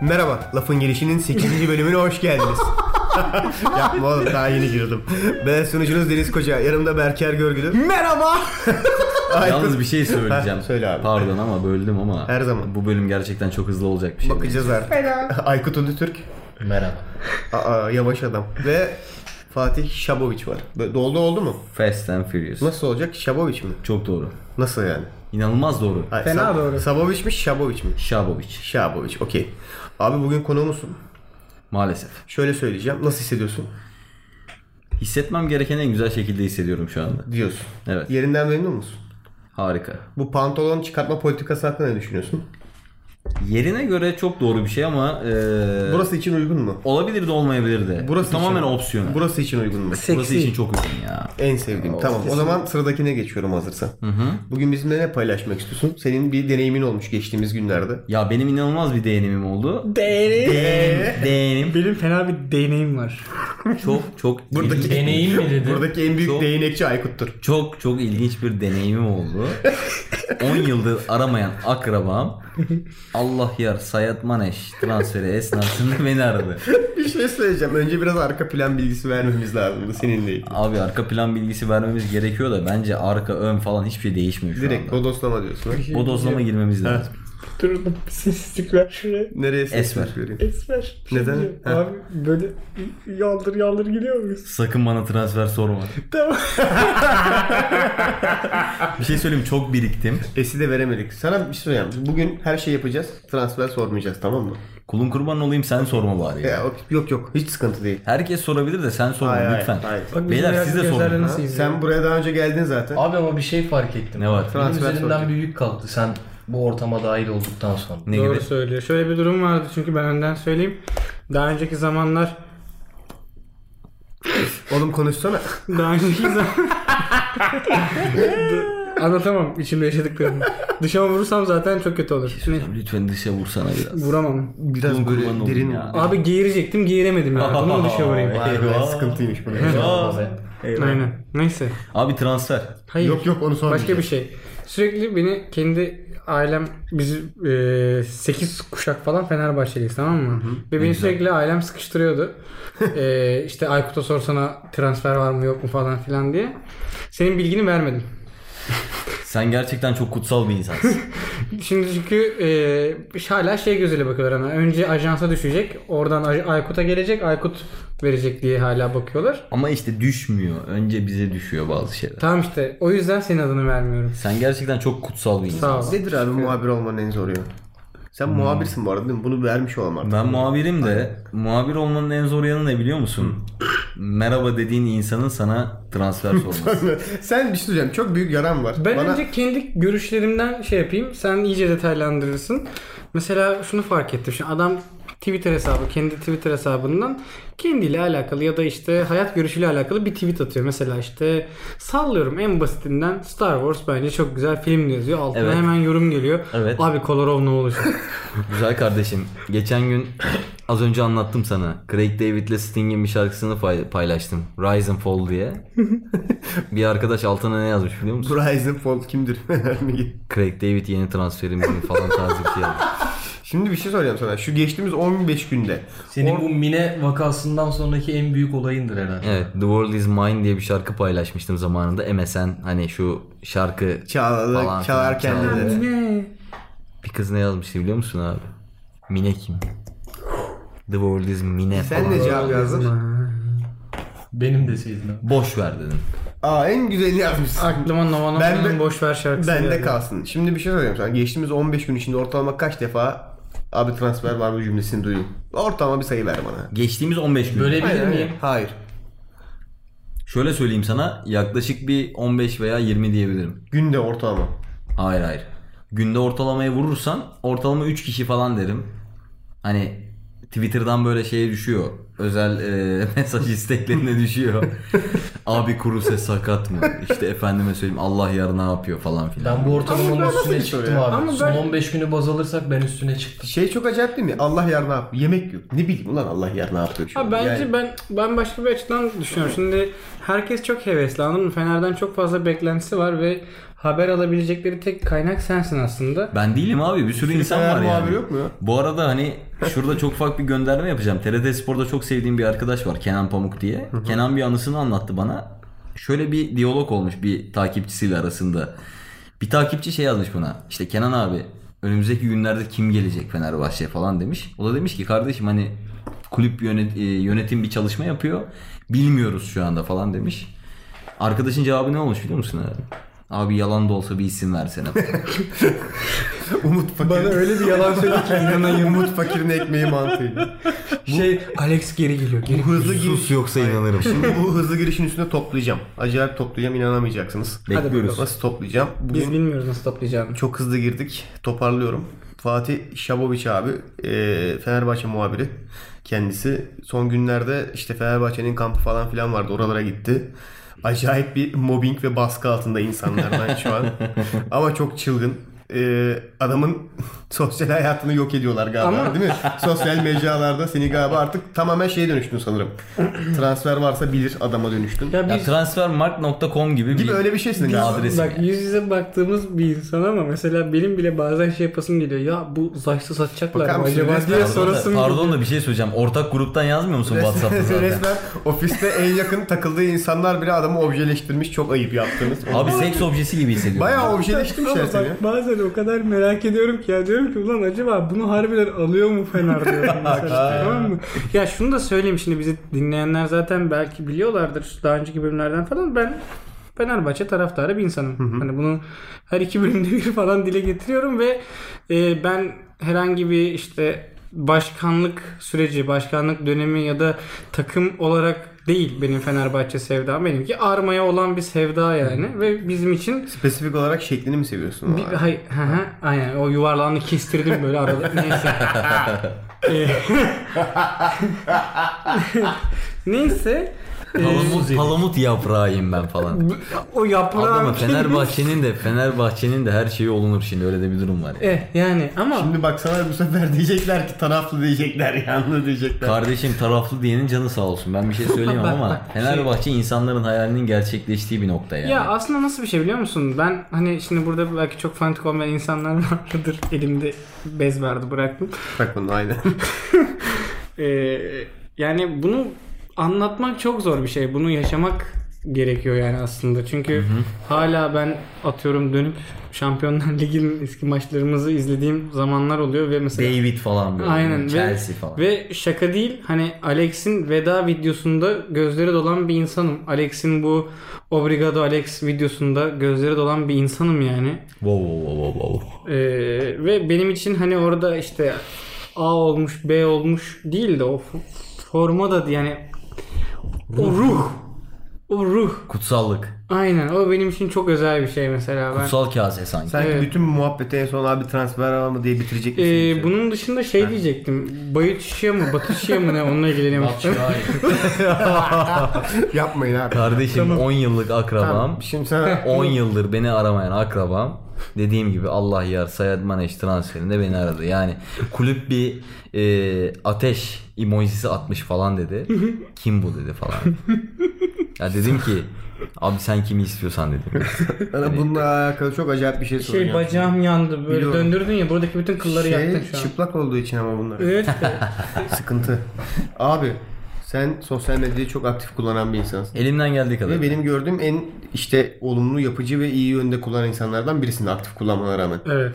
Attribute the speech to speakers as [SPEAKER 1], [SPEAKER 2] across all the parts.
[SPEAKER 1] Merhaba, Lafın Gelişi'nin 8. bölümüne hoş geldiniz. Yapma oğlum, daha yeni girdim. Ben sunucunuz Deniz Koca, yanımda Berker Görgülü.
[SPEAKER 2] Merhaba.
[SPEAKER 1] Aykut.
[SPEAKER 3] Yalnız bir şey söyleyeceğim.
[SPEAKER 1] Ha, söyle abi.
[SPEAKER 3] Pardon ama böldüm ama.
[SPEAKER 1] Her zaman.
[SPEAKER 3] Bu bölüm gerçekten çok hızlı olacak bir şey.
[SPEAKER 1] Bakacağız artık. Aykut Ulu Türk.
[SPEAKER 4] Merhaba.
[SPEAKER 1] Aa, yavaş adam. Ve Fatih Şaboviç var. Böyle Doldu oldu mu?
[SPEAKER 3] Fast and Furious.
[SPEAKER 1] Nasıl olacak? Şaboviç mi?
[SPEAKER 3] Çok doğru.
[SPEAKER 1] Nasıl yani?
[SPEAKER 3] İnanılmaz doğru.
[SPEAKER 1] Hayır,
[SPEAKER 2] Fena
[SPEAKER 1] Sab-
[SPEAKER 2] doğru.
[SPEAKER 1] Saboviç mi, Şaboviç mi?
[SPEAKER 3] Şaboviç.
[SPEAKER 1] Şaboviç, okey. Abi bugün konuğumuzsun.
[SPEAKER 3] Maalesef.
[SPEAKER 1] Şöyle söyleyeceğim. Nasıl hissediyorsun?
[SPEAKER 3] Hissetmem gereken en güzel şekilde hissediyorum şu anda.
[SPEAKER 1] Diyorsun.
[SPEAKER 3] Evet.
[SPEAKER 1] Yerinden memnun musun?
[SPEAKER 3] Harika.
[SPEAKER 1] Bu pantolon çıkartma politikası hakkında ne düşünüyorsun?
[SPEAKER 3] Yerine göre çok doğru bir şey ama eee
[SPEAKER 1] Burası için uygun mu?
[SPEAKER 3] olabilir de olmayabilir de.
[SPEAKER 1] Burası
[SPEAKER 3] Bu tamamen
[SPEAKER 1] için,
[SPEAKER 3] opsiyon. Burası,
[SPEAKER 1] Burası için uygun mu?
[SPEAKER 3] için çok uygun ya.
[SPEAKER 1] En sevdiğim. tamam. O zaman sıradakine geçiyorum hazırsan. Bugün bizimle ne paylaşmak istiyorsun? Senin bir deneyimin olmuş geçtiğimiz günlerde.
[SPEAKER 3] Ya benim inanılmaz bir değinimim oldu.
[SPEAKER 2] Deneyim.
[SPEAKER 3] Değinim, değinim.
[SPEAKER 2] Benim fena bir deneyim var.
[SPEAKER 3] Çok çok
[SPEAKER 1] Buradaki-
[SPEAKER 4] Deneyim mi dedi?
[SPEAKER 1] Buradaki en büyük
[SPEAKER 3] Çok-
[SPEAKER 1] değnekçi Aykut'tur.
[SPEAKER 3] Çok çok ilginç bir deneyimim oldu. 10 yıldır aramayan akrabam Allah yar Sayat Maneş transferi esnasında beni aradı.
[SPEAKER 1] bir şey söyleyeceğim. Önce biraz arka plan bilgisi vermemiz lazımdı seninle ilgili.
[SPEAKER 3] Abi arka plan bilgisi vermemiz gerekiyor da bence arka ön falan hiçbir şey değişmiyor şu
[SPEAKER 1] Direkt
[SPEAKER 3] anda. şey-
[SPEAKER 1] bodoslama diyorsun. ha?
[SPEAKER 3] Bodoslama girmemiz lazım.
[SPEAKER 2] Durun bir sessizlik ver şuraya.
[SPEAKER 1] Nereye
[SPEAKER 3] Esmer.
[SPEAKER 1] sesini vereyim?
[SPEAKER 2] Esmer. bir şey
[SPEAKER 1] Neden?
[SPEAKER 2] diyeceğim.
[SPEAKER 1] Ha.
[SPEAKER 2] Abi böyle yaldır yaldır gidiyor muyuz?
[SPEAKER 3] Sakın bana transfer sorma.
[SPEAKER 2] Tamam.
[SPEAKER 3] Bir şey söyleyeyim çok biriktim.
[SPEAKER 1] Esi de veremedik. Sana bir şey söyleyeyim. Bugün her şey yapacağız. Transfer sormayacağız tamam mı?
[SPEAKER 3] Kulun kurban olayım sen sorma bari ya.
[SPEAKER 1] Ya, yok yok hiç sıkıntı değil.
[SPEAKER 3] Herkes sorabilir de sen sorma
[SPEAKER 1] Hayır,
[SPEAKER 3] lütfen.
[SPEAKER 1] hayır, hayır.
[SPEAKER 2] Bak,
[SPEAKER 3] Beyler siz de sorun.
[SPEAKER 1] Ha, Sen buraya daha önce geldin zaten.
[SPEAKER 4] Abi ama bir şey fark ettim.
[SPEAKER 3] Ne var?
[SPEAKER 4] Benim
[SPEAKER 1] Transfer
[SPEAKER 4] üzerimden
[SPEAKER 1] soracak.
[SPEAKER 4] bir yük kalktı sen bu ortama dahil olduktan sonra.
[SPEAKER 3] Ne
[SPEAKER 2] Doğru
[SPEAKER 3] gibi?
[SPEAKER 2] söylüyor. Şöyle bir durum vardı çünkü ben önden söyleyeyim. Daha önceki zamanlar
[SPEAKER 1] Oğlum konuşsana.
[SPEAKER 2] daha önceki zaman anlatamam içimde yaşadıklarımı. Dışıma vurursam zaten çok kötü olur. Ne?
[SPEAKER 3] Lütfen dışa vursana biraz.
[SPEAKER 2] Vuramam.
[SPEAKER 1] Biraz
[SPEAKER 3] Kulun
[SPEAKER 1] böyle
[SPEAKER 3] kurban olayım
[SPEAKER 1] derin.
[SPEAKER 3] ya.
[SPEAKER 2] Abi geğirecektim geğiremedim yani. Bunu dışa vurayım.
[SPEAKER 1] Vay be,
[SPEAKER 3] Eyvah.
[SPEAKER 1] sıkıntıymış bu.
[SPEAKER 4] Yapma be.
[SPEAKER 2] Aynen. Neyse.
[SPEAKER 3] Abi transfer.
[SPEAKER 2] Hayır.
[SPEAKER 1] yok yok onu sormayacağım.
[SPEAKER 2] Başka bir şey. Sürekli beni kendi ailem bizi e, 8 kuşak falan Fenerbahçeliyiz tamam mı? Ve beni sürekli ailem sıkıştırıyordu. e, işte Aykut'a sorsana transfer var mı yok mu falan filan diye. Senin bilgini vermedim.
[SPEAKER 3] Sen gerçekten çok kutsal bir insansın.
[SPEAKER 2] Şimdi çünkü e, hala şey gözüyle bakıyorlar ama önce ajansa düşecek oradan Ay- Aykut'a gelecek Aykut verecek diye hala bakıyorlar.
[SPEAKER 3] Ama işte düşmüyor. Önce bize düşüyor bazı şeyler.
[SPEAKER 2] Tamam işte o yüzden senin adını vermiyorum.
[SPEAKER 3] Sen gerçekten çok kutsal bir
[SPEAKER 2] Sağ
[SPEAKER 3] insansın.
[SPEAKER 2] ol.
[SPEAKER 1] Nedir abi muhabir olmanın en zoru ya?
[SPEAKER 3] Hmm.
[SPEAKER 1] Sen muhabirsin bu arada değil mi? Bunu vermiş olman.
[SPEAKER 3] Ben muhabirim de muhabir olmanın en zor yanı ne biliyor musun? Merhaba dediğin insanın sana transfer sorması.
[SPEAKER 1] Sen bir şey söyleyeceğim. Çok büyük yaran var.
[SPEAKER 2] Ben
[SPEAKER 1] Bana
[SPEAKER 2] önce kendi görüşlerimden şey yapayım. Sen iyice detaylandırırsın. Mesela şunu fark ettim. Şimdi adam Twitter hesabı, kendi Twitter hesabından kendiyle alakalı ya da işte hayat görüşüyle alakalı bir tweet atıyor. Mesela işte sallıyorum en basitinden Star Wars bence çok güzel film yazıyor. Altına
[SPEAKER 3] Evet.
[SPEAKER 2] hemen yorum geliyor.
[SPEAKER 3] Evet.
[SPEAKER 2] Abi Kolarov ne olur.
[SPEAKER 3] Güzel kardeşim. Geçen gün az önce anlattım sana. Craig David'le Sting'in bir şarkısını pay- paylaştım. Rise and Fall diye. bir arkadaş altına ne yazmış biliyor musun?
[SPEAKER 1] Bryson Ford kimdir? Önemli değil.
[SPEAKER 3] Craig David yeni transferimiz falan tarzı bir şey yazmış.
[SPEAKER 1] Şimdi bir şey soracağım sana. Şu geçtiğimiz 15 günde.
[SPEAKER 4] Senin
[SPEAKER 1] Or-
[SPEAKER 4] bu mine vakasından sonraki en büyük olayındır herhalde.
[SPEAKER 3] Evet The World Is Mine diye bir şarkı paylaşmıştım zamanında. MSN hani şu şarkı
[SPEAKER 1] Çağladı,
[SPEAKER 3] Falan
[SPEAKER 1] çalarken
[SPEAKER 3] filan,
[SPEAKER 1] dedi.
[SPEAKER 3] bir kız ne yazmıştı biliyor musun abi? Mine kim? The World Is Mine
[SPEAKER 1] Sen
[SPEAKER 3] falan.
[SPEAKER 1] ne cevap yazdın?
[SPEAKER 4] Benim deseydin abi.
[SPEAKER 3] Boş ver dedim.
[SPEAKER 1] Aa en güzelini yazmışsın.
[SPEAKER 2] Aklıma Nova
[SPEAKER 1] Ben de-
[SPEAKER 2] Nova'nın boş ver şarkısı
[SPEAKER 1] Bende
[SPEAKER 2] geldi.
[SPEAKER 1] kalsın. Şimdi bir şey soracağım sana. Geçtiğimiz 15 gün içinde ortalama kaç defa abi transfer var mı cümlesini duydun? Ortalama bir sayı ver bana.
[SPEAKER 3] Geçtiğimiz 15 gün.
[SPEAKER 4] Bölebilir miyim?
[SPEAKER 1] Hayır.
[SPEAKER 3] Şöyle söyleyeyim sana yaklaşık bir 15 veya 20 diyebilirim.
[SPEAKER 1] Günde ortalama.
[SPEAKER 3] Hayır hayır. Günde ortalamaya vurursan ortalama 3 kişi falan derim. Hani Twitter'dan böyle şeye düşüyor. özel e, mesaj isteklerine düşüyor. Abi kuru ses sakat mı? İşte efendime söyleyeyim Allah yar ne yapıyor falan filan.
[SPEAKER 4] Ben bu
[SPEAKER 2] Ama ben
[SPEAKER 4] ortalamanın
[SPEAKER 2] nasıl
[SPEAKER 4] üstüne
[SPEAKER 2] bir soru
[SPEAKER 4] çıktım
[SPEAKER 2] ya?
[SPEAKER 4] abi.
[SPEAKER 2] Ama
[SPEAKER 4] Son
[SPEAKER 2] ben-
[SPEAKER 4] 15 günü baz alırsak ben üstüne çıktım.
[SPEAKER 1] Şey çok acayip değil mi? Allah yar ne yapıyor? Yemek yok. Ne bileyim ulan Allah yar ne yapıyor şu an?
[SPEAKER 2] Ha, bence
[SPEAKER 1] Yani-
[SPEAKER 2] ben ben başka bir açıdan düşünüyorum. Şimdi herkes çok hevesli anladın mı? Fener'den çok fazla beklentisi var ve haber alabilecekleri tek kaynak sensin aslında.
[SPEAKER 3] Ben değilim abi bir sürü insan
[SPEAKER 1] Fener
[SPEAKER 3] var yani.
[SPEAKER 1] muhabiri yok mu ya?
[SPEAKER 3] Bu arada hani şurada çok farklı bir gönderme yapacağım. TRT Spor'da çok sevdiğim bir arkadaş var Kenan Pamuk diye. Kenan bir anısını anlattı bana. Şöyle bir diyalog olmuş bir takipçisiyle arasında. Bir takipçi şey yazmış buna. İşte Kenan abi önümüzdeki günlerde kim gelecek Fenerbahçe'ye falan demiş. O da demiş ki kardeşim hani kulüp yönet- e, yönetim bir çalışma yapıyor. Bilmiyoruz şu anda falan demiş. Arkadaşın cevabı ne olmuş biliyor musun abi? Abi yalan da olsa bir isim versene.
[SPEAKER 1] Umut fakir.
[SPEAKER 2] Bana öyle bir yalan söyledi ki inanayım.
[SPEAKER 1] Umut fakirin ekmeği mantığıyla.
[SPEAKER 2] Şey Alex geri geliyor. Geri
[SPEAKER 1] Hızlı giriş.
[SPEAKER 3] yoksa inanırım.
[SPEAKER 1] Şimdi bu hızlı girişin üstüne toplayacağım. Acayip toplayacağım inanamayacaksınız.
[SPEAKER 3] Bekliyoruz.
[SPEAKER 1] Nasıl toplayacağım? Bugün
[SPEAKER 2] Biz bilmiyoruz nasıl toplayacağını.
[SPEAKER 1] çok hızlı girdik. Toparlıyorum. Fatih Şaboviç abi e, Fenerbahçe muhabiri kendisi. Son günlerde işte Fenerbahçe'nin kampı falan filan vardı. Oralara gitti. Acayip bir mobbing ve baskı altında insanlardan şu an. Ama çok çılgın. E, adamın sosyal hayatını yok ediyorlar galiba
[SPEAKER 2] Ama-
[SPEAKER 1] değil mi? Sosyal mecralarda seni galiba artık tamamen şeye dönüştün sanırım. Transfer varsa bilir adama dönüştün.
[SPEAKER 2] Ya
[SPEAKER 3] Ya
[SPEAKER 2] biz
[SPEAKER 3] transfermarkt.com gibi,
[SPEAKER 1] Gibi
[SPEAKER 3] bir
[SPEAKER 1] öyle bir şeysin
[SPEAKER 3] bir
[SPEAKER 1] galiba.
[SPEAKER 3] adres.
[SPEAKER 2] Bak yüz yüze baktığımız bir insan ama mesela benim bile bazen şey yapasım geliyor. Ya bu zaytsı satacaklar
[SPEAKER 1] Bakar
[SPEAKER 2] mı
[SPEAKER 1] mısın?
[SPEAKER 2] acaba
[SPEAKER 1] Resmen
[SPEAKER 2] diye
[SPEAKER 1] orada-
[SPEAKER 3] Pardon da-
[SPEAKER 2] sorasım
[SPEAKER 3] Pardon da bir şey söyleyeceğim. Ortak gruptan yazmıyor musun WhatsApp'ta zaten?
[SPEAKER 1] Resmen ofiste en yakın takıldığı insanlar bile adamı objeleştirmiş. Çok ayıp yaptınız.
[SPEAKER 3] Abi seks objesi gibi hissediyorum.
[SPEAKER 1] Bayağı
[SPEAKER 2] Ama
[SPEAKER 1] objeleştirmişler
[SPEAKER 2] bak,
[SPEAKER 1] seni. ya.
[SPEAKER 2] bazen o kadar merak ediyorum ki ya diyorum ki ulan acaba bunu harbiden alıyor mu Fener diyorum mesela tamam mı? Ya şunu da söyleyeyim şimdi bizi dinleyenler zaten belki biliyorlardır daha önceki bölümlerden falan ben Fenerbahçe taraftarı bir insanım. Hani bunu her iki bölümde bir falan dile getiriyorum ve e, ben herhangi bir işte başkanlık süreci, başkanlık dönemi ya da takım olarak değil benim Fenerbahçe sevdam. Benimki armaya olan bir sevda yani ve bizim için
[SPEAKER 1] Spesifik olarak şeklini mi seviyorsun?
[SPEAKER 2] bir,
[SPEAKER 1] abi?
[SPEAKER 2] hay, hı hı, aynen o yuvarlağını kestirdim böyle arada. Neyse. Ee, Neyse.
[SPEAKER 3] Palamut, palamut yaprağıyım ben falan.
[SPEAKER 2] O şey yaprağın
[SPEAKER 3] Adama Fenerbahçe'nin de Fenerbahçe'nin de her şeyi olunur şimdi öyle de bir durum var. ya.
[SPEAKER 2] Eh, yani ama
[SPEAKER 1] Şimdi baksana bu sefer diyecekler ki taraflı diyecekler, yanlı diyecekler.
[SPEAKER 3] Kardeşim taraflı diyenin canı sağ olsun. Ben bir şey söyleyemem
[SPEAKER 2] Bak,
[SPEAKER 3] ama
[SPEAKER 2] bak,
[SPEAKER 3] Fenerbahçe insanların hayalinin gerçekleştiği bir nokta yani.
[SPEAKER 2] ya aslında nasıl bir şey biliyor musun? Ben hani şimdi burada belki çok fanatik olmayan insanlar vardır. Elimde bez vardı bıraktım.
[SPEAKER 1] Bak bunun aynen.
[SPEAKER 2] Ee, yani bunu anlatmak çok zor bir şey. Bunu yaşamak gerekiyor yani aslında. Çünkü hala ben atıyorum dönüp Şampiyonlar Ligi'nin eski maçlarımızı izlediğim zamanlar oluyor ve mesela
[SPEAKER 3] David falan böyle.
[SPEAKER 2] Aynen ve-
[SPEAKER 3] Chelsea falan.
[SPEAKER 2] ve şaka değil hani Alex'in veda videosunda gözleri dolan bir insanım. Alex'in bu Obrigado Alex videosunda gözleri dolan bir insanım yani.
[SPEAKER 3] Wow, wow, wow, wow, wow.
[SPEAKER 2] Ee, ve benim için hani orada işte A olmuş B olmuş değil de o f- forma da yani o ruh o ruh
[SPEAKER 3] Kutsallık.
[SPEAKER 2] aynen o benim için çok özel bir şey mesela ben
[SPEAKER 3] Kutsal kase sanki.
[SPEAKER 1] Sanki
[SPEAKER 2] Evet.
[SPEAKER 1] bütün muhabbeti en son abi transfer var mı diye bitirecek misin?
[SPEAKER 2] Ee, bunun dışında şey diyecektim Bayıtşıya mı Batışıya mı ne onunla ilgileniyormuştum
[SPEAKER 1] Yapmayın abi.
[SPEAKER 3] Kardeşim 10 yıllık akrabam.
[SPEAKER 1] Tamam. Şimdi sana
[SPEAKER 3] 10 yıldır beni aramayan akrabam dediğim gibi Allah yar Sayad Maneş transferinde beni aradı. Yani kulüp bir e, ateş emojisi atmış falan dedi. Kim bu dedi falan. ya dedim ki abi sen kimi istiyorsan dedim.
[SPEAKER 1] sana bununla alakalı çok acayip bir şey soracağım.
[SPEAKER 2] şey bacağım yandı böyle
[SPEAKER 1] Biliyorum.
[SPEAKER 2] döndürdün ya buradaki bütün kılları
[SPEAKER 1] şey,
[SPEAKER 2] yaktın şu an Ee?
[SPEAKER 1] çıplak olduğu için ama bunlar.
[SPEAKER 2] evet
[SPEAKER 1] Sıkıntı. Abi sen sosyal medyayı çok aktif kullanan bir insansın.
[SPEAKER 3] Elimden geldiği kadar.
[SPEAKER 1] Ve benim gördüğüm en işte olumlu, yapıcı ve iyi yönde kullanan insanlardan birisin aktif kullanmana rağmen.
[SPEAKER 2] evet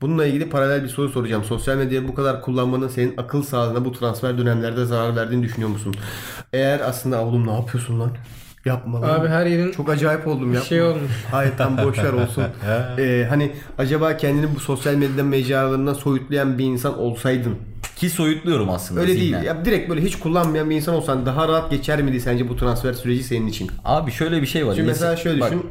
[SPEAKER 1] Bununla ilgili paralel bir soru soracağım. Sosyal medyayı bu kadar kullanmanın senin akıl sağlığına bu transfer dönemlerde zarar verdiğini düşünüyor musun? Eğer aslında oğlum ne yapıyorsun lan? Yapma lan.
[SPEAKER 2] abi her yerin
[SPEAKER 1] Çok acayip oldum ya.
[SPEAKER 2] şey olmuş.
[SPEAKER 1] Hayır tam boşver olsun. Ee, hani acaba kendini bu sosyal medya mecralarından soyutlayan bir insan olsaydın
[SPEAKER 3] Ki soyutluyorum aslında
[SPEAKER 1] Öyle değil.
[SPEAKER 3] zihnen.
[SPEAKER 1] Ya direkt böyle hiç kullanmayan bir insan olsan daha rahat geçer miydi sence bu transfer süreci senin için?
[SPEAKER 3] Abi şöyle bir şey var.
[SPEAKER 1] Şimdi
[SPEAKER 3] Yes-
[SPEAKER 1] mesela şöyle
[SPEAKER 3] Bak,
[SPEAKER 1] düşün.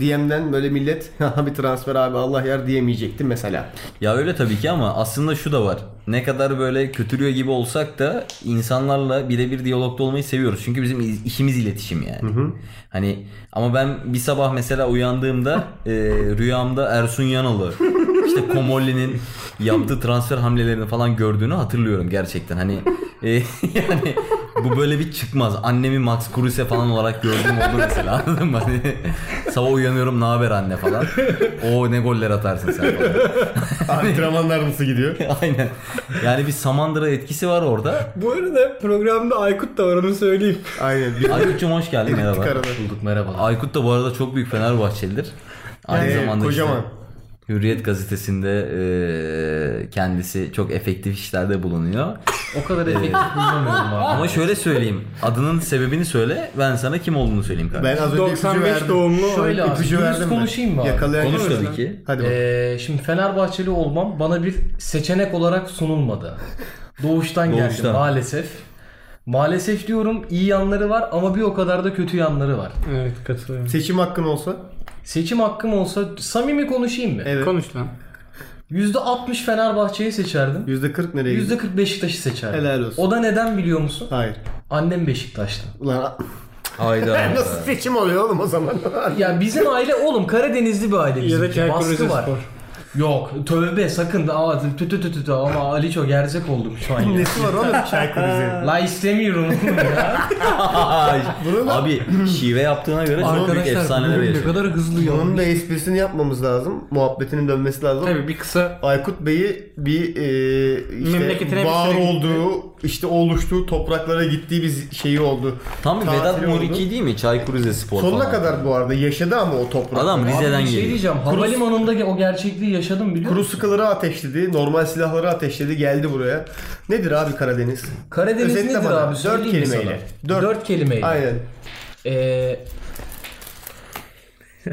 [SPEAKER 1] DM'den böyle millet bir transfer abi Allah yer diyemeyecekti mesela.
[SPEAKER 3] Ya öyle tabii ki ama aslında şu da var. Ne kadar böyle kötülüyor gibi olsak da insanlarla birebir diyalogda olmayı seviyoruz. Çünkü bizim iz- işimiz iletişim yani. Hani ama ben bir sabah mesela uyandığımda e, rüyamda Ersun Yanalı işte Komolli'nin yaptığı transfer hamlelerini falan gördüğünü hatırlıyorum gerçekten. Hani e, yani bu böyle bir çıkmaz. Annemi Max Kruse falan olarak gördüğüm oldu mesela. Anladın mı? Hani, sabah uyanıyorum ne haber anne falan. O ne goller atarsın sen falan.
[SPEAKER 1] Antrenmanlar nasıl gidiyor?
[SPEAKER 3] Aynen. Yani bir Samandıra etkisi var orada.
[SPEAKER 2] Bu arada programda Aykut da var onu söyleyeyim.
[SPEAKER 1] Aynen. Bir
[SPEAKER 3] Aykut'cum hoş geldin
[SPEAKER 1] gittik
[SPEAKER 3] merhaba.
[SPEAKER 1] arada.
[SPEAKER 4] Bulduk merhaba.
[SPEAKER 3] Aykut da bu arada çok büyük Fenerbahçelidir. Aynı
[SPEAKER 1] Ee,
[SPEAKER 3] zamanda
[SPEAKER 1] kocaman.
[SPEAKER 3] işte Hürriyet gazetesinde e, kendisi çok efektif işlerde bulunuyor.
[SPEAKER 4] O kadar efektif kullanmıyorum abi.
[SPEAKER 3] Ee, Ama şöyle söyleyeyim. Adının sebebini söyle. Ben sana kim olduğunu söyleyeyim
[SPEAKER 1] Ben
[SPEAKER 3] kardeşim.
[SPEAKER 1] az önce 95
[SPEAKER 2] 95
[SPEAKER 1] verdim. doğumlu.
[SPEAKER 2] doğumlu.
[SPEAKER 4] Şöyle abi,
[SPEAKER 1] İpucu
[SPEAKER 4] dürüst
[SPEAKER 1] verdim ben.
[SPEAKER 4] konuşayım mı abi?
[SPEAKER 1] Yakalayan
[SPEAKER 3] Konuş
[SPEAKER 1] kimse-
[SPEAKER 3] tabii ki.
[SPEAKER 1] Hadi bakalım.
[SPEAKER 4] Ee, şimdi Fenerbahçeli olmam bana bir seçenek olarak sunulmadı. Doğuştan,
[SPEAKER 3] Doğuştan.
[SPEAKER 4] geldi maalesef. Maalesef diyorum iyi yanları var ama bir o kadar da kötü yanları var.
[SPEAKER 2] Evet katılıyorum.
[SPEAKER 1] Seçim hakkın olsa
[SPEAKER 4] Seçim hakkım olsa samimi konuşayım mı?
[SPEAKER 1] evet.
[SPEAKER 2] Konuş lan.
[SPEAKER 4] %60 Fenerbahçe'yi seçerdim.
[SPEAKER 1] %40 nereye gidiyor?
[SPEAKER 4] %40 Beşiktaş'ı seçerdim.
[SPEAKER 1] Helal olsun.
[SPEAKER 4] O da neden biliyor musun?
[SPEAKER 1] Hayır.
[SPEAKER 4] Annem Beşiktaşlı.
[SPEAKER 1] Ulan
[SPEAKER 3] Hayda.
[SPEAKER 1] nasıl seçim oluyor oğlum o zaman?
[SPEAKER 4] Ya bizim aile oğlum Karadenizli bir aile
[SPEAKER 2] Ya
[SPEAKER 4] bizim.
[SPEAKER 2] da Çaykur
[SPEAKER 4] Baskı var.
[SPEAKER 2] Rizespor.
[SPEAKER 4] Yok tövbe sakın. Aa, tü tü tü tü tü. Ama Ali çok gerzek oldum şu an. ya.
[SPEAKER 1] Nesi var oğlum Çaykur Rize'nin?
[SPEAKER 4] La istemiyorum oğlum ya.
[SPEAKER 3] Ay, Abi şive yaptığına göre çok büyük efsanelere yaşıyor.
[SPEAKER 4] kadar hızlı
[SPEAKER 1] Bunun da esprisini yapmamız lazım. Muhabbetinin dönmesi lazım.
[SPEAKER 2] Tabii bir kısa
[SPEAKER 1] Aykut Bey'i bir e, işte
[SPEAKER 2] Memleketine bir
[SPEAKER 1] var
[SPEAKER 2] süre gitti.
[SPEAKER 1] olduğu, işte oluştuğu topraklara gittiği bir şeyi oldu.
[SPEAKER 3] Tam bir
[SPEAKER 1] Tatili
[SPEAKER 3] Vedat
[SPEAKER 1] oldu.
[SPEAKER 3] Muriçi değil mi? Çaykur Rizespor
[SPEAKER 1] Sonuna
[SPEAKER 3] falan.
[SPEAKER 1] kadar bu arada yaşadı ama o toprağı.
[SPEAKER 3] Adam Rize'den
[SPEAKER 4] Abi bir şey
[SPEAKER 3] geliyor.
[SPEAKER 4] diyeceğim. Havalimanında ge- o gerçekliği yaşadım biliyor
[SPEAKER 1] Kuru
[SPEAKER 4] musun?
[SPEAKER 1] sıkıları ateşledi, normal silahları ateşledi, geldi buraya. Nedir abi Karadeniz?
[SPEAKER 4] Karadeniz
[SPEAKER 1] Özetle
[SPEAKER 4] nedir
[SPEAKER 1] bana,
[SPEAKER 4] abi?
[SPEAKER 1] dört
[SPEAKER 4] Söyleyeyim mi
[SPEAKER 1] kelimeyle.
[SPEAKER 4] sana?
[SPEAKER 1] Dört.
[SPEAKER 4] Dört, kelimeyle.
[SPEAKER 1] Aynen.
[SPEAKER 4] Ee,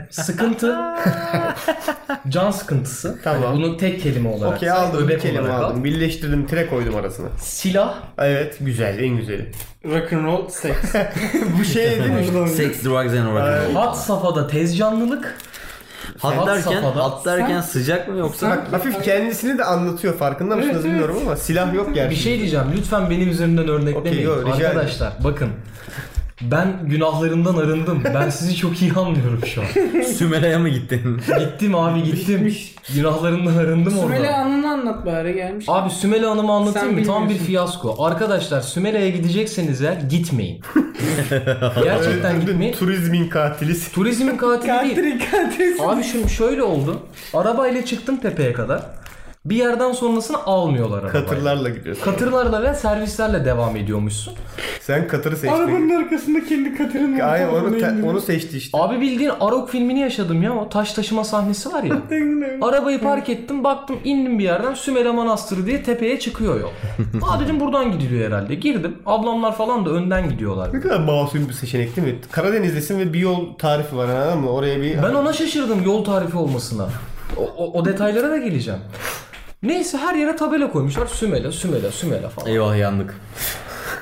[SPEAKER 4] sıkıntı. can sıkıntısı.
[SPEAKER 1] Tamam.
[SPEAKER 4] Hani bunu tek kelime olarak.
[SPEAKER 1] Okey
[SPEAKER 4] say,
[SPEAKER 1] aldım, bir
[SPEAKER 4] öbek
[SPEAKER 1] kelime
[SPEAKER 4] olarak al.
[SPEAKER 1] aldım. Birleştirdim, tire koydum arasına.
[SPEAKER 4] Silah.
[SPEAKER 1] Evet, güzel, en güzeli.
[SPEAKER 2] rock'n'roll sex.
[SPEAKER 1] bu şey değil mi?
[SPEAKER 3] Sex, drugs and rock'n'roll.
[SPEAKER 4] Hat safhada tezcanlılık.
[SPEAKER 3] Hat
[SPEAKER 4] Hat
[SPEAKER 3] derken,
[SPEAKER 4] safhada.
[SPEAKER 3] hat derken sıcak mı yoksa?
[SPEAKER 2] Sen-
[SPEAKER 1] Bak, hafif kendisini de anlatıyor farkında mısınız bilmiyorum ama silah yok gerçi.
[SPEAKER 4] Bir şey diyeceğim. Lütfen benim üzerimden
[SPEAKER 1] Okey,
[SPEAKER 4] örneklemeyin.
[SPEAKER 1] yo, rica ederim.
[SPEAKER 4] Arkadaşlar bakın. Ben günahlarımdan arındım. Ben sizi çok iyi anlıyorum şu an.
[SPEAKER 3] Sümele'ye mi gittin?
[SPEAKER 4] Gittim abi gittim. Günahlarımdan arındım orada.
[SPEAKER 2] Süreli anını anlat bari gelmiş.
[SPEAKER 4] Abi Sümele Hanım'ı
[SPEAKER 2] Sen
[SPEAKER 4] anlatayım mı? Tam bir
[SPEAKER 2] bilmiyorsun.
[SPEAKER 4] fiyasko. Arkadaşlar Sümele'ye gidecekseniz eğer gitmeyin. Gerçekten gitmeyin.
[SPEAKER 1] Turizmin katili.
[SPEAKER 4] Turizmin katili değil. Abi şimdi şöyle oldu. Arabayla çıktım tepeye kadar. Bir yerden sonrasını almıyorlar arabayla.
[SPEAKER 1] Katırlarla gidiyorsun.
[SPEAKER 4] Katırlarla ve servislerle devam ediyormuşsun.
[SPEAKER 1] Sen katırı seçtin.
[SPEAKER 2] Arabanın arkasında kendi katırın
[SPEAKER 1] Ay
[SPEAKER 2] olduğu
[SPEAKER 1] onu,
[SPEAKER 2] olduğunu
[SPEAKER 1] te-
[SPEAKER 2] indirmiş.
[SPEAKER 1] onu seçti işte.
[SPEAKER 4] Abi bildiğin Arok filmini yaşadım ya. O taş taşıma sahnesi var ya. Arabayı park ettim baktım indim bir yerden Sümele Manastırı diye tepeye çıkıyor yol. Aa dedim buradan gidiliyor herhalde. Girdim. Ablamlar falan da önden gidiyorlar.
[SPEAKER 1] Ne kadar masum bir seçenek değil mi? Karadeniz'desin ve bir yol tarifi var anladın mı? Oraya bir...
[SPEAKER 4] Ben ona şaşırdım yol tarifi olmasına. O, o, o detaylara da geleceğim. Neyse her yere tabela koymuşlar. Sümele, Sümele, Sümele falan.
[SPEAKER 3] Eyvah yandık.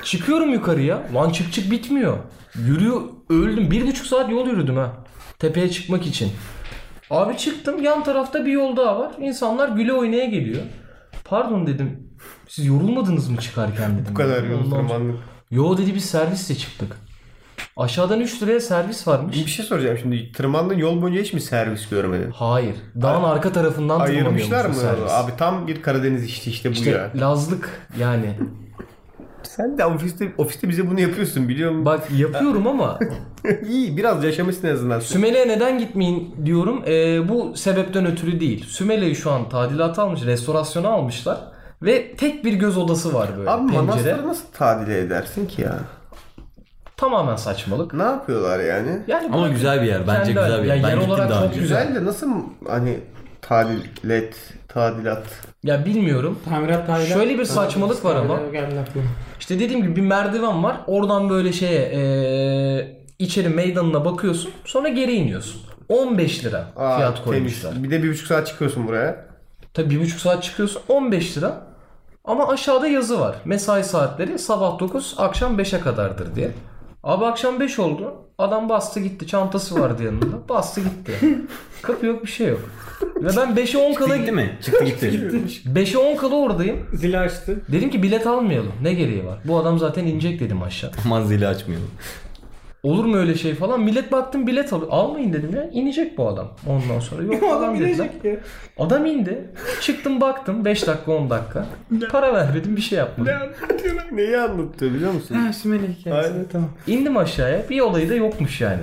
[SPEAKER 4] Çıkıyorum yukarıya. Lan çık çık bitmiyor. Yürüyor. Öldüm. Bir buçuk saat yol yürüdüm ha. Tepeye çıkmak için. Abi çıktım. Yan tarafta bir yol daha var. İnsanlar güle oynaya geliyor. Pardon dedim. Siz yorulmadınız mı çıkarken dedim.
[SPEAKER 1] Bu kadar yol
[SPEAKER 4] Ondan sonra-
[SPEAKER 1] tırmandık.
[SPEAKER 4] Yo dedi biz servisle çıktık. Aşağıdan 3 liraya servis varmış.
[SPEAKER 1] Bir şey soracağım şimdi. Tırmandığın yol boyunca hiç mi servis görmedin?
[SPEAKER 4] Hayır. Dağın arka tarafından
[SPEAKER 1] Ayırmışlar mı?
[SPEAKER 4] tırmanıyormuş o servis.
[SPEAKER 1] Abi tam bir Karadeniz işti işte bu
[SPEAKER 4] İşte
[SPEAKER 1] ya.
[SPEAKER 4] Lazlık yani.
[SPEAKER 1] Sen de ofiste ofiste bize bunu yapıyorsun biliyor musun?
[SPEAKER 4] Bak yapıyorum ama
[SPEAKER 1] İyi biraz yaşamışsın en azından.
[SPEAKER 4] Sümele'ye neden gitmeyin diyorum. Ee, bu sebepten ötürü değil. Sümele'yi şu an tadilata almış, restorasyona almışlar. Ve tek bir göz odası var böyle
[SPEAKER 1] Abi
[SPEAKER 4] pencere.
[SPEAKER 1] manastırı nasıl tadile edersin ki ya?
[SPEAKER 4] Tamamen saçmalık.
[SPEAKER 1] Ne yapıyorlar yani?
[SPEAKER 4] Yani
[SPEAKER 3] Ama
[SPEAKER 4] bırakın.
[SPEAKER 3] güzel bir yer. Bence
[SPEAKER 4] Kendi-
[SPEAKER 3] güzel bir
[SPEAKER 4] ya
[SPEAKER 3] yer. Ben
[SPEAKER 4] yer
[SPEAKER 3] gittim
[SPEAKER 4] olarak
[SPEAKER 3] daha
[SPEAKER 4] çok
[SPEAKER 3] önce.
[SPEAKER 1] Güzel de nasıl hani tadilet, tadilat
[SPEAKER 4] Ya bilmiyorum.
[SPEAKER 2] Tamirat taylan.
[SPEAKER 4] Şöyle bir saçmalık var ama.
[SPEAKER 2] Geldi aklıma.
[SPEAKER 4] İşte dediğim gibi bir merdiven var. Oradan böyle şeye ee, içeri meydanına bakıyorsun. Sonra geri iniyorsun. 15 lira
[SPEAKER 1] Aa,
[SPEAKER 4] fiyat
[SPEAKER 1] temiz.
[SPEAKER 4] koymuşlar.
[SPEAKER 1] Bir de bir buçuk saat çıkıyorsun buraya.
[SPEAKER 4] Tabii bir buçuk saat çıkıyorsun 15 lira. Ama aşağıda yazı var. Mesai saatleri sabah 9 akşam 5'e kadardır diye. Abi akşam 5 oldu. Adam bastı gitti. Çantası vardı yanında. Bastı gitti. Kapı yok bir şey yok. Ve ben 5'e 10 kala
[SPEAKER 3] Çıktı gitti mi? Çıktı gitti.
[SPEAKER 4] 5'e 10 kala oradayım.
[SPEAKER 2] Zili açtı.
[SPEAKER 4] Dedim ki bilet almayalım. Ne gereği var? Bu adam zaten inecek dedim aşağı.
[SPEAKER 3] Aman zili açmayalım.
[SPEAKER 4] Olur mu öyle şey falan? Millet baktım bilet alıyor. Almayın dedim ya. İnecek bu adam. Ondan sonra yok
[SPEAKER 2] O
[SPEAKER 4] falan
[SPEAKER 2] adam
[SPEAKER 4] dediler.
[SPEAKER 2] gidecek ya.
[SPEAKER 4] Adam indi. Çıktım baktım 5 dakika 10 dakika. Para vermedim bir şey yapmadım.
[SPEAKER 1] Neyi anlatıyor biliyor musun?
[SPEAKER 2] Ha Sümele hikayesi.
[SPEAKER 1] Aynen.
[SPEAKER 2] Tamam.
[SPEAKER 4] İndim aşağıya. Bir olayı da yokmuş yani.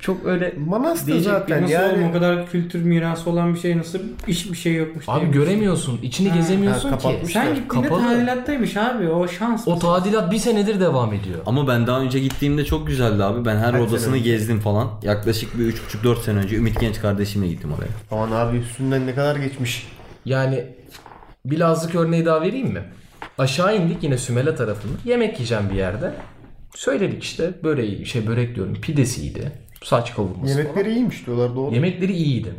[SPEAKER 4] Çok öyle
[SPEAKER 1] Manastır
[SPEAKER 2] Diyecek
[SPEAKER 1] zaten
[SPEAKER 2] nasıl
[SPEAKER 1] yani.
[SPEAKER 2] oğlum o kadar kültür mirası olan bir şey nasıl iş bir şey yokmuş
[SPEAKER 4] Abi
[SPEAKER 2] diye.
[SPEAKER 4] göremiyorsun. içini gezemiyorsun
[SPEAKER 1] Ha,
[SPEAKER 4] ki.
[SPEAKER 1] kapatmış.
[SPEAKER 2] Sen gittiğinde
[SPEAKER 4] Kapalı.
[SPEAKER 2] tadilattaymış abi o şans.
[SPEAKER 4] O tadilat bir senedir devam ediyor.
[SPEAKER 3] Ama ben daha önce gittiğimde çok güzeldi abi. Ben her
[SPEAKER 1] Kaç sene
[SPEAKER 3] odasını
[SPEAKER 1] önce?
[SPEAKER 3] gezdim falan. Yaklaşık bir 3,5-4 sene önce Ümit Genç kardeşimle gittim oraya.
[SPEAKER 1] Aman abi üstünden ne kadar geçmiş.
[SPEAKER 4] Yani Bilazlık örneği daha vereyim mi? Aşağı indik yine Sümele tarafında. Yemek yiyeceğim bir yerde. Söyledik işte böreği, şey börek diyorum pidesiydi. Saç kavurması falan.
[SPEAKER 1] Yemekleri iyiymiş diyorlar doğru.
[SPEAKER 4] Yemekleri iyiydi.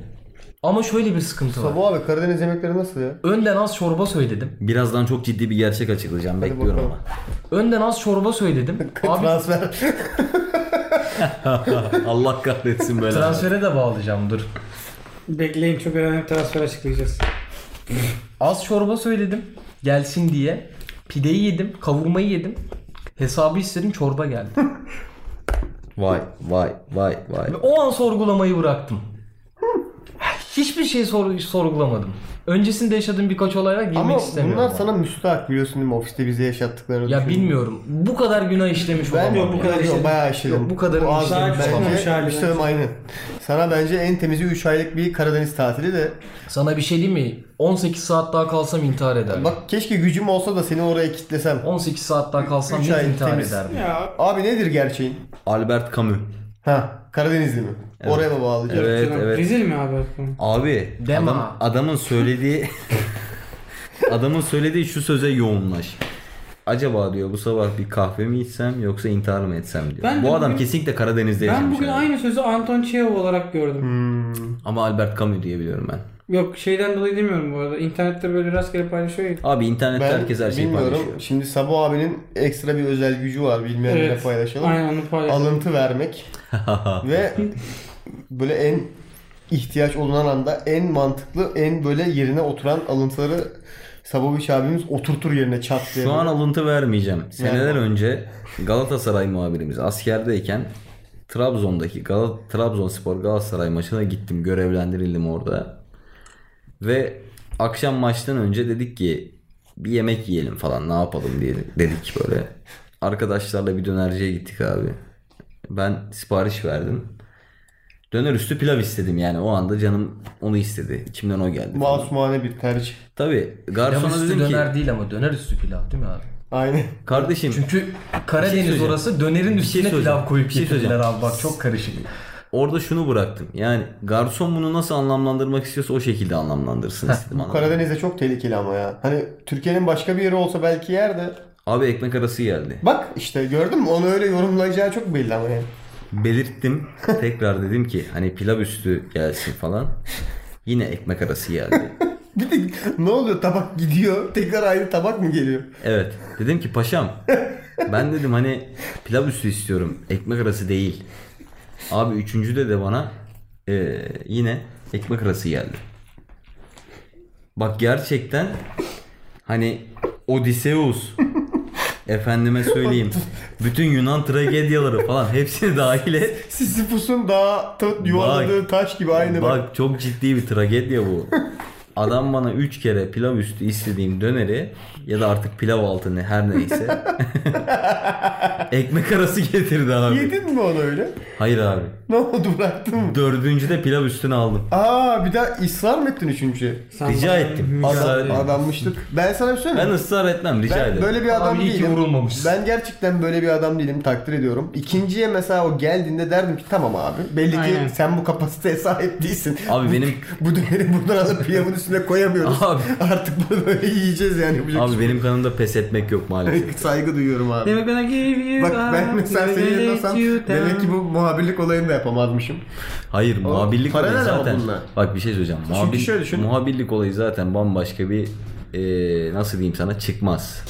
[SPEAKER 4] Ama şöyle bir sıkıntı var.
[SPEAKER 1] Sabah abi Karadeniz yemekleri nasıl ya?
[SPEAKER 4] Önden az çorba söyledim.
[SPEAKER 3] Birazdan çok ciddi bir gerçek açıklayacağım. Bekliyorum
[SPEAKER 1] bakalım.
[SPEAKER 4] Önden az çorba söyledim. Abi
[SPEAKER 1] Transfer.
[SPEAKER 3] ama. Allah kahretsin böyle.
[SPEAKER 4] transfere de bağlayacağım dur.
[SPEAKER 2] Bekleyin çok önemli bir transfer açıklayacağız.
[SPEAKER 4] Az çorba söyledim gelsin diye. Pideyi yedim, kavurmayı yedim. Hesabı istedim çorba geldi.
[SPEAKER 3] Vay vay vay vay.
[SPEAKER 4] Ve Hani o an sorgulamayı bıraktım. Hiçbir şey sor- sorgulamadım. Öncesinde yaşadığım birkaç olayla girmek
[SPEAKER 1] Ama
[SPEAKER 4] istemiyorum.
[SPEAKER 1] bunlar
[SPEAKER 4] abi.
[SPEAKER 1] sana müstahak biliyorsun değil mi? Ofiste bize yaşattıkları.
[SPEAKER 4] ya
[SPEAKER 1] düşün.
[SPEAKER 4] bilmiyorum. Bu kadar günah işlemiş
[SPEAKER 1] Ben
[SPEAKER 4] olamam.
[SPEAKER 1] yok bu
[SPEAKER 4] ya.
[SPEAKER 1] kadar
[SPEAKER 2] Yok,
[SPEAKER 1] yok, bayağı işledim.
[SPEAKER 4] yok, bu kadarını
[SPEAKER 1] ağzı-
[SPEAKER 4] işlemiş
[SPEAKER 1] bence,
[SPEAKER 2] olamam.
[SPEAKER 1] işledim,
[SPEAKER 2] Bence.
[SPEAKER 1] aynen. Sana bence en temizi 3 aylık bir Karadeniz tatili de.
[SPEAKER 4] Sana bir şey diyeyim mi? 18 saat daha kalsam intihar ederdim.
[SPEAKER 1] Bak keşke gücüm olsa da seni oraya kitlesem.
[SPEAKER 4] 18 saat daha kalsam
[SPEAKER 1] Üç
[SPEAKER 4] net
[SPEAKER 1] ay
[SPEAKER 4] intihar
[SPEAKER 1] temiz.
[SPEAKER 4] ederdim.
[SPEAKER 2] Ya
[SPEAKER 1] Abi nedir gerçeğin?
[SPEAKER 3] Albert Camus.
[SPEAKER 1] Ha Karadenizli mi? Oraya mı bağlayacağım?
[SPEAKER 3] Evet
[SPEAKER 2] canım,
[SPEAKER 3] evet.
[SPEAKER 2] rezil mi abi? Erkan?
[SPEAKER 3] Abi
[SPEAKER 4] Deme.
[SPEAKER 3] adam, adamın söylediği adamın söylediği şu söze yoğunlaş. Acaba diyor bu sabah bir kahve mi içsem yoksa intihar mı etsem diyor.
[SPEAKER 2] Ben de
[SPEAKER 3] bu adam
[SPEAKER 2] bugün-
[SPEAKER 3] kesinlikle Karadeniz'de
[SPEAKER 2] Ben
[SPEAKER 3] yaşamış.
[SPEAKER 2] bugün
[SPEAKER 3] abi.
[SPEAKER 2] aynı sözü Anton Çehov olarak gördüm.
[SPEAKER 1] Hmm,
[SPEAKER 3] Ama Albert Camus diye biliyorum ben.
[SPEAKER 2] Yok şeyden dolayı demiyorum bu arada. İnternette böyle rastgele paylaşıyor ya.
[SPEAKER 3] Abi internette
[SPEAKER 1] Ben
[SPEAKER 3] herkes her şeyi
[SPEAKER 1] bilmiyorum.
[SPEAKER 3] paylaşıyor.
[SPEAKER 1] Şimdi Sabo abinin ekstra bir özel gücü var. Bilmeyenlere paylaşalım.
[SPEAKER 2] Aynen onu paylaşalım.
[SPEAKER 1] Alıntı vermek ve böyle en ihtiyaç olunan anda en mantıklı, en böyle yerine oturan alıntıları Saboviç abimiz oturtur yerine çat diye.
[SPEAKER 3] Şu an alıntı vermeyeceğim. Seneler
[SPEAKER 1] Verme.
[SPEAKER 3] önce Galatasaray muhabirimiz askerdeyken Trabzon'daki Gal Trabzonspor Galatasaray maçına gittim. Görevlendirildim orada. Ve akşam maçtan önce dedik ki bir yemek yiyelim falan ne yapalım diye dedik böyle. Arkadaşlarla bir dönerciye gittik abi. Ben sipariş verdim. Döner üstü pilav istedim yani o anda canım onu istedi. İçimden o geldi. falan.
[SPEAKER 1] Masumane bir tercih.
[SPEAKER 3] Tabii
[SPEAKER 4] Pilav
[SPEAKER 3] garsona
[SPEAKER 4] üstü
[SPEAKER 3] dedim ki
[SPEAKER 4] döner değil ama döner üstü pilav değil mi abi?
[SPEAKER 1] Aynen.
[SPEAKER 3] kardeşim
[SPEAKER 4] Çünkü
[SPEAKER 3] Bir şey
[SPEAKER 4] Karadeniz
[SPEAKER 3] söyleyeceğim.
[SPEAKER 4] orası dönerin üstüne
[SPEAKER 3] söyleyeceğim.
[SPEAKER 4] pilav koyup
[SPEAKER 3] Bir şey
[SPEAKER 4] getirdiler
[SPEAKER 3] söyleyeceğim.
[SPEAKER 4] abi bak çok karışık.
[SPEAKER 3] Orada şunu bıraktım. Yani garson bunu nasıl anlamlandırmak istiyorsa o şekilde anlamlandırsın istedim.
[SPEAKER 1] Bu
[SPEAKER 3] anladın mı?
[SPEAKER 1] Karadeniz'de çok tehlikeli ama ya. Hani Türkiye'nin başka bir yeri olsa belki yerde.
[SPEAKER 3] Abi ekmek arası geldi.
[SPEAKER 1] Bak işte gördün mü? Onu öyle yorumlayacağı çok belli ama yani.
[SPEAKER 3] Belirttim. Tekrar dedim ki hani pilav üstü gelsin falan. Yine ekmek arası geldi.
[SPEAKER 1] Bir de ne oluyor? Tabak gidiyor. Tekrar aynı tabak mı geliyor?
[SPEAKER 3] Evet. Dedim ki paşam ben dedim hani pilav üstü istiyorum. Ekmek arası değil. Abi üçüncüde de bana eee, yine ekmek arası geldi. Bak gerçekten hani Odysseus efendime söyleyeyim bütün Yunan tragedyaları falan hepsini dahil et.
[SPEAKER 1] Sisyphus'un daha yuvarladığı taş gibi aynı bak.
[SPEAKER 3] Bak çok ciddi bir tragedya bu. Adam bana 3 kere pilav üstü istediğim döneri ya da artık pilav altını her neyse ekmek arası getirdi abi.
[SPEAKER 1] Yedin mi onu öyle?
[SPEAKER 3] Hayır abi.
[SPEAKER 1] Ne oldu bıraktın mı?
[SPEAKER 3] Dördüncü de pilav üstünü aldım.
[SPEAKER 1] Aa bir daha ısrar mı ettin üçüncüye?
[SPEAKER 2] Sen
[SPEAKER 3] Rica
[SPEAKER 2] bana-
[SPEAKER 3] ettim. Israr
[SPEAKER 1] Adam,
[SPEAKER 3] ettim.
[SPEAKER 1] adammıştık. Ben sana bir şey
[SPEAKER 3] Ben
[SPEAKER 1] söyleyeyim. mi?
[SPEAKER 3] ısrar etmem rica
[SPEAKER 1] Ben
[SPEAKER 3] ederim.
[SPEAKER 1] böyle bir adam
[SPEAKER 4] Abi iyi ki
[SPEAKER 1] değilim.
[SPEAKER 4] vurulmamışsın.
[SPEAKER 1] Ben gerçekten böyle bir adam değilim takdir ediyorum. İkinciye mesela o geldiğinde derdim ki tamam abi belli ki
[SPEAKER 2] Aynen.
[SPEAKER 1] sen bu kapasiteye sahip değilsin.
[SPEAKER 3] Abi
[SPEAKER 1] Bu-
[SPEAKER 3] benim
[SPEAKER 1] bu döneri buradan alıp pilavın üstüne koyamıyoruz.
[SPEAKER 3] Abi.
[SPEAKER 1] Artık bunu böyle yiyeceğiz yani. Yapacak
[SPEAKER 3] abi
[SPEAKER 1] hiçbir
[SPEAKER 3] benim kanımda pes etmek yok
[SPEAKER 1] şey
[SPEAKER 3] maalesef.
[SPEAKER 1] yok. saygı duyuyorum abi.
[SPEAKER 2] They're gonna give you
[SPEAKER 1] Bak
[SPEAKER 2] up,
[SPEAKER 1] ben mesela senin
[SPEAKER 2] they're gonna
[SPEAKER 1] yerinde
[SPEAKER 2] let
[SPEAKER 1] olsam
[SPEAKER 2] you down.
[SPEAKER 1] demek ki bu muhabirlik olayını da yapamazmışım.
[SPEAKER 3] Hayır muhabirlik
[SPEAKER 1] paralel
[SPEAKER 3] olayı
[SPEAKER 1] ama
[SPEAKER 3] zaten.
[SPEAKER 1] bunlar.
[SPEAKER 3] Bak bir şey söyleyeceğim. Muhabir,
[SPEAKER 1] şöyle düşün.
[SPEAKER 3] Muhabirlik olayı zaten bambaşka bir eee, nasıl diyeyim sana çıkmaz.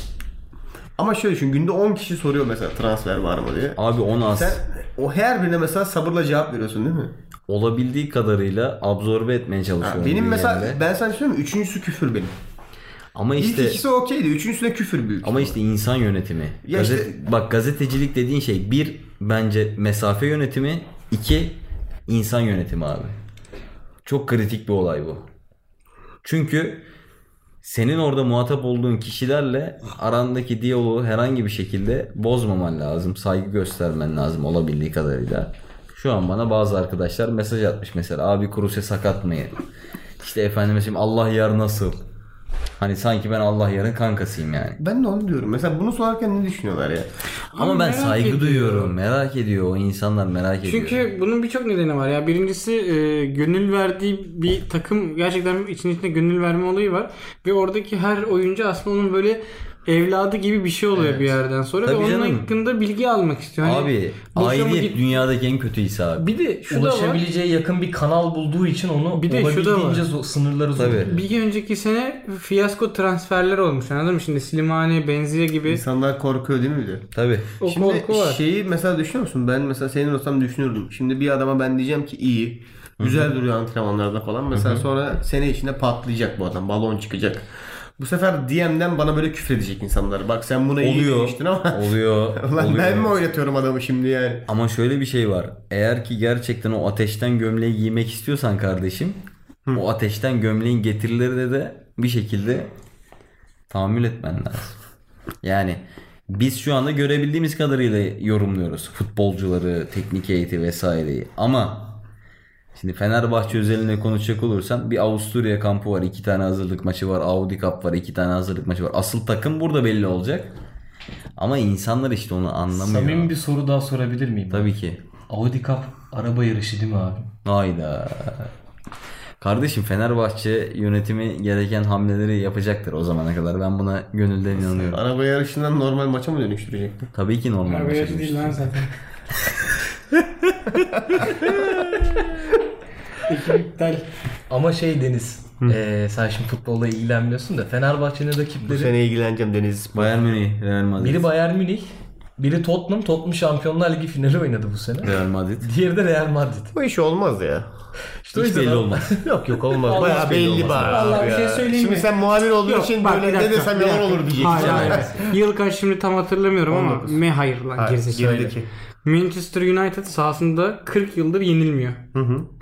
[SPEAKER 1] Ama şöyle düşün günde 10 kişi soruyor mesela transfer var mı diye.
[SPEAKER 3] Abi 10 az.
[SPEAKER 1] Sen o her birine mesela sabırla cevap veriyorsun değil mi?
[SPEAKER 3] Olabildiği kadarıyla absorbe etmeye
[SPEAKER 1] Ha,
[SPEAKER 3] çalışıyorum.
[SPEAKER 1] benim
[SPEAKER 3] bir
[SPEAKER 1] mesela
[SPEAKER 3] yerle.
[SPEAKER 1] ben sana söyleyeyim mi? Üçüncüsü küfür benim.
[SPEAKER 3] ama işte
[SPEAKER 1] İlk ikisi okeydi. Üçüncüsüne küfür büyük.
[SPEAKER 3] ama işte insan yönetimi.
[SPEAKER 1] Ya işte-
[SPEAKER 3] Gazet- bak gazetecilik dediğin şey bir bence mesafe yönetimi, iki insan yönetimi abi. Çok kritik bir olay bu. Çünkü senin orada muhatap olduğun kişilerle arandaki diyaloğu herhangi bir şekilde bozmaman lazım. Saygı göstermen lazım olabildiği kadarıyla. Şu an bana bazı arkadaşlar mesaj atmış mesela. Abi Kruse sakat mı? İşte efendim şimdi Allah yar nasıl? Hani sanki ben Allah yarın kankasıyım yani.
[SPEAKER 1] Ben de onu diyorum. Mesela bunu sorarken ne düşünüyorlar ya?
[SPEAKER 3] Ama,
[SPEAKER 2] Ama
[SPEAKER 3] ben
[SPEAKER 2] merak
[SPEAKER 3] saygı
[SPEAKER 2] ediyorum.
[SPEAKER 3] duyuyorum. Merak ediyor o insanlar merak ediyor.
[SPEAKER 2] Çünkü bunun birçok nedeni var ya. Birincisi e, gönül verdiği bir takım gerçekten için içinde gönül verme olayı var ve oradaki her oyuncu aslında onun böyle evladı gibi bir şey oluyor bir yerden sonra
[SPEAKER 3] Tabii
[SPEAKER 2] ve onun
[SPEAKER 3] canım.
[SPEAKER 2] hakkında bilgi almak istiyor. Hani
[SPEAKER 3] abi
[SPEAKER 2] boşa mı
[SPEAKER 3] aidiyet
[SPEAKER 2] git-
[SPEAKER 3] dünyadaki en kötü his abi.
[SPEAKER 2] bir de şu da var.
[SPEAKER 4] Ulaşabileceği yakın bir kanal bulduğu için onu
[SPEAKER 2] Bir de şu da
[SPEAKER 4] olabildiğince
[SPEAKER 2] var.
[SPEAKER 4] zo- sınırları zor.
[SPEAKER 3] Tabii.
[SPEAKER 2] Bir önceki sene fiyasko transferler olmuş anladın mı? Şimdi Slimani, Benzia gibi
[SPEAKER 1] İnsanlar korkuyor değil mi bir de?
[SPEAKER 3] Tabii.
[SPEAKER 2] o
[SPEAKER 1] E Şimdi
[SPEAKER 2] korku var.
[SPEAKER 1] şeyi mesela düşünüyor musun? Ben mesela senin olsam düşünürdüm. Şimdi bir adama ben diyeceğim ki iyi. Güzel duruyor antrenmanlarda falan. Mesela sonra sene içinde patlayacak bu adam. Balon çıkacak. Bu sefer DM'den bana böyle küfredecek insanlar. Bak sen buna iyi
[SPEAKER 3] Oluyor.
[SPEAKER 1] demiştin ama
[SPEAKER 3] Oluyor.
[SPEAKER 1] Ulan
[SPEAKER 3] oluyor.
[SPEAKER 1] ben mi oynatıyorum adamı şimdi yani?
[SPEAKER 3] Ama şöyle bir şey var. Eğer ki gerçekten o ateşten gömleği giymek istiyorsan kardeşim, o ateşten gömleğin getirilerine de bir şekilde tahammül etmen lazım. Yani biz şu anda görebildiğimiz kadarıyla yorumluyoruz futbolcuları, teknik heyeti vesaireyi. Ama şimdi Fenerbahçe özelinde konuşacak olursam bir Avusturya kampı var, iki tane hazırlık maçı var, Audi Cup var, iki tane hazırlık maçı var. Asıl takım burada belli olacak. Ama insanlar işte onu anlamıyor.
[SPEAKER 4] Samimi bir soru daha sorabilir miyim?
[SPEAKER 3] Tabii ki.
[SPEAKER 4] Audi Cup araba yarışı değil mi abi?
[SPEAKER 3] Hayda. Kardeşim Fenerbahçe yönetimi gereken hamleleri yapacaktır o zamana kadar. Ben buna gönülden inanıyorum.
[SPEAKER 1] Araba yarışından normal maça mı dönüştürecek?
[SPEAKER 3] Tabii ki normal.
[SPEAKER 2] Abi
[SPEAKER 3] bir şey
[SPEAKER 2] yaşı değil
[SPEAKER 3] demiştim.
[SPEAKER 2] lan zaten. İki iptal.
[SPEAKER 4] Ama şey Deniz, eee, sen şimdi futbolla ilgilenmiyorsun da Fenerbahçe'nin
[SPEAKER 1] Bu
[SPEAKER 4] rakipleri
[SPEAKER 1] sene ilgileneceğim Deniz.
[SPEAKER 3] Bayern Münih, Real Madrid.
[SPEAKER 4] biri Bayern Münih, biri Tottenham. Tottenham Şampiyonlar Ligi finali oynadı bu sene.
[SPEAKER 3] Real Madrid.
[SPEAKER 4] Diğeri de Real Madrid.
[SPEAKER 1] Bu iş olmaz ya.
[SPEAKER 4] İşte
[SPEAKER 3] Hiç belli
[SPEAKER 4] abi-
[SPEAKER 3] olmaz.
[SPEAKER 1] Yok yok olmaz. Bayağı
[SPEAKER 3] belli
[SPEAKER 1] belli
[SPEAKER 3] olmaz.
[SPEAKER 1] bari
[SPEAKER 2] Vallahi
[SPEAKER 1] abi
[SPEAKER 2] bir
[SPEAKER 1] ya.
[SPEAKER 2] şey söyleyeyim
[SPEAKER 1] Şimdi
[SPEAKER 2] mi?
[SPEAKER 1] sen muhabir olduğun
[SPEAKER 2] Yok,
[SPEAKER 1] için
[SPEAKER 2] bak, bir
[SPEAKER 1] böyle ne
[SPEAKER 2] dakika,
[SPEAKER 1] desem
[SPEAKER 2] bir
[SPEAKER 1] yalan
[SPEAKER 2] dakika.
[SPEAKER 1] olur diyeceksin.
[SPEAKER 2] Hayır
[SPEAKER 1] Sen-
[SPEAKER 2] hayır. Yıl kaç şimdi tam hatırlamıyorum ama
[SPEAKER 1] 19.
[SPEAKER 2] me hayır lan
[SPEAKER 1] Hayır,
[SPEAKER 2] gerizekalı.
[SPEAKER 1] gerideki.
[SPEAKER 2] Manchester United sahasında 40 yıldır yenilmiyor.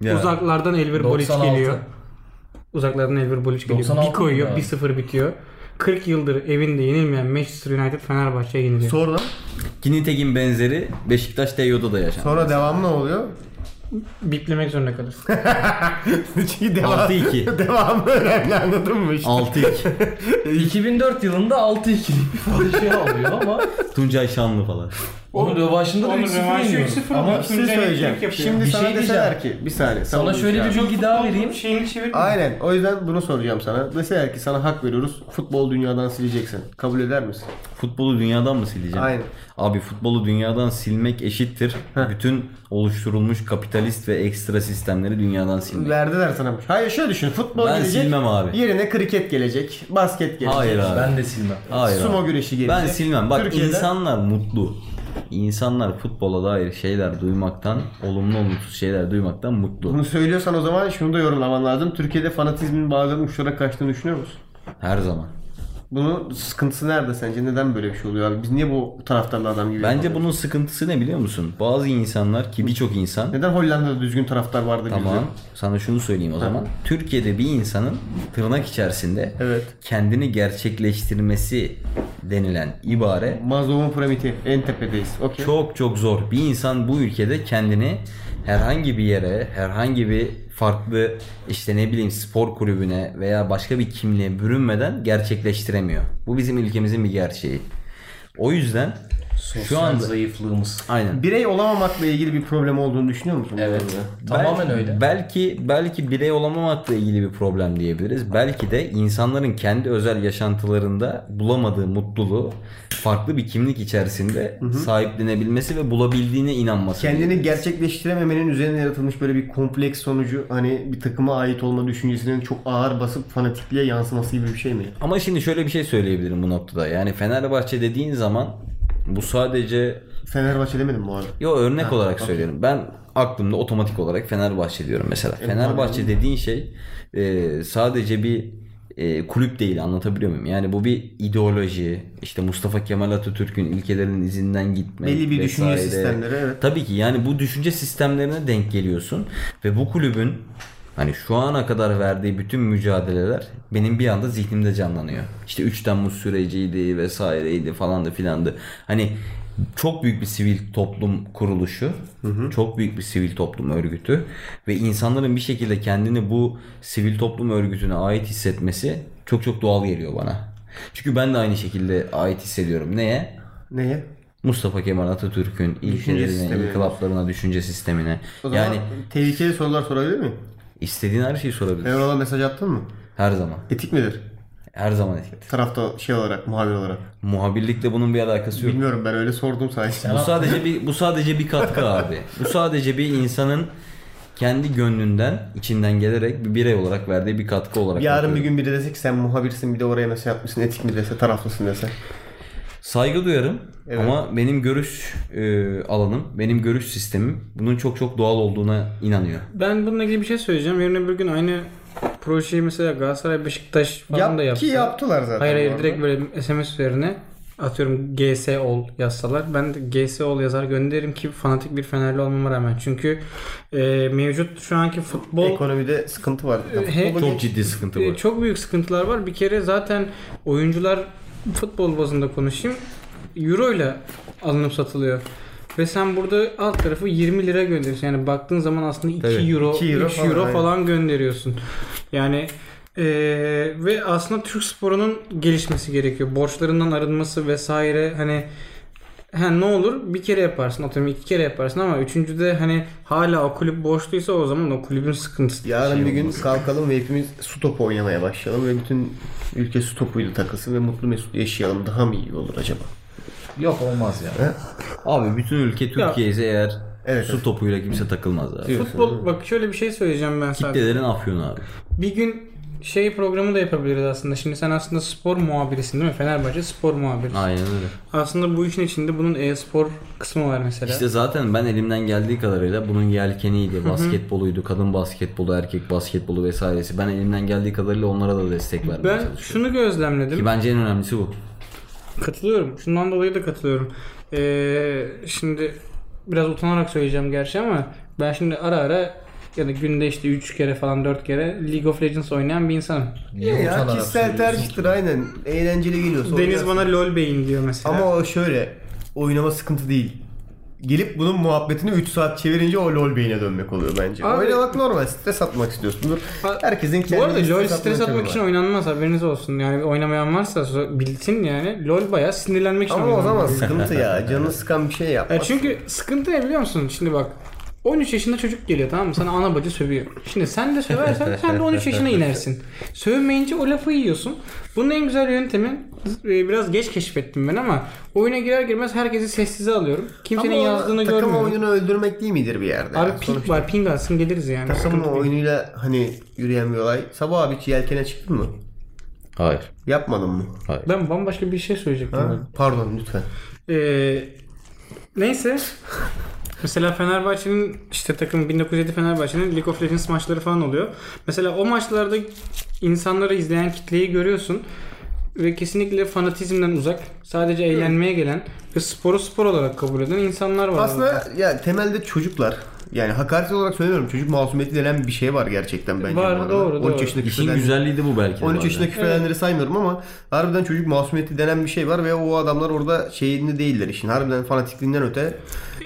[SPEAKER 3] Ya.
[SPEAKER 2] Uzaklardan Elver Bolic
[SPEAKER 4] 96.
[SPEAKER 2] geliyor. Uzaklardan Elver Bolic geliyor.
[SPEAKER 4] 96
[SPEAKER 2] Bir koyuyor
[SPEAKER 4] mı
[SPEAKER 2] 1-0 bitiyor. 40 yıldır evinde yenilmeyen Manchester United Fenerbahçe'ye yeniliyor.
[SPEAKER 1] Sonra
[SPEAKER 3] Ki nitekim benzeri Beşiktaş Teyyo'da da yaşandı.
[SPEAKER 1] sonra devam ne oluyor?
[SPEAKER 2] Biplemek zorunda kalırsın.
[SPEAKER 1] Çünkü devam,
[SPEAKER 3] 6-2.
[SPEAKER 1] devamı önemli anladın mı işte?
[SPEAKER 3] 6-2.
[SPEAKER 4] 2004 yılında 6-2'lik bir facia Şey alıyor ama
[SPEAKER 3] Tuncay Şanlı falan.
[SPEAKER 4] onun rövanşında da
[SPEAKER 2] Onun
[SPEAKER 4] 3-0
[SPEAKER 2] rövanşı
[SPEAKER 4] yeniyor.
[SPEAKER 2] 3-0
[SPEAKER 1] Ama
[SPEAKER 2] Ama
[SPEAKER 1] bir şey söyleyeceğim. Şimdi
[SPEAKER 4] Bir
[SPEAKER 1] sana
[SPEAKER 4] şey
[SPEAKER 1] deseler ki bir saniye.
[SPEAKER 4] Sana
[SPEAKER 1] savunma
[SPEAKER 4] şöyle
[SPEAKER 1] ya.
[SPEAKER 4] bir bilgi daha vereyim.
[SPEAKER 2] Şeyini çevir.
[SPEAKER 1] Aynen o yüzden bunu soracağım sana. Deseler ki sana hak veriyoruz. Futbol dünyadan sileceksin. Kabul eder misin?
[SPEAKER 3] Futbolu dünyadan mı sileceğim?
[SPEAKER 1] Aynen.
[SPEAKER 3] Abi futbolu dünyadan silmek eşittir. Bütün oluşturulmuş kapitalist ve ekstra sistemleri dünyadan silmek.
[SPEAKER 1] Verdiler sana. Hayır şöyle düşün. Futbol
[SPEAKER 3] Ben
[SPEAKER 1] gelecek.
[SPEAKER 3] silmem abi.
[SPEAKER 1] Yerine kriket gelecek. Basket gelecek.
[SPEAKER 3] Hayır abi.
[SPEAKER 4] Ben de silmem.
[SPEAKER 3] Hayır
[SPEAKER 1] Sumo
[SPEAKER 3] abi.
[SPEAKER 1] güreşi gelecek.
[SPEAKER 3] Ben silmem. Bak
[SPEAKER 1] Türkiye'de-
[SPEAKER 3] insanlar mutlu. İnsanlar futbola dair şeyler duymaktan, olumlu olumsuz şeyler duymaktan mutlu.
[SPEAKER 1] Bunu söylüyorsan o zaman şunu da yorumlaman lazım. Türkiye'de fanatizmin bazen uçlara kaçtığını düşünüyor musun?
[SPEAKER 3] Her zaman.
[SPEAKER 1] Bunun sıkıntısı nerede sence? Neden böyle bir şey oluyor abi? Biz niye bu taraftarlı adam gibi?
[SPEAKER 3] Bence
[SPEAKER 1] yapıyoruz?
[SPEAKER 3] bunun sıkıntısı ne biliyor musun? Bazı insanlar ki birçok insan
[SPEAKER 1] Neden Hollanda'da düzgün taraftar vardı
[SPEAKER 3] Tamam.
[SPEAKER 1] bizde?
[SPEAKER 3] Sana şunu söyleyeyim o zaman. Türkiye'de bir insanın tırnak içerisinde
[SPEAKER 1] Evet.
[SPEAKER 3] kendini gerçekleştirmesi denilen ibare
[SPEAKER 1] Mazlum'un piramidi en tepedeyiz. Okey.
[SPEAKER 3] çok çok zor. Bir insan bu ülkede kendini herhangi bir yere, herhangi bir farklı işte ne bileyim spor kulübüne veya başka bir kimliğe bürünmeden gerçekleştiremiyor. Bu bizim ülkemizin bir gerçeği. O yüzden
[SPEAKER 4] Sosyal
[SPEAKER 3] anda-
[SPEAKER 4] zayıflığımız.
[SPEAKER 3] Aynen.
[SPEAKER 1] Birey olamamakla ilgili bir problem olduğunu düşünüyor musun?
[SPEAKER 4] Evet. Tamamen
[SPEAKER 3] Bel-
[SPEAKER 4] öyle.
[SPEAKER 3] Belki belki birey olamamakla ilgili bir problem diyebiliriz. Belki de insanların kendi özel yaşantılarında bulamadığı mutluluğu farklı bir kimlik içerisinde sahiplenebilmesi ve bulabildiğine inanması.
[SPEAKER 1] Kendini gerçekleştirememenin üzerine yaratılmış böyle bir kompleks sonucu hani bir takıma ait olma düşüncesinin çok ağır basıp fanatikliğe yansıması gibi bir şey mi?
[SPEAKER 3] Ama şimdi şöyle bir şey söyleyebilirim bu noktada. Yani Fenerbahçe dediğin zaman bu sadece
[SPEAKER 1] Fenerbahçe demedim bu arada.
[SPEAKER 3] Yo örnek olarak söylüyorum. Ben aklımda otomatik olarak Fenerbahçe diyorum mesela. Fenerbahçe dediğin şey e, sadece bir e, kulüp değil anlatabiliyor muyum? Yani bu bir ideoloji. işte Mustafa Kemal Atatürk'ün ilkelerinin izinden gitme.
[SPEAKER 1] Belli bir düşünce
[SPEAKER 3] vesaire.
[SPEAKER 1] sistemleri, evet.
[SPEAKER 3] Tabii ki yani bu düşünce sistemlerine denk geliyorsun ve bu kulübün hani şu ana kadar verdiği bütün mücadeleler benim bir anda zihnimde canlanıyor. İşte 3 Temmuz süreciydi vesaireydi falan da filandı. Hani çok büyük bir sivil toplum kuruluşu, çok büyük bir sivil toplum örgütü ve insanların bir şekilde kendini bu sivil toplum örgütüne ait hissetmesi çok çok doğal geliyor bana. Çünkü ben de aynı şekilde ait hissediyorum. Neye?
[SPEAKER 1] Neye?
[SPEAKER 3] Mustafa Kemal Atatürk'ün
[SPEAKER 1] sistemi.
[SPEAKER 3] ilkelerine, inkılaplarına, düşünce sistemine.
[SPEAKER 1] O zaman
[SPEAKER 3] Yani
[SPEAKER 1] yani... tehlikeli sorular sorabilir miyim?
[SPEAKER 3] istediğin her şeyi sorabilirsin.
[SPEAKER 1] Erol'a mesaj attın mı?
[SPEAKER 3] Her zaman.
[SPEAKER 1] Etik midir?
[SPEAKER 3] Her zaman etiktir.
[SPEAKER 1] Tarafta şey olarak, muhabir olarak.
[SPEAKER 3] Muhabirlikle bunun bir alakası yok.
[SPEAKER 1] Bilmiyorum ben öyle sordum sadece.
[SPEAKER 3] Bu sadece bir bu sadece bir katkı abi. Bu sadece bir insanın kendi gönlünden, içinden gelerek bir birey olarak verdiği bir katkı olarak.
[SPEAKER 1] Yarın bir
[SPEAKER 3] bakıyorum.
[SPEAKER 1] gün biri desek sen muhabirsin bir de oraya mesaj atmışsın etik mi dese taraflısın dese.
[SPEAKER 3] saygı duyarım
[SPEAKER 1] Evet.
[SPEAKER 3] ama benim görüş e, alanım, benim görüş sistemim bunun çok çok doğal olduğuna inanıyor.
[SPEAKER 2] Ben bununla ilgili bir şey söyleyeceğim. Yarın öbür gün aynı projeyi mesela Galatasaray Beşiktaş falan
[SPEAKER 1] Yap,
[SPEAKER 2] da yapsa.
[SPEAKER 1] ki yaptılar zaten.
[SPEAKER 2] Hayır
[SPEAKER 1] bu
[SPEAKER 2] hayır
[SPEAKER 1] arada.
[SPEAKER 2] direkt böyle SMS üzerine atıyorum GS ol yazsalar. Ben de GS ol yazar gönderirim ki fanatik bir Fenerli olmama rağmen. Çünkü e, mevcut şu anki futbol
[SPEAKER 1] Ekonomide sıkıntı var.
[SPEAKER 2] Ee, He-
[SPEAKER 1] Futbolu
[SPEAKER 3] Çok ciddi sıkıntı
[SPEAKER 2] Ee,
[SPEAKER 3] var.
[SPEAKER 2] Çok büyük sıkıntılar var. Bir kere zaten oyuncular futbol bazında konuşayım. Euro ile alınıp satılıyor. Ve sen burada alt tarafı 20 lira gönderiyorsun. Yani baktığın zaman aslında 2
[SPEAKER 3] Tabii.
[SPEAKER 2] euro,
[SPEAKER 1] İki euro
[SPEAKER 2] 3
[SPEAKER 1] falan,
[SPEAKER 2] euro
[SPEAKER 1] aynen.
[SPEAKER 2] falan gönderiyorsun. Yani ee, ve aslında Türk sporunun gelişmesi gerekiyor. Borçlarından arınması vesaire hani Ha ne olur bir kere yaparsın atıyorum iki kere yaparsın ama üçüncüde hani hala o kulüp borçluysa o zaman o kulübün sıkıntısı.
[SPEAKER 1] Yarın bir gün kalkalım ve hepimiz su topu oynamaya başlayalım ve bütün ülke su topuyla takılsın ve mutlu mesut yaşayalım. Daha mı iyi olur acaba?
[SPEAKER 4] Yok olmaz ya.
[SPEAKER 3] Abi bütün ülke Türkiye ise eğer
[SPEAKER 1] Evet,
[SPEAKER 3] su topuyla kimse takılmaz abi.
[SPEAKER 2] Futbol bak şöyle bir şey söyleyeceğim ben sana.
[SPEAKER 3] Kitlelerin afyonu abi.
[SPEAKER 2] Bir gün şey programı da yapabiliriz aslında. Şimdi sen aslında spor muhabirisin değil mi? Fenerbahçe spor muhabiri.
[SPEAKER 3] Aynen öyle.
[SPEAKER 2] Aslında bu işin içinde bunun e-spor kısmı var mesela.
[SPEAKER 3] İşte zaten ben elimden geldiği kadarıyla bunun yelkeniydi, basketboluydu, kadın basketbolu, erkek basketbolu vesairesi. Ben elimden geldiği kadarıyla onlara da destek vermeye
[SPEAKER 2] ben
[SPEAKER 3] çalışıyorum.
[SPEAKER 2] şunu gözlemledim.
[SPEAKER 3] Ki bence en önemlisi bu.
[SPEAKER 2] Katılıyorum. Şundan dolayı da katılıyorum. Ee, şimdi biraz utanarak söyleyeceğim gerçi ama ben şimdi ara ara ya da günde işte 3 kere falan 4 kere League of Legends oynayan bir insanım.
[SPEAKER 1] Ya,
[SPEAKER 4] Niye
[SPEAKER 1] ya
[SPEAKER 4] utanarak
[SPEAKER 1] kişisel
[SPEAKER 4] söylüyorsun?
[SPEAKER 1] tercihtir aynen. Eğlenceli geliyorsa
[SPEAKER 2] Deniz
[SPEAKER 1] oynarsın.
[SPEAKER 2] bana lol beyin diyor mesela.
[SPEAKER 1] Ama o şöyle oynama sıkıntı değil. Gelip bunun muhabbetini 3 saat çevirince o lol beyine dönmek oluyor bence.
[SPEAKER 2] Abi-
[SPEAKER 1] Oynamak normal. Stres atmak istiyorsundur.
[SPEAKER 2] A-
[SPEAKER 1] Herkesin kendi
[SPEAKER 2] Bu arada LoL stres
[SPEAKER 1] yöntemi
[SPEAKER 2] atmak
[SPEAKER 1] var.
[SPEAKER 2] için oynanmaz haberiniz olsun. Yani oynamayan varsa so- bilsin yani. LoL bayağı sinirlenmek için
[SPEAKER 1] Ama o
[SPEAKER 2] oynanıyor.
[SPEAKER 1] zaman sıkıntı ya. Canını sıkan bir şey yap.
[SPEAKER 2] Ya çünkü sıkıntı ne biliyor musun? Şimdi bak 13 yaşında çocuk geliyor tamam mı? Sana ana bacı sövüyor. Şimdi sen de söversen sen de 13 yaşına inersin. Sövmeyince o lafı yiyorsun. Bunun en güzel yöntemi e, biraz geç keşfettim ben ama oyuna girer girmez herkesi sessize alıyorum. Kimsenin
[SPEAKER 1] Ama
[SPEAKER 2] yazdığını
[SPEAKER 1] Takım
[SPEAKER 2] görmüyorum.
[SPEAKER 1] oyununu öldürmek değil midir bir yerde?
[SPEAKER 2] Abi
[SPEAKER 1] ya?
[SPEAKER 2] ping
[SPEAKER 1] Sonuçta
[SPEAKER 2] var ping alsın geliriz yani.
[SPEAKER 1] Takım
[SPEAKER 2] Sıkıntı değil.
[SPEAKER 1] oyunuyla hani yürüyen bir olay. Sabah abi hiç yelkene çıktın mı?
[SPEAKER 3] Hayır.
[SPEAKER 1] Yapmadın mı?
[SPEAKER 2] Ben bambaşka bir şey söyleyecektim.
[SPEAKER 1] Ha?
[SPEAKER 2] ben.
[SPEAKER 1] Pardon lütfen.
[SPEAKER 2] Ee, neyse. Mesela Fenerbahçe'nin işte takım 1907 Fenerbahçe'nin League of Legends maçları falan oluyor. Mesela o maçlarda insanları izleyen kitleyi görüyorsun ve kesinlikle fanatizmden uzak, sadece eğlenmeye gelen ve sporu spor olarak kabul eden insanlar var.
[SPEAKER 1] Aslında ya temelde çocuklar yani hakaret olarak söylemiyorum çocuk masumiyeti denen bir şey var gerçekten bence.
[SPEAKER 2] Var,
[SPEAKER 1] bu arada.
[SPEAKER 2] doğru,
[SPEAKER 1] 13
[SPEAKER 2] doğru.
[SPEAKER 1] yaşında
[SPEAKER 3] İşin
[SPEAKER 1] küfreden-
[SPEAKER 3] güzelliği de bu belki de
[SPEAKER 1] 13
[SPEAKER 3] bazen.
[SPEAKER 1] yaşında küfredenleri saymıyorum ama harbiden çocuk masumiyeti denen bir şey var ve o adamlar orada şeyinde değiller işin. Harbiden fanatikliğinden öte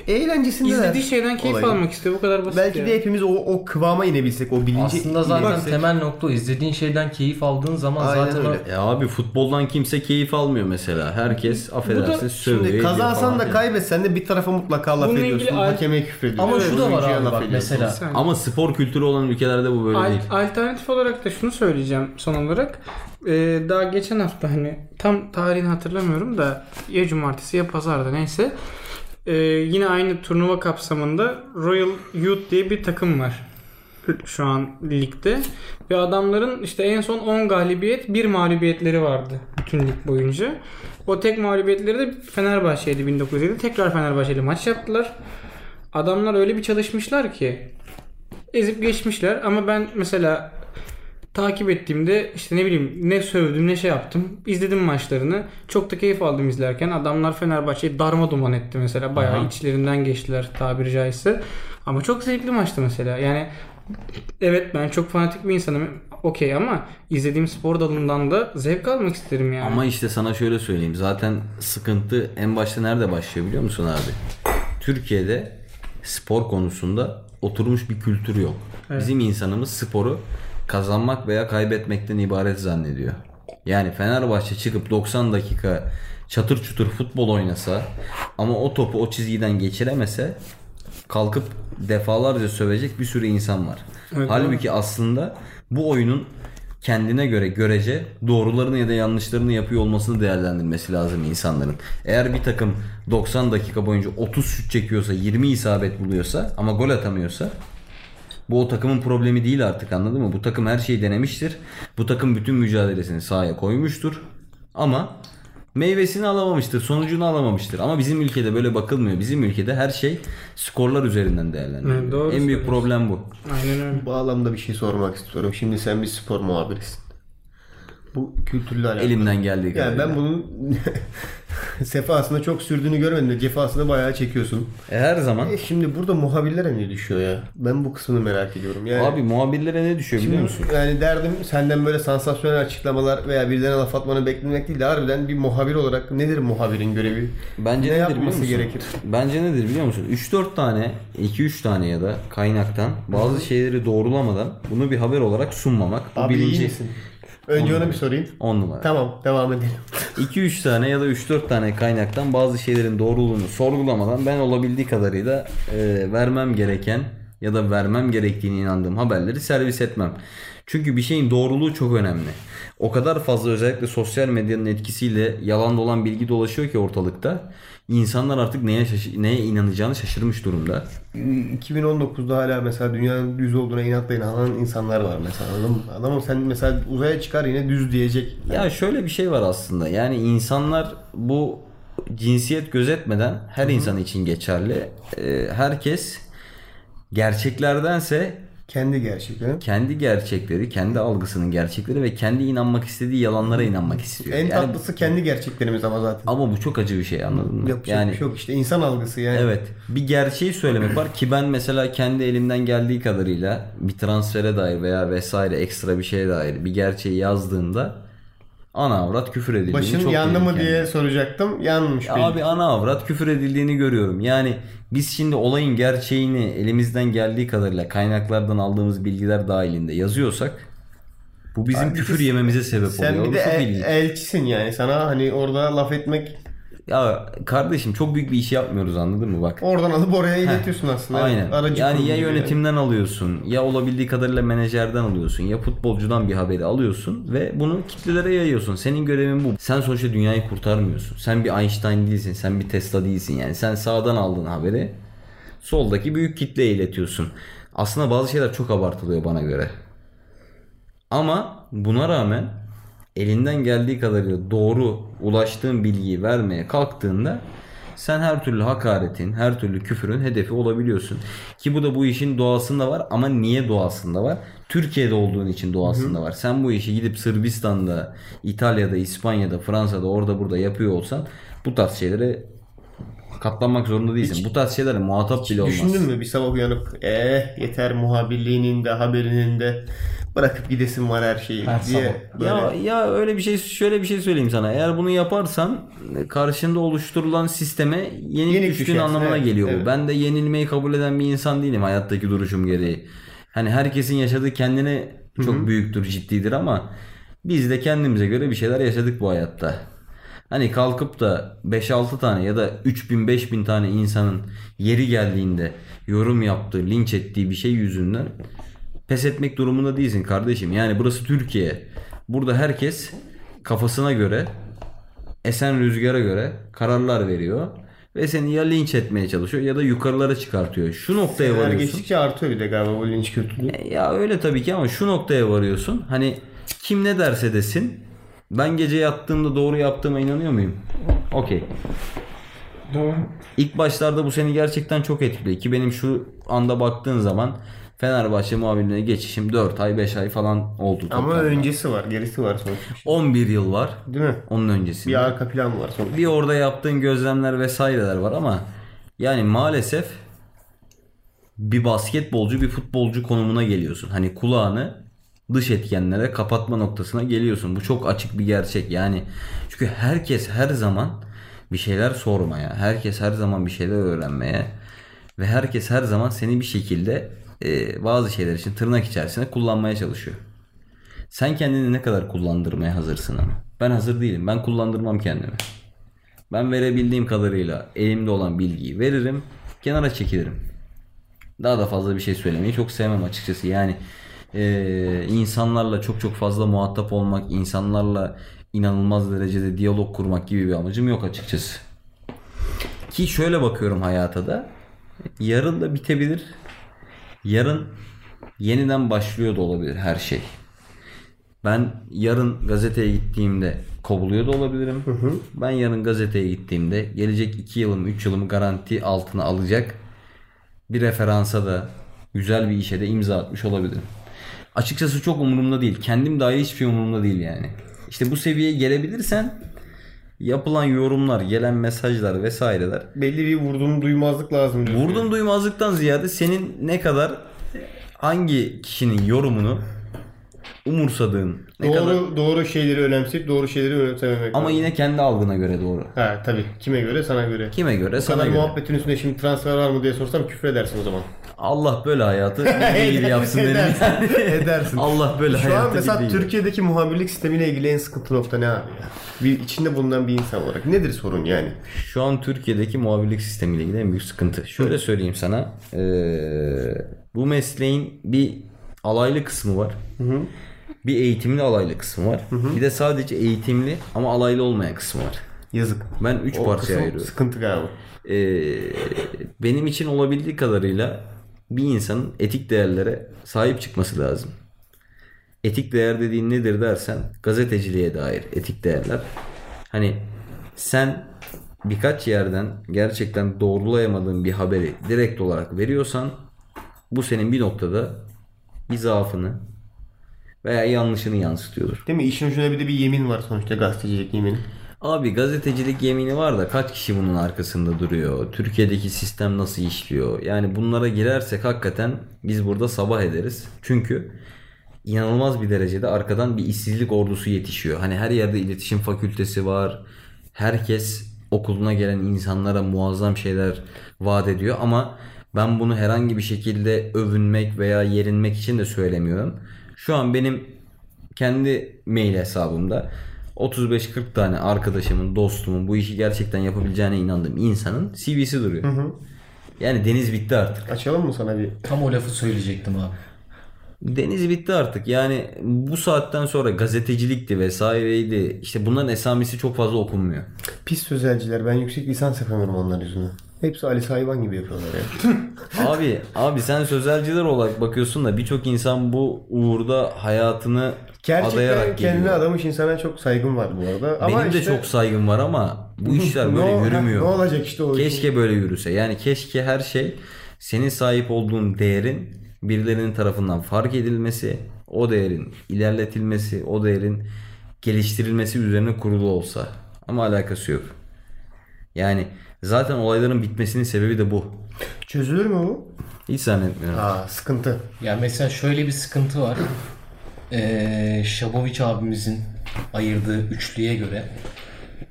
[SPEAKER 1] eğlencesindeler.
[SPEAKER 2] İzlediği şeyden keyif
[SPEAKER 1] Olayı.
[SPEAKER 2] almak istiyor. Bu kadar basit.
[SPEAKER 1] Belki
[SPEAKER 2] yani.
[SPEAKER 1] de hepimiz o, o kıvama inebilsek, o bilinci
[SPEAKER 4] Aslında zaten
[SPEAKER 1] inebilsek.
[SPEAKER 4] temel nokta o. izlediğin şeyden keyif aldığın zaman
[SPEAKER 1] Aynen
[SPEAKER 4] zaten
[SPEAKER 1] öyle.
[SPEAKER 4] o
[SPEAKER 3] Ya E abi futboldan kimse keyif almıyor mesela. Herkes affedersin
[SPEAKER 4] şey
[SPEAKER 3] sövüyor.
[SPEAKER 1] Şimdi
[SPEAKER 3] ediyor
[SPEAKER 1] kazansan
[SPEAKER 3] falan
[SPEAKER 1] da
[SPEAKER 3] yani.
[SPEAKER 1] kaybetsen de bir tarafa mutlaka laf
[SPEAKER 2] Bununla
[SPEAKER 1] ediyorsun.
[SPEAKER 2] ilgili al-
[SPEAKER 1] Hakeme küfrediyorsun.
[SPEAKER 4] Ama şu da var
[SPEAKER 1] oyuncuya
[SPEAKER 4] abi
[SPEAKER 1] laf
[SPEAKER 4] bak
[SPEAKER 1] ediyorsun.
[SPEAKER 4] mesela.
[SPEAKER 2] Sen-
[SPEAKER 3] Ama spor kültürü olan ülkelerde bu böyle değil.
[SPEAKER 2] Al- alternatif olarak da şunu söyleyeceğim son olarak. Ee, daha geçen hafta hani tam tarihini hatırlamıyorum da ya cumartesi ya pazarda neyse. Ee, yine aynı turnuva kapsamında Royal Youth diye bir takım var. Şu an ligde. Ve adamların işte en son 10 galibiyet 1 mağlubiyetleri vardı. Bütün lig boyunca. O tek mağlubiyetleri de Fenerbahçe'ydi 1907. Tekrar Fenerbahçe'yle maç yaptılar. Adamlar öyle bir çalışmışlar ki ezip geçmişler ama ben mesela takip ettiğimde işte ne bileyim ne sövdüm ne şey yaptım. İzledim maçlarını. Çok da keyif aldım izlerken. Adamlar Fenerbahçe'yi darma duman etti mesela. Bayağı
[SPEAKER 3] Aha.
[SPEAKER 2] içlerinden geçtiler tabiri caizse. Ama çok zevkli maçtı mesela. Yani evet ben çok fanatik bir insanım. Okey ama izlediğim spor dalından da zevk almak isterim yani.
[SPEAKER 3] Ama işte sana şöyle söyleyeyim. Zaten sıkıntı en başta nerede başlıyor biliyor musun abi? Türkiye'de spor konusunda oturmuş bir kültür yok. Bizim insanımız sporu kazanmak veya kaybetmekten ibaret zannediyor. Yani Fenerbahçe çıkıp 90 dakika çatır çutur futbol oynasa ama o topu o çizgiden geçiremese kalkıp defalarca sövecek bir sürü insan var.
[SPEAKER 2] Evet,
[SPEAKER 3] Halbuki aslında bu oyunun kendine göre görece doğrularını ya da yanlışlarını yapıyor olmasını değerlendirmesi lazım insanların. Eğer bir takım 90 dakika boyunca 30 şut çekiyorsa, 20 isabet buluyorsa ama gol atamıyorsa bu o takımın problemi değil artık anladın mı? Bu takım her şeyi denemiştir. Bu takım bütün mücadelesini sahaya koymuştur. Ama meyvesini alamamıştır, sonucunu alamamıştır. Ama bizim ülkede böyle bakılmıyor. Bizim ülkede her şey skorlar üzerinden değerlendiriliyor.
[SPEAKER 2] Evet, doğru
[SPEAKER 3] en büyük
[SPEAKER 2] söylüyorsun.
[SPEAKER 3] problem bu.
[SPEAKER 2] Aynen öyle.
[SPEAKER 1] Bu bağlamda bir şey sormak istiyorum. Şimdi sen bir spor muhabirisin. Bu kültürle alakalı.
[SPEAKER 3] Elimden geldiği
[SPEAKER 1] Yani
[SPEAKER 3] kadarıyla.
[SPEAKER 1] ben bunun sefasında çok sürdüğünü görmedim de cefasında bayağı çekiyorsun.
[SPEAKER 3] E, her zaman
[SPEAKER 1] E şimdi burada muhabirlere ne düşüyor ya? Ben bu kısmını merak ediyorum. Yani
[SPEAKER 3] abi muhabirlere ne düşüyor biliyor
[SPEAKER 1] Şimdi
[SPEAKER 3] musun?
[SPEAKER 1] yani derdim senden böyle sansasyonel açıklamalar veya birilerine laf atmanı beklemek değil de harbiden bir muhabir olarak nedir muhabirin görevi?
[SPEAKER 3] Bence
[SPEAKER 1] ne
[SPEAKER 3] nedir biliyor
[SPEAKER 1] yapması
[SPEAKER 3] musun?
[SPEAKER 1] gerekir?
[SPEAKER 3] Bence nedir biliyor musun? 3-4 tane, 2-3 tane ya da kaynaktan bazı şeyleri doğrulamadan bunu bir haber olarak sunmamak. Bu
[SPEAKER 1] Abi
[SPEAKER 3] birinci.
[SPEAKER 1] iyi misin? Önce
[SPEAKER 3] Ondan.
[SPEAKER 1] onu bir sorayım.
[SPEAKER 3] 10 numara.
[SPEAKER 1] Tamam devam edelim.
[SPEAKER 3] 2-3 tane ya da 3-4 tane kaynaktan bazı şeylerin doğruluğunu sorgulamadan ben olabildiği kadarıyla e, vermem gereken ya da vermem gerektiğini inandığım haberleri servis etmem. Çünkü bir şeyin doğruluğu çok önemli. O kadar fazla özellikle sosyal medyanın etkisiyle yalan dolan bilgi dolaşıyor ki ortalıkta. İnsanlar artık neye şaş- neye inanacağını şaşırmış durumda.
[SPEAKER 1] 2019'da hala mesela dünyanın düz olduğuna inatla inanan insanlar var mesela. Anladın mı? Adamım sen mesela uzaya çıkar yine düz diyecek.
[SPEAKER 3] Ya şöyle bir şey var aslında. Yani insanlar bu cinsiyet gözetmeden her insan için geçerli. Ee, herkes gerçeklerdense
[SPEAKER 1] Kendi gerçekleri.
[SPEAKER 3] kendi gerçekleri, kendi algısının gerçekleri ve kendi inanmak istediği yalanlara inanmak istiyor.
[SPEAKER 1] En
[SPEAKER 3] Yani-
[SPEAKER 1] tatlısı kendi gerçeklerimiz ama zaten.
[SPEAKER 3] ama bu çok acı bir şey anladın mı?
[SPEAKER 1] Yapacak bir şey yok işte insan algısı yani.
[SPEAKER 3] Evet. Bir gerçeği söylemek var ki ben mesela kendi elimden geldiği kadarıyla bir transfere dair veya vesaire ekstra bir şeye dair bir gerçeği yazdığımda ana avrat küfür edildiğini
[SPEAKER 1] Başın
[SPEAKER 3] çok
[SPEAKER 1] yandı
[SPEAKER 3] duydum
[SPEAKER 1] mı
[SPEAKER 3] kendimden.
[SPEAKER 1] diye soracaktım. Yanmış.
[SPEAKER 3] Ya
[SPEAKER 1] belli.
[SPEAKER 3] abi ana avrat küfür edildiğini görüyorum. Yani biz şimdi olayın gerçeğini elimizden geldiği kadarıyla kaynaklardan aldığımız bilgiler dahilinde yazıyorsak bu bizim
[SPEAKER 1] Abi
[SPEAKER 3] küfür
[SPEAKER 1] biz-
[SPEAKER 3] yememize sebep
[SPEAKER 1] Sen
[SPEAKER 3] oluyor.
[SPEAKER 1] bir de e,
[SPEAKER 3] Bu çok
[SPEAKER 1] el-
[SPEAKER 3] ilginç.
[SPEAKER 1] elçisin yani. Sana hani orada laf etmek
[SPEAKER 3] ya kardeşim çok büyük bir iş yapmıyoruz anladın mı bak.
[SPEAKER 1] oradan alıp oraya iletiyorsun aslında.
[SPEAKER 3] Aynen.
[SPEAKER 1] Aracı
[SPEAKER 3] yani ya
[SPEAKER 1] kurulu
[SPEAKER 3] yönetimden alıyorsun, ya olabildiği kadarıyla menajerden alıyorsun, ya futbolcudan bir haberi alıyorsun ve bunu kitlelere yayıyorsun. Senin görevin bu. Sen sonuçta dünyayı kurtarmıyorsun. Sen bir Einstein değilsin, sen bir Tesla değilsin. Yani sen sağdan aldığın haberi soldaki büyük kitleye iletiyorsun. Aslında bazı şeyler çok abartılıyor bana göre. Ama buna rağmen elinden geldiği kadarıyla doğru ulaştığın bilgiyi vermeye kalktığında sen her türlü hakaretin, her türlü küfürün hedefi olabiliyorsun. Ki bu da bu işin doğasında var ama niye doğasında var? Türkiye'de olduğun için doğasında var. Sen bu işi gidip Sırbistan'da, İtalya'da, İspanya'da, Fransa'da orada burada yapıyor olsan bu tarz şeylere katlanmak zorunda değilsin. bu tarz şeylere muhatap bile
[SPEAKER 1] Düşündün
[SPEAKER 3] olmazsın.
[SPEAKER 1] mü bir sabah uyanıp eh yeter muhabirliğinin de haberinin de Bırakıp gidesin var her şeyi
[SPEAKER 4] Her
[SPEAKER 1] diye.
[SPEAKER 4] sabah.
[SPEAKER 1] Böyle.
[SPEAKER 3] Ya ya öyle bir şey şöyle bir şey söyleyeyim sana. Eğer bunu yaparsan e, karşında oluşturulan sisteme yenik,
[SPEAKER 1] Yenik
[SPEAKER 3] düştüğün
[SPEAKER 1] düşersin,
[SPEAKER 3] anlamına
[SPEAKER 1] evet,
[SPEAKER 3] geliyor
[SPEAKER 1] evet.
[SPEAKER 3] bu. Ben de yenilmeyi kabul eden bir insan değilim hayattaki duruşum gereği. Hani herkesin yaşadığı kendine çok büyüktür, ciddidir ama biz de kendimize göre bir şeyler yaşadık bu hayatta. Hani kalkıp da 5-6 tane ya da 3000-5000 tane insanın yeri geldiğinde yorum yaptığı, linç ettiği bir şey yüzünden pes etmek durumunda değilsin kardeşim. Yani burası Türkiye. Burada herkes kafasına göre, esen rüzgara göre kararlar veriyor. Ve seni ya linç etmeye çalışıyor ya da yukarılara çıkartıyor. Şu noktaya
[SPEAKER 1] Seneler
[SPEAKER 3] varıyorsun.
[SPEAKER 1] geçtikçe artıyor bir de galiba bu linç kötülüğü.
[SPEAKER 3] E, Ya öyle tabii ki ama şu noktaya varıyorsun. Hani kim ne derse desin. Ben gece yattığımda doğru yaptığıma inanıyor muyum? Okey.
[SPEAKER 2] Doğru.
[SPEAKER 3] İlk başlarda bu seni gerçekten çok etkiliyor ki benim şu anda baktığın zaman Fenerbahçe muhabirliğine geçişim 4 ay 5 ay falan oldu.
[SPEAKER 1] Ama
[SPEAKER 3] toplamda.
[SPEAKER 1] öncesi var, gerisi var sonuçta.
[SPEAKER 3] 11 yıl var
[SPEAKER 1] Değil mi?
[SPEAKER 3] onun öncesinde.
[SPEAKER 1] Bir arka plan var sonuçta.
[SPEAKER 3] Bir orada yaptığın gözlemler vesaireler var ama yani maalesef bir basketbolcu bir futbolcu konumuna geliyorsun. Hani kulağını dış etkenlere kapatma noktasına geliyorsun. Bu çok açık bir gerçek yani. Çünkü herkes her zaman bir şeyler sormaya, herkes her zaman bir şeyler öğrenmeye ve herkes her zaman seni bir şekilde e, bazı şeyler için tırnak içerisinde kullanmaya çalışıyor. Sen kendini ne kadar kullandırmaya hazırsın ama. Ben hazır değilim. Ben kullandırmam kendimi. Ben verebildiğim kadarıyla elimde olan bilgiyi veririm. Kenara çekilirim. Daha da fazla bir şey söylemeyi çok sevmem açıkçası. Yani eee, insanlarla çok çok fazla muhatap olmak, insanlarla inanılmaz derecede diyalog kurmak gibi bir amacım yok açıkçası. Ki şöyle bakıyorum hayata da. Yarın da bitebilir. Yarın yeniden başlıyor da olabilir her şey. Ben yarın gazeteye gittiğimde kovuluyor da olabilirim. Ben yarın gazeteye gittiğimde gelecek 2 yılım 3 yılımı garanti altına alacak bir referansa da güzel bir işe de imza atmış olabilirim. Açıkçası çok umurumda değil. Kendim dahi hiçbir şey umurumda değil yani. İşte bu seviyeye gelebilirsen yapılan yorumlar, gelen mesajlar vesaireler
[SPEAKER 1] Belli bir vurdum duymazlık lazım. diyorsun.
[SPEAKER 3] Vurdum duymazlıktan ziyade senin ne kadar hangi kişinin yorumunu umursadığın ne
[SPEAKER 1] Doğru
[SPEAKER 3] kadar
[SPEAKER 1] doğru şeyleri önemseyip doğru şeyleri önemsememek
[SPEAKER 3] ama
[SPEAKER 1] lazım.
[SPEAKER 3] yine kendi algına göre doğru.
[SPEAKER 1] Ha tabii. Kime göre? Sana göre.
[SPEAKER 3] Kime göre?
[SPEAKER 1] Sana
[SPEAKER 3] Sana göre.
[SPEAKER 1] muhabbetin üstüne şimdi transfer var mı diye sorsam küfür edersin o zaman.
[SPEAKER 3] Allah böyle hayatı bildiği gibi yapsın derim. yani.
[SPEAKER 1] Edersin.
[SPEAKER 3] Allah böyle
[SPEAKER 1] Şu
[SPEAKER 3] hayatı
[SPEAKER 1] an mesela
[SPEAKER 3] bildiği gibi.
[SPEAKER 1] Türkiye'deki muhabirlik sistemiyle ilgili en sıkıntılı nokta ne abi ya? Bir içinde bulunan bir insan olarak nedir sorun yani?
[SPEAKER 3] Şu an Türkiye'deki muhabirlik sistemiyle ilgili en büyük sıkıntı. Şöyle söyleyeyim sana. eee, bu mesleğin bir alaylı kısmı var. Bir eğitimli alaylı kısmı var. Bir de sadece eğitimli ama alaylı olmayan kısmı var.
[SPEAKER 1] Yazık.
[SPEAKER 3] Ben 3
[SPEAKER 1] O
[SPEAKER 3] parçaya
[SPEAKER 1] kısım
[SPEAKER 3] ayırıyorum.
[SPEAKER 1] Sıkıntı galiba.
[SPEAKER 3] Eee, Ee, benim için olabildiği kadarıyla bir insanın etik değerlere sahip çıkması lazım. Etik değer dediğin nedir dersen gazeteciliğe dair etik değerler. Hani sen birkaç yerden gerçekten doğrulayamadığın bir haberi direkt olarak veriyorsan bu senin bir noktada bir zaafını veya yanlışını yansıtıyordur.
[SPEAKER 1] Değil mi? İşin ucunda bir de bir yemin var sonuçta gazetecilik yemini.
[SPEAKER 3] Abi gazetecilik yemini var da kaç kişi bunun arkasında duruyor? Türkiye'deki sistem nasıl işliyor? Yani bunlara girersek hakikaten biz burada sabah ederiz. Çünkü inanılmaz bir derecede arkadan bir işsizlik ordusu yetişiyor. Hani her yerde iletişim fakültesi var. Herkes okuluna gelen insanlara muazzam şeyler vaat ediyor ama ben bunu herhangi bir şekilde övünmek veya yerinmek için de söylemiyorum. Şu an benim kendi mail hesabımda 35-40 tane arkadaşımın, dostumun bu işi gerçekten yapabileceğine inandığım insanın CV'si duruyor. Yani deniz bitti artık.
[SPEAKER 1] Açalım mı sana bir?
[SPEAKER 4] Tam o lafı söyleyecektim abi.
[SPEAKER 3] Deniz bitti artık. Yani bu saatten sonra gazetecilikti vesaireydi. İşte bunların esamesi çok fazla okunmuyor.
[SPEAKER 1] Pis sözelciler. Ben yüksek lisans yapamıyorum onlar yüzünden. Hepsi Ali Sayvan gibi yapıyorlar ya.
[SPEAKER 3] abi abi sen sözelciler olarak bakıyorsun da birçok insan bu uğurda hayatını
[SPEAKER 1] Gerçekten
[SPEAKER 3] adayarak
[SPEAKER 1] kendini
[SPEAKER 3] geliyor.
[SPEAKER 1] adamış insana çok saygım var bu arada. Ama
[SPEAKER 3] Benim de
[SPEAKER 1] işte-
[SPEAKER 3] çok saygım var ama bu işler
[SPEAKER 1] Ne
[SPEAKER 3] böyle
[SPEAKER 1] ol-
[SPEAKER 3] yürümüyor.
[SPEAKER 1] Ne olacak işte o iş?
[SPEAKER 3] Keşke böyle yürüse. Yani keşke her şey senin sahip olduğun değerin birilerinin tarafından fark edilmesi, o değerin ilerletilmesi, o değerin geliştirilmesi üzerine kurulu olsa. Ama alakası yok. Yani zaten olayların bitmesinin sebebi de bu.
[SPEAKER 1] Çözülür mü bu?
[SPEAKER 3] Hiç zannetmiyorum.
[SPEAKER 1] Aa sıkıntı.
[SPEAKER 4] Ya mesela şöyle bir sıkıntı var. eee Şaboviç abimizin ayırdığı üçlüye göre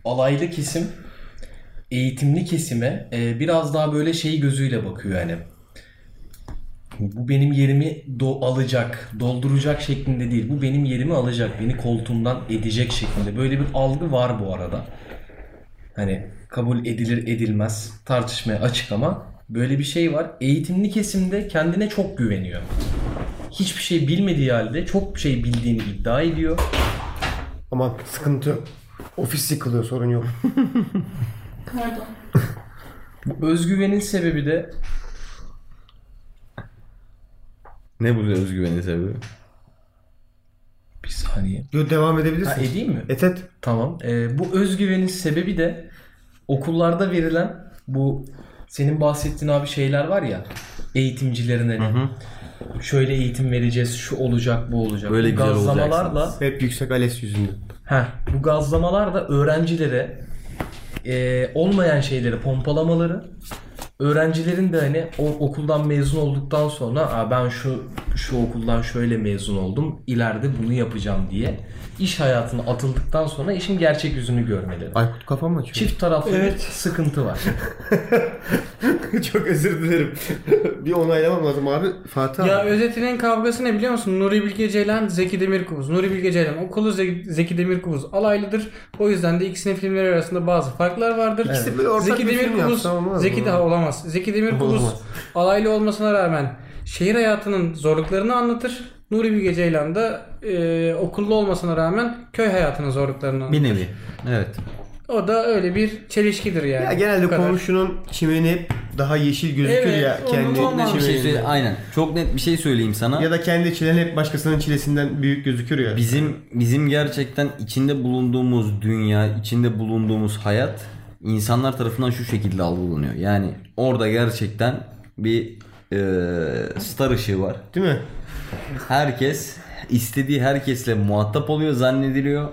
[SPEAKER 4] alaylı kesim eğitimli kesime eee, biraz daha böyle şey gözüyle bakıyor yani. Bu benim yerimi do alacak, dolduracak şeklinde değil. Bu benim yerimi alacak, beni koltuğumdan edecek şeklinde. Böyle bir algı var bu arada. Hani kabul edilir edilmez tartışmaya açık ama böyle bir şey var. Eğitimli kesimde kendine çok güveniyor. Hiçbir şey bilmediği halde çok şey bildiğini iddia ediyor.
[SPEAKER 1] Ama sıkıntı yok. Ofis yıkılıyor sorun yok.
[SPEAKER 5] Pardon.
[SPEAKER 4] Bu özgüvenin sebebi de
[SPEAKER 3] Ne bu özgüvenin sebebi?
[SPEAKER 4] bir saniye.
[SPEAKER 1] Yo, devam edebilirsin.
[SPEAKER 4] Ha, edeyim mi?
[SPEAKER 3] E-
[SPEAKER 1] et et.
[SPEAKER 4] Tamam. Ee, bu özgüvenin sebebi de okullarda verilen bu senin bahsettiğin abi şeyler var ya eğitimcilerine de. şöyle eğitim vereceğiz, şu olacak, bu olacak.
[SPEAKER 3] Böyle
[SPEAKER 4] bu
[SPEAKER 3] güzel
[SPEAKER 4] gazlamalarla
[SPEAKER 3] olacaksınız.
[SPEAKER 1] Hep yüksek ALES yüzünden.
[SPEAKER 4] Heh, bu gazlamalar da öğrencilere e, olmayan şeyleri pompalamaları öğrencilerin de hani o okuldan mezun olduktan sonra Aa, ben şu şu okuldan şöyle mezun oldum ileride bunu yapacağım diye iş hayatına atıldıktan sonra işin gerçek yüzünü görmeleri.
[SPEAKER 1] Aykut kafam mı açıyor?
[SPEAKER 4] Çift taraflı bir
[SPEAKER 2] Evet.
[SPEAKER 4] sıkıntı var.
[SPEAKER 1] Çok özür dilerim. bir onaylamam lazım abi. Fatih
[SPEAKER 2] Ya
[SPEAKER 1] abi.
[SPEAKER 2] özetinin kavgası ne biliyor musun? Nuri Bilge Ceylan, Zeki Demirkubuz. Nuri Bilge Ceylan okulu, Ze- Zeki Demirkubuz alaylıdır. O yüzden de ikisinin filmleri arasında bazı farklar vardır.
[SPEAKER 1] İkisi böyle ortak
[SPEAKER 2] Zeki
[SPEAKER 1] bir film
[SPEAKER 2] Demirkubuz,
[SPEAKER 1] yapsa olmaz
[SPEAKER 2] Zeki
[SPEAKER 1] mı?
[SPEAKER 2] daha olamaz. Zeki Demirkubuz
[SPEAKER 1] Olamaz.
[SPEAKER 2] alaylı olmasına rağmen şehir hayatının zorluklarını anlatır. Nuri Bilge Ceylan da e, okullu olmasına rağmen köy hayatının zorluklarını anlatır.
[SPEAKER 3] Bir nevi. Evet.
[SPEAKER 2] O da öyle bir çelişkidir yani.
[SPEAKER 1] Ya
[SPEAKER 2] Bu
[SPEAKER 1] genelde
[SPEAKER 2] kadar.
[SPEAKER 1] komşunun çimeni hep daha yeşil gözükür
[SPEAKER 2] Evet,
[SPEAKER 1] ya
[SPEAKER 2] onun
[SPEAKER 1] kendi
[SPEAKER 2] Çok net
[SPEAKER 3] bir şey
[SPEAKER 1] çimeninden.
[SPEAKER 3] söyle- Aynen. Çok net bir şey söyleyeyim sana.
[SPEAKER 1] Ya da kendi çilen hep başkasının çilesinden büyük gözükür ya.
[SPEAKER 3] Bizim bizim gerçekten içinde bulunduğumuz dünya, içinde bulunduğumuz hayat insanlar tarafından şu şekilde algılanıyor. Yani orada gerçekten bir e, star ışığı var.
[SPEAKER 1] Değil mi?
[SPEAKER 3] Herkes istediği herkesle muhatap oluyor zannediliyor.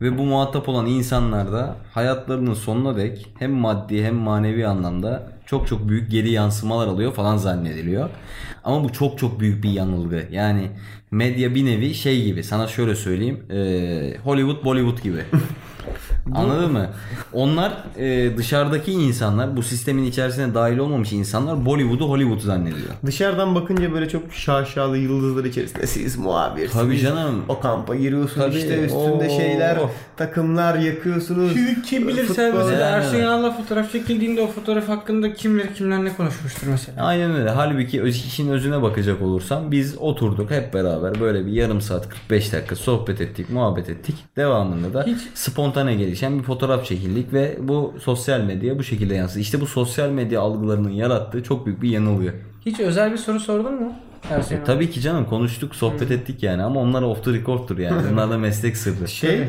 [SPEAKER 3] Ve bu muhatap olan insanlar da hayatlarının sonuna dek hem maddi hem manevi anlamda çok çok büyük geri yansımalar alıyor falan zannediliyor. Ama bu çok çok büyük bir yanılgı. Yani medya bir nevi şey gibi sana şöyle söyleyeyim eee, Hollywood Bollywood gibi. Anladın mı? Onlar eee, dışarıdaki insanlar bu sistemin içerisine dahil olmamış insanlar Bollywood'u Hollywood zannediyor.
[SPEAKER 1] Dışarıdan bakınca böyle çok şaşalı yıldızlar içerisinde siz muhabirsiniz.
[SPEAKER 3] Tabii canım.
[SPEAKER 1] O kampa giriyorsun
[SPEAKER 3] Tabii.
[SPEAKER 1] işte üstünde
[SPEAKER 3] Oo.
[SPEAKER 1] şeyler, takımlar yakıyorsunuz.
[SPEAKER 2] Kim bilir
[SPEAKER 1] Futbol-
[SPEAKER 2] sen mesela
[SPEAKER 3] Yani.
[SPEAKER 2] Ersun Yanal'la fotoğraf çekildiğinde o fotoğraf hakkında kim bilir kimler ne konuşmuştur mesela.
[SPEAKER 3] Aynen öyle. Halbuki öz- işin özüne bakacak olursam biz oturduk hep beraber böyle bir yarım saat 45 dakika sohbet ettik, muhabbet ettik. Devamında da
[SPEAKER 2] Hiç-
[SPEAKER 3] spontane gelişen bir fotoğraf çekildik ve bu sosyal medyaya bu şekilde yansıdı. İşte bu sosyal medya algılarının yarattığı çok büyük bir yanılgı.
[SPEAKER 2] Hiç özel bir soru sordun mu? Ersun Yanal?
[SPEAKER 3] E, Tabii ki canım konuştuk, sohbet ettik yani ama onlar off the record'tur yani. Bunlar da meslek sırrı.
[SPEAKER 1] Şey, e,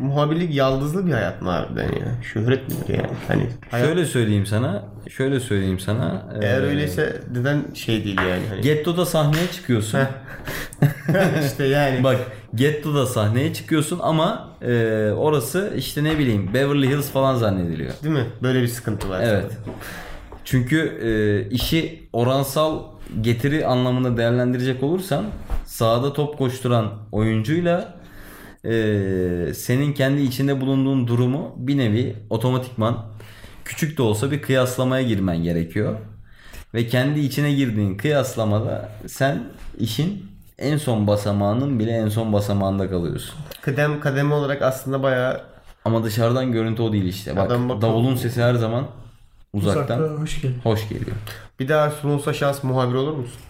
[SPEAKER 1] muhabirlik yaldızlı bir hayat mı harbiden ya? Şöhret midir yani? Hani hayat-
[SPEAKER 3] Şöyle söyleyeyim sana, şöyle söyleyeyim sana.
[SPEAKER 1] eğer
[SPEAKER 3] eee,
[SPEAKER 1] öyleyse neden şey değil yani? Hani,
[SPEAKER 3] Getto'da sahneye çıkıyorsun.
[SPEAKER 1] işte yani.
[SPEAKER 3] Bak Getto'da sahneye çıkıyorsun ama e, orası işte ne bileyim Beverly Hills falan zannediliyor.
[SPEAKER 1] Değil mi? Böyle bir sıkıntı var.
[SPEAKER 3] Evet. Çünkü e, işi oransal getiri anlamında değerlendirecek olursan sahada top koşturan oyuncuyla e, senin kendi içinde bulunduğun durumu bir nevi otomatikman küçük de olsa bir kıyaslamaya girmen gerekiyor. Ve kendi içine girdiğin kıyaslamada sen işin en son basamağının bile en son basamağında kalıyorsun.
[SPEAKER 1] Kıdem kademe olarak aslında bayağı
[SPEAKER 3] Ama dışarıdan görüntü o değil işte. Bak,
[SPEAKER 1] Adam bak-
[SPEAKER 3] davulun sesi her zaman uzaktan
[SPEAKER 2] hoş geldin.
[SPEAKER 3] hoş geliyor.
[SPEAKER 1] bir daha Ersun olsa şans muhabir olur musun?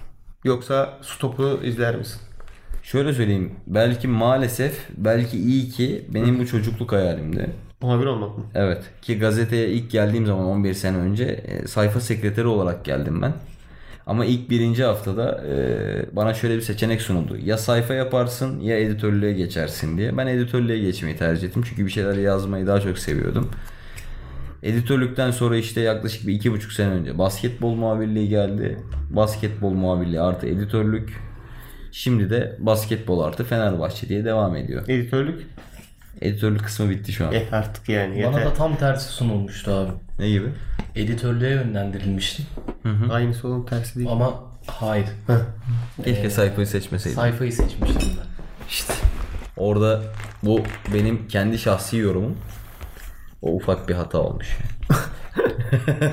[SPEAKER 1] Yoksa su topunu izler misin?
[SPEAKER 3] Şöyle söyleyeyim. Belki maalesef, belki iyi ki benim bu çocukluk hayalimdi.
[SPEAKER 1] Muhabir olmak mı?
[SPEAKER 3] Evet. Ki gazeteye ilk geldiğim zaman 11 sene önce e, sayfa sekreteri olarak geldim ben. Ama ilk birinci haftada e, bana şöyle bir seçenek sunuldu. Ya sayfa yaparsın ya editörlüğe geçersin diye. Ben editörlüğe geçmeyi tercih ettim. Çünkü bir şeyler yazmayı daha çok seviyordum. Editörlükten sonra işte yaklaşık bir iki buçuk sene önce basketbol muhabirliği geldi. Basketbol muhabirliği artı editörlük. Şimdi de basketbol artı Fenerbahçe diye devam ediyor.
[SPEAKER 1] Editörlük?
[SPEAKER 3] Editörlük kısmı bitti şu an.
[SPEAKER 1] Eh artık yani yeter.
[SPEAKER 4] Bana da tam tersi sunulmuştu abi.
[SPEAKER 3] Ne gibi?
[SPEAKER 4] Editörlüğe yönlendirilmiştim
[SPEAKER 1] Aynısı onun tersi değil.
[SPEAKER 4] ama hayır.
[SPEAKER 3] Keşke sayfayı seçmeseydim.
[SPEAKER 4] Sayfayı seçmiştim ben.
[SPEAKER 3] Orada bu benim kendi şahsi yorumum. O ufak bir hata olmuş.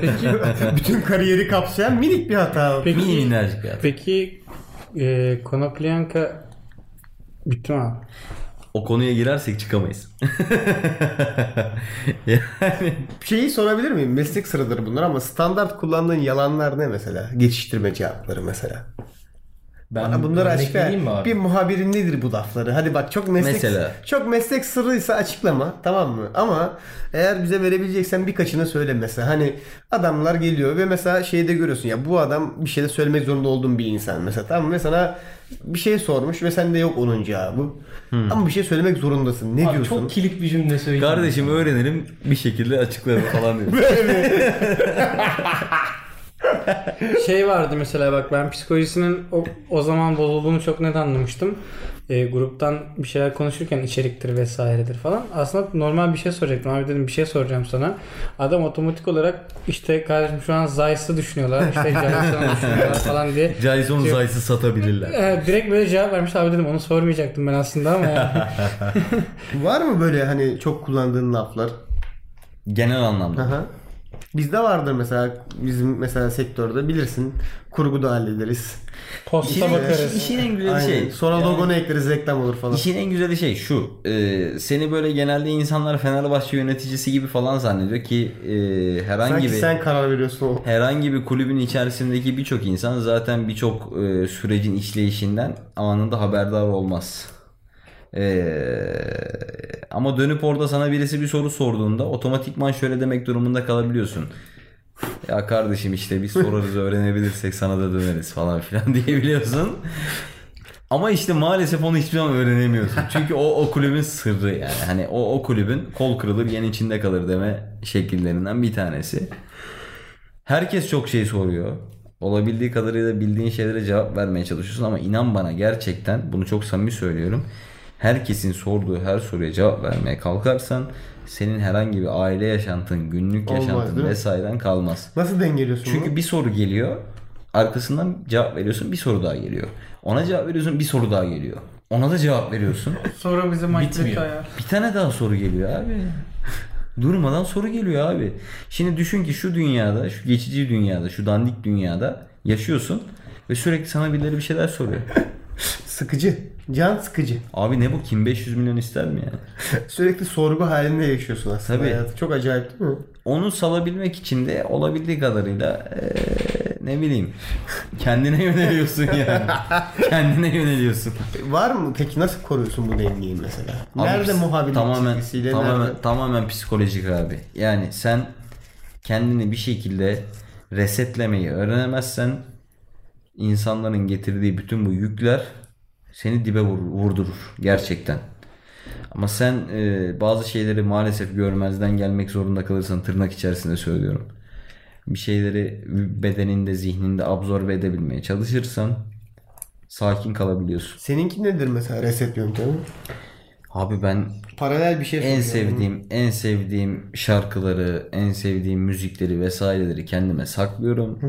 [SPEAKER 1] Bütün kariyeri kapsayan minik bir hata.
[SPEAKER 2] Peki-
[SPEAKER 3] Minnacık bir hata.
[SPEAKER 2] Peki e, Konoplyanka bitti mi abi?
[SPEAKER 3] O konuya girersek çıkamayız. yani
[SPEAKER 1] Şeyi sorabilir miyim? Meslek sıradadır bunlar ama standart kullandığın yalanlar ne mesela? Geçiştirme cevapları mesela.
[SPEAKER 6] Ben
[SPEAKER 1] Bana bunları
[SPEAKER 6] örnek
[SPEAKER 1] açık
[SPEAKER 6] vereyim mi
[SPEAKER 1] ver.
[SPEAKER 6] abi?
[SPEAKER 1] Bir muhabirin nedir bu lafları? Hadi bak çok meslek
[SPEAKER 3] Mesela.
[SPEAKER 1] çok meslek sırrıysa açıklama tamam mı? Ama eğer bize verebileceksen birkaçını söyle mesela. Hani adamlar geliyor ve mesela şeyde görüyorsun ya bu adam bir şeyde söylemek zorunda olduğun bir insan mesela tamam mı? Ve sana bir şey sormuş ve sende yok onun cevabı. Ama bir şey söylemek zorundasın. Ne
[SPEAKER 6] Hmm. Abi
[SPEAKER 1] diyorsun?
[SPEAKER 6] çok kilit bir cümle söyleyeyim.
[SPEAKER 3] kardeşim öğrenelim bir şekilde açıklarım falan diyor.
[SPEAKER 2] Şey vardı mesela bak ben psikolojisinin o, o zaman bozulduğunu çok net anlamıştım. E, gruptan bir şeyler konuşurken içeriktir vesairedir falan. Aslında normal bir şey soracaktım. Abi dedim bir şey soracağım sana. Adam otomatik olarak işte kardeşim şu an Zeiss'ı düşünüyorlar. işte Jackson'ı düşünüyorlar falan diye.
[SPEAKER 3] Jason Zayt'sı satabilirler.
[SPEAKER 2] E, direkt böyle cevap vermiş. Abi dedim onu sormayacaktım ben aslında ama yani.
[SPEAKER 1] Var mı böyle hani çok kullandığın laflar?
[SPEAKER 3] Genel anlamda.
[SPEAKER 1] Aha. Bizde vardır mesela bizim mesela sektörde bilirsin kurguda hallederiz.
[SPEAKER 2] Posta
[SPEAKER 3] İşin,
[SPEAKER 2] bakarız.
[SPEAKER 3] işin en güzel
[SPEAKER 1] Aynen.
[SPEAKER 3] şey.
[SPEAKER 1] Sonra logonu ekleriz reklam olur falan.
[SPEAKER 3] İşin en güzeli şey şu. e, seni böyle genelde insanlar Fenerbahçe yöneticisi gibi falan zannediyor ki e, herhangi
[SPEAKER 1] Sanki
[SPEAKER 3] bir
[SPEAKER 1] sen karar veriyorsun o.
[SPEAKER 3] herhangi bir kulübün içerisindeki birçok insan zaten birçok e, sürecin işleyişinden anında haberdar olmaz. E, ama dönüp orada sana birisi bir soru sorduğunda otomatikman şöyle demek durumunda kalabiliyorsun. Ya kardeşim işte biz sorarız öğrenebilirsek sana da döneriz falan filan diyebiliyorsun. Ama işte maalesef onu hiçbir zaman öğrenemiyorsun. Çünkü o o kulübün sırrı yani. Hani o o kulübün kol kırılır yen içinde kalır deme şekillerinden bir tanesi. Herkes çok şey soruyor. Olabildiği kadarıyla bildiğin şeylere cevap vermeye çalışıyorsun ama inan bana gerçekten bunu çok samimi söylüyorum. Herkesin sorduğu her soruya cevap vermeye kalkarsan senin herhangi bir aile yaşantın, günlük
[SPEAKER 1] Olmaz,
[SPEAKER 3] yaşantın
[SPEAKER 1] değil mi?
[SPEAKER 3] vesairen kalmaz.
[SPEAKER 1] Nasıl dengeliyorsun
[SPEAKER 3] Çünkü
[SPEAKER 1] bunu?
[SPEAKER 3] bir soru geliyor. Arkasından cevap veriyorsun bir soru daha geliyor. Ona cevap veriyorsun bir soru daha geliyor. Ona da cevap veriyorsun.
[SPEAKER 2] Sonra bizim
[SPEAKER 6] Bitmiyor.
[SPEAKER 2] maçta
[SPEAKER 3] Bir tane daha soru geliyor abi. Durmadan soru geliyor abi. Şimdi düşün ki şu dünyada, şu geçici dünyada, şu dandik dünyada yaşıyorsun ve sürekli sana birileri bir şeyler soruyor.
[SPEAKER 1] Sıkıcı. Can sıkıcı.
[SPEAKER 3] Abi ne bu kim 500 milyon ister mi yani?
[SPEAKER 1] Sürekli sorgu halinde yaşıyorsun aslında
[SPEAKER 3] Tabii.
[SPEAKER 1] hayatı. Çok acayip değil mi?
[SPEAKER 3] Onu salabilmek için de olabildiği kadarıyla eee, ne bileyim kendine yöneliyorsun yani. kendine yöneliyorsun.
[SPEAKER 1] Var mı peki nasıl koruyorsun bu dengeyi mesela?
[SPEAKER 3] Abi
[SPEAKER 1] nerede
[SPEAKER 3] biz-
[SPEAKER 1] muhabirlik
[SPEAKER 3] tamamen,
[SPEAKER 1] çizgisiyle
[SPEAKER 3] tamamen,
[SPEAKER 1] nerede?
[SPEAKER 3] tamamen psikolojik abi. Yani sen kendini bir şekilde resetlemeyi öğrenemezsen insanların getirdiği bütün bu yükler seni dibe vurur- vurdurur gerçekten. Ama sen e, bazı şeyleri maalesef görmezden gelmek zorunda kalırsan tırnak içerisinde söylüyorum. Bir şeyleri bedeninde, zihninde absorbe edebilmeye çalışırsan sakin kalabiliyorsun.
[SPEAKER 1] Seninki nedir mesela reset yöntemi?
[SPEAKER 3] Abi ben
[SPEAKER 1] Paralel bir şey
[SPEAKER 3] en
[SPEAKER 1] soruyorum.
[SPEAKER 3] sevdiğim en sevdiğim şarkıları, en sevdiğim müzikleri vesaireleri kendime saklıyorum.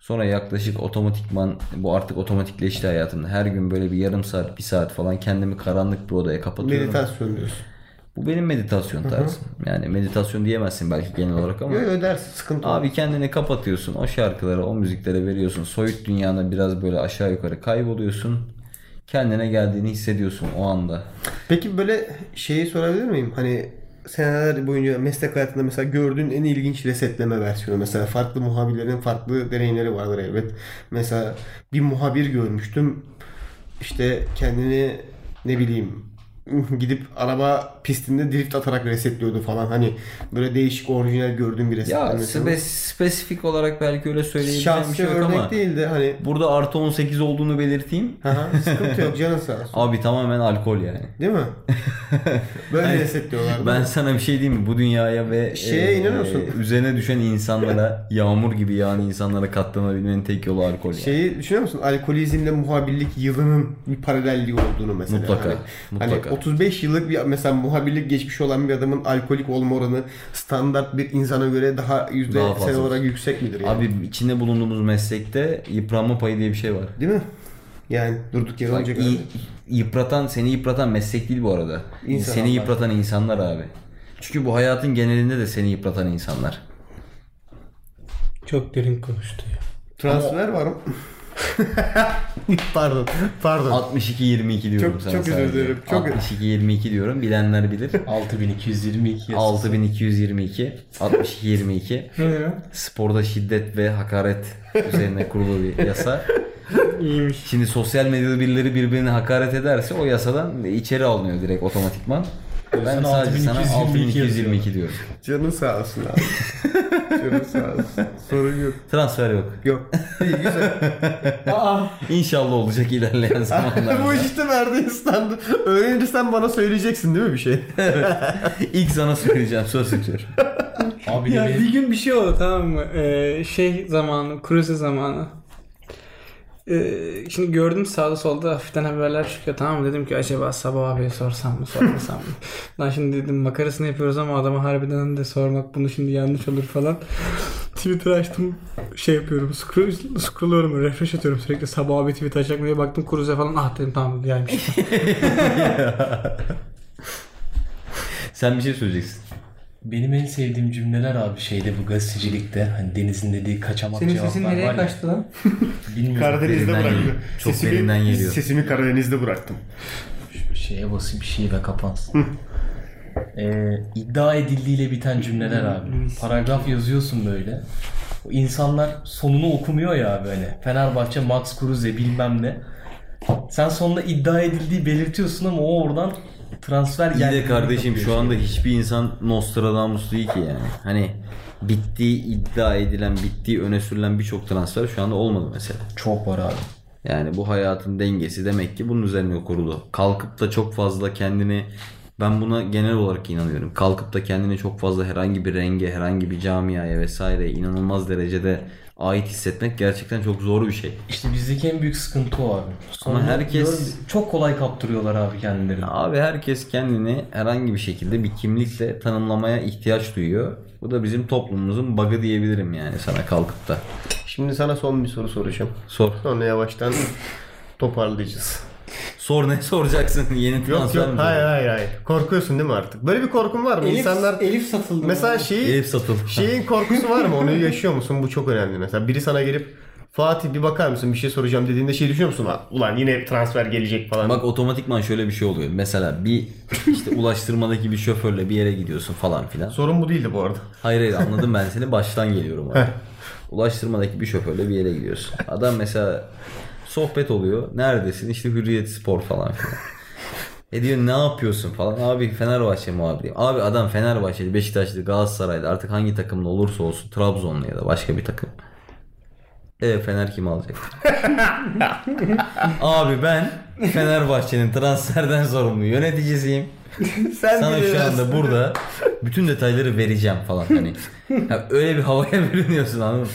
[SPEAKER 3] Sonra yaklaşık otomatikman bu artık otomatikleşti hayatımda. Her gün böyle bir yarım saat, bir saat falan kendimi karanlık bir odaya kapatıyorum.
[SPEAKER 1] Meditasyon diyorsun.
[SPEAKER 3] bu benim meditasyon tarzım. Yani meditasyon diyemezsin belki genel olarak ama.
[SPEAKER 1] Yok ödersin sıkıntı olmaz.
[SPEAKER 3] Abi kendini kapatıyorsun. O şarkılara, o müziklere veriyorsun. Soyut dünyana biraz böyle aşağı yukarı kayboluyorsun. Kendine geldiğini hissediyorsun o anda.
[SPEAKER 1] Peki böyle şeyi sorabilir miyim? Hani seneler boyunca meslek hayatında mesela gördüğün en ilginç resetleme versiyonu. Mesela farklı muhabirlerin farklı deneyimleri vardır elbet. Mesela bir muhabir görmüştüm. İşte kendini ne bileyim gidip araba pistinde drift atarak resetliyordu falan. Hani böyle değişik orijinal gördüğüm bir
[SPEAKER 3] Ya
[SPEAKER 1] resetleme.
[SPEAKER 3] spe- spesifik olarak belki öyle söyleyebileceğim bir
[SPEAKER 1] Hani Şahsi
[SPEAKER 3] şey yok
[SPEAKER 1] örnek
[SPEAKER 3] ama
[SPEAKER 1] değil de hani
[SPEAKER 3] burada artı 18 olduğunu belirteyim.
[SPEAKER 1] Aha, sıkıntı yok canın sağ olsun.
[SPEAKER 3] Abi tamamen alkol yani.
[SPEAKER 1] Değil mi? Böyle
[SPEAKER 3] Hayır,
[SPEAKER 1] resetliyorlar.
[SPEAKER 3] Ben sana bir şey diyeyim mi? Bu dünyaya ve e,
[SPEAKER 1] Şeye inanıyorsun.
[SPEAKER 3] üzerine düşen insanlara, yağmur gibi yağan insanlara katlanabilmenin tek yolu alkol yani.
[SPEAKER 1] Şeyi düşünüyor musun? Alkolizmle muhabirlik yılının bir paralelliği olduğunu mesela.
[SPEAKER 3] Mutlaka,
[SPEAKER 1] Hani,
[SPEAKER 3] mutlaka.
[SPEAKER 1] hani 35 yıllık bir mesela muhabirlik geçmiş olan bir adamın alkolik olma oranı standart bir insana göre daha yüzde sen
[SPEAKER 3] Daha fazla.
[SPEAKER 1] olarak yüksek midir? Yani?
[SPEAKER 3] Abi içinde bulunduğumuz meslekte yıpranma payı diye bir şey var.
[SPEAKER 1] Değil mi? Yani durduk yere
[SPEAKER 3] Bak,
[SPEAKER 1] olacak.
[SPEAKER 3] iyi-
[SPEAKER 1] herhalde.
[SPEAKER 3] yıpratan, seni yıpratan meslek değil bu arada.
[SPEAKER 4] İnsan
[SPEAKER 3] seni
[SPEAKER 4] abi.
[SPEAKER 3] yıpratan insanlar abi. Çünkü bu hayatın genelinde de seni yıpratan insanlar.
[SPEAKER 2] Çok derin konuştu ya.
[SPEAKER 1] Transfer varım. pardon. Pardon.
[SPEAKER 3] 62-22 diyorum
[SPEAKER 1] Çok-
[SPEAKER 3] sana
[SPEAKER 1] çok özür
[SPEAKER 3] sadece.
[SPEAKER 1] dilerim, çok-
[SPEAKER 3] 62-22 diyorum. Bilenler bilir.
[SPEAKER 4] 6222 yazısı.
[SPEAKER 3] 6222 6222
[SPEAKER 2] Ne ya?
[SPEAKER 3] sporda şiddet ve hakaret üzerine kurulu bir yasa.
[SPEAKER 2] İyiymiş.
[SPEAKER 3] Şimdi sosyal medyada birileri birbirine hakaret ederse o yasadan içeri alınıyor direkt otomatikman. Ben
[SPEAKER 4] Sen
[SPEAKER 3] sadece sana
[SPEAKER 4] 6222
[SPEAKER 3] 6222 diyorum.
[SPEAKER 1] Canın sağ olsun abi. Canın sağ olsun. Sorun yok.
[SPEAKER 3] Transfer yok.
[SPEAKER 1] Yok. İyi güzel.
[SPEAKER 3] İnşallah olacak ilerleyen
[SPEAKER 1] Bu
[SPEAKER 3] zamanlarda.
[SPEAKER 1] işte verdiğin standı. Öğrenince sen bana söyleyeceksin değil mi bir şey?
[SPEAKER 3] İlk sana söyleyeceğim söz veriyorum.
[SPEAKER 4] Abi
[SPEAKER 2] Ya
[SPEAKER 4] de
[SPEAKER 2] bir gün bir şey oldu tamam mı? Ee, şey zamanı, cruise zamanı. Ee, şimdi gördüm sağda solda hafiften haberler çıkıyor tamam mı? Dedim ki acaba Sabah abiye sorsam mı sormasam mı? Lan şimdi dedim makarasını yapıyoruz ama adama harbiden de sormak bunu şimdi yanlış olur falan. Twitter açtım şey yapıyorum scroll, scrollluyorum refresh atıyorum sürekli Sabah abi tweet açacak mı diye baktım Cruise'e falan ah dedim tamam gelmiş.
[SPEAKER 3] Sen bir şey söyleyeceksin.
[SPEAKER 4] benim en sevdiğim cümleler abi şeyde bu gazetecilikte hani Deniz'in dediği kaçamak cevaplar var ya.
[SPEAKER 2] lan?
[SPEAKER 4] Bilmiyorum.
[SPEAKER 1] Karadeniz'de
[SPEAKER 3] Derinden
[SPEAKER 1] bıraktım.
[SPEAKER 3] geliyor. Çok derinden geliyor.
[SPEAKER 1] Sesimi Karadeniz'de bıraktım.
[SPEAKER 4] Şu şeye basayım şive kapansın. ee, iddia edildiğiyle biten cümleler abi. Paragraf yazıyorsun böyle. O İnsanlar sonunu okumuyor ya abi hani. Fenerbahçe, Max Kruse bilmem ne. Sen sonunda iddia edildiği belirtiyorsun ama o oradan transfer
[SPEAKER 3] İyi de
[SPEAKER 4] geldiğini
[SPEAKER 3] kardeşim
[SPEAKER 4] kapıyor.
[SPEAKER 3] şu anda hiçbir insan Nostradamus değil ki yani. Hani bittiği iddia edilen, bittiği öne sürülen birçok transfer şu anda olmadı mesela.
[SPEAKER 4] Çok var abi.
[SPEAKER 3] Yani bu hayatın dengesi demek ki bunun üzerine kurulu. Kalkıp da çok fazla kendini ben buna genel olarak inanıyorum. Kalkıp da kendini çok fazla herhangi bir renge, herhangi bir camiaya vesaire inanılmaz derecede ait hissetmek gerçekten çok zor bir şey.
[SPEAKER 4] İşte bizdeki en büyük sıkıntı o abi. Sonunu
[SPEAKER 3] herkes-
[SPEAKER 4] gör- çok kolay kaptırıyorlar abi kendilerini.
[SPEAKER 3] Abi herkes kendini herhangi bir şekilde bir kimlikle tanımlamaya ihtiyaç duyuyor. Bu da bizim toplumumuzun bug'ı diyebilirim yani sana kalkıp da.
[SPEAKER 1] Şimdi sana son bir soru soracağım.
[SPEAKER 3] Sor.
[SPEAKER 1] Sonra yavaştan toparlayacağız.
[SPEAKER 3] Sor ne soracaksın yeni
[SPEAKER 1] Yok
[SPEAKER 3] transfer
[SPEAKER 1] yok
[SPEAKER 3] mi?
[SPEAKER 1] hayır hayır hayır. Korkuyorsun değil mi artık? Böyle bir korkun var mı? İnsanlar
[SPEAKER 2] Elif satıldı.
[SPEAKER 1] mesela şeyi
[SPEAKER 3] Elif satıl.
[SPEAKER 1] şeyin korkusu var mı? Onu yaşıyor musun? Bu çok önemli mesela. Biri sana gelip Fatih bir bakar mısın bir şey soracağım dediğinde şey düşünüyor musun? "Lan, Ulan yine transfer gelecek falan.
[SPEAKER 3] Bak otomatikman şöyle bir şey oluyor. Mesela bir işte ulaştırmadaki bir şoförle bir yere gidiyorsun falan filan.
[SPEAKER 1] Sorun bu değildi bu arada.
[SPEAKER 3] Hayır hayır anladım ben seni baştan geliyorum abi. Ulaştırmadaki bir şoförle bir yere gidiyorsun. Adam mesela sohbet oluyor. Neredesin? İşte Hürriyet Spor falan filan. E diyor ne yapıyorsun falan. Abi Fenerbahçe muhabiriyim. Abi adam Fenerbahçeli, Beşiktaşlı, Galatasaraylı artık hangi takımda olursa olsun Trabzonlu ya da başka bir takım. E Fener kim alacak? Abi ben Fenerbahçe'nin transferden sorumlu yöneticisiyim.
[SPEAKER 1] Sen
[SPEAKER 3] Sana şu
[SPEAKER 1] bilirsin.
[SPEAKER 3] anda burada bütün detayları vereceğim falan hani. Ya öyle bir havaya bürünüyorsun anladın mı?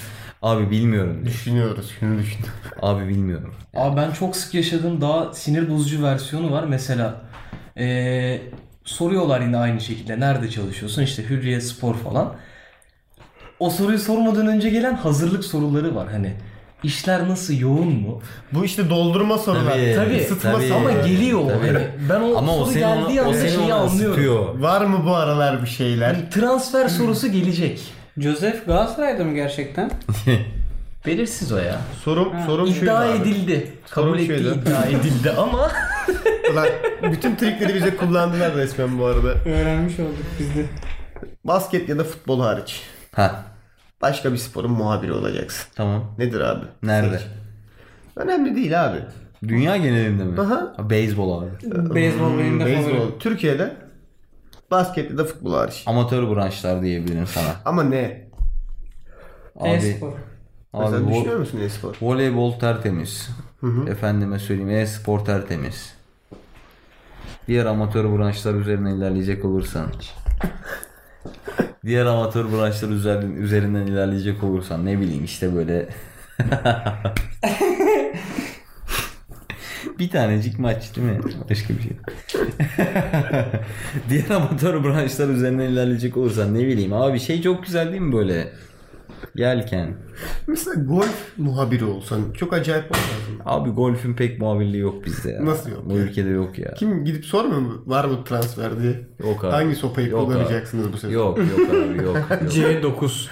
[SPEAKER 3] Abi bilmiyorum diyor.
[SPEAKER 1] Düşünüyoruz şunu düşün.
[SPEAKER 3] Abi bilmiyorum.
[SPEAKER 4] Abi ben çok sık yaşadığım daha sinir bozucu versiyonu var. Mesela eee, soruyorlar yine aynı şekilde nerede çalışıyorsun işte Hürriyet Spor falan. O soruyu sormadan önce gelen hazırlık soruları var hani. işler nasıl yoğun mu?
[SPEAKER 1] Bu işte doldurma sorular.
[SPEAKER 3] Tabii,
[SPEAKER 1] Isıtması
[SPEAKER 3] tabii.
[SPEAKER 1] ama
[SPEAKER 7] Ama
[SPEAKER 1] gel-
[SPEAKER 7] geliyor o.
[SPEAKER 3] Tabii.
[SPEAKER 7] Hani ben o
[SPEAKER 3] Ama o
[SPEAKER 7] soru
[SPEAKER 3] seni
[SPEAKER 7] geldiği
[SPEAKER 3] ona, o
[SPEAKER 7] anda
[SPEAKER 3] seni
[SPEAKER 7] şeyi
[SPEAKER 3] ona
[SPEAKER 7] anlıyorum.
[SPEAKER 3] ısıtıyor.
[SPEAKER 1] var mı bu aralar bir şeyler?
[SPEAKER 4] Hani Transfer sorusu gelecek.
[SPEAKER 2] Joseph Galatasaray'da mı gerçekten?
[SPEAKER 4] Belirsiz o ya.
[SPEAKER 1] Sorum sorum şuydu
[SPEAKER 4] İddia
[SPEAKER 1] abi.
[SPEAKER 4] edildi. Kabul
[SPEAKER 1] Sorun
[SPEAKER 4] ettiği
[SPEAKER 1] şuydu.
[SPEAKER 4] iddia edildi ama
[SPEAKER 1] Ulan bütün trikleri bize kullandılar resmen bu arada.
[SPEAKER 2] Öğrenmiş olduk biz de.
[SPEAKER 1] Basket ya da futbol hariç.
[SPEAKER 3] Ha
[SPEAKER 1] Başka bir sporun muhabiri olacaksın.
[SPEAKER 3] tamam.
[SPEAKER 1] Nedir abi?
[SPEAKER 3] Nerede?
[SPEAKER 1] Seç. Önemli değil abi.
[SPEAKER 3] Dünya genelinde mi?
[SPEAKER 1] Aha.
[SPEAKER 3] Ha, Beyzbol abi.
[SPEAKER 1] Hmm,
[SPEAKER 2] Beyzbol benim de favorim.
[SPEAKER 1] Beyzbol. Türkiye'de basket ya da futbol hariç.
[SPEAKER 3] Amatör branşlar diyebilirim sana.
[SPEAKER 1] Ama ne?
[SPEAKER 3] Abi,
[SPEAKER 2] E-spor.
[SPEAKER 3] abi
[SPEAKER 1] Sen
[SPEAKER 3] vo-
[SPEAKER 1] düşünüyor musun e-spor?
[SPEAKER 3] voleybol tertemiz. Efendime söyleyeyim e-spor tertemiz. Diğer amatör branşlar üzerine ilerleyecek olursan. Diğer amatör branşlar üzerinden, üzerinden ilerleyecek olursan ne bileyim işte böyle bir tanecik maç değil mi? Başka bir şey. yok. Diğer amatör branşlar üzerinden ilerleyecek olursan ne bileyim abi şey çok güzel değil mi böyle? Yelken.
[SPEAKER 1] Mesela golf muhabiri olsan çok acayip olmaz mı?
[SPEAKER 3] Abi golfün pek muhabirliği yok bizde ya.
[SPEAKER 1] Nasıl yok
[SPEAKER 3] Bu
[SPEAKER 1] yani?
[SPEAKER 3] ülkede yok ya.
[SPEAKER 1] Kim gidip sormuyor mu? Var mı transfer diye?
[SPEAKER 3] Yok abi.
[SPEAKER 1] Hangi sopayı
[SPEAKER 3] Yok abi.
[SPEAKER 1] kullanacaksınız bu sezon?
[SPEAKER 3] Yok yok abi yok. yok.
[SPEAKER 2] C9.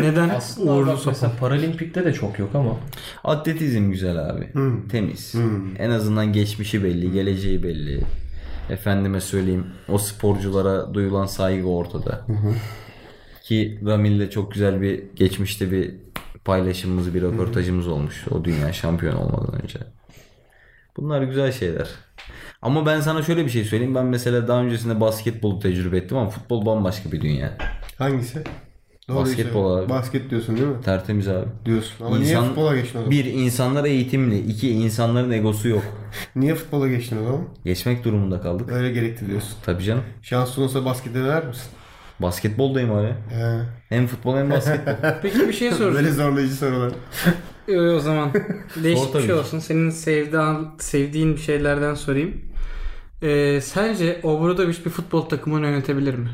[SPEAKER 2] Neden?
[SPEAKER 6] Aslında
[SPEAKER 2] Uğurlu
[SPEAKER 6] bak
[SPEAKER 2] sopa.
[SPEAKER 6] mesela Paralimpik'te de çok yok ama.
[SPEAKER 3] Atletizm güzel abi. Temiz. En azından geçmişi belli, geleceği belli. Efendime söyleyeyim o sporculara duyulan saygı ortada. Ki Ramil'le çok güzel bir geçmişte bir paylaşımımız, bir röportajımız olmuştu. O dünya şampiyon olmadan önce. Bunlar güzel şeyler. Ama ben sana şöyle bir şey söyleyeyim. Ben mesela daha öncesinde basketbolu tecrübe ettim ama futbol bambaşka bir dünya.
[SPEAKER 1] Hangisi? Doğruyu
[SPEAKER 3] Basketbol
[SPEAKER 1] söyle.
[SPEAKER 3] abi.
[SPEAKER 1] Basket diyorsun değil mi?
[SPEAKER 3] Tertemiz abi.
[SPEAKER 1] Diyorsun. Ama niye
[SPEAKER 3] İnsan-
[SPEAKER 1] futbola geçtin o zaman?
[SPEAKER 3] Bir, insanlar eğitimli. iki insanların egosu yok.
[SPEAKER 1] Niye futbola geçtin o zaman?
[SPEAKER 3] Geçmek durumunda kaldık.
[SPEAKER 1] Öyle gerekti diyorsun.
[SPEAKER 3] Tabii canım.
[SPEAKER 1] Şansın olsa baskete döner misin?
[SPEAKER 3] Basketboldayım hala.
[SPEAKER 1] He.
[SPEAKER 3] Hem futbol hem basketbol.
[SPEAKER 2] Peki bir şey soracağım.
[SPEAKER 1] Böyle zorlayıcı sorular.
[SPEAKER 2] Ee, o zaman değişik bir
[SPEAKER 3] tabii.
[SPEAKER 2] şey olsun. Senin sevdiğin, sevdiğin bir şeylerden sorayım. Ee, sence Obradoviç bir futbol takımını yönetebilir mi?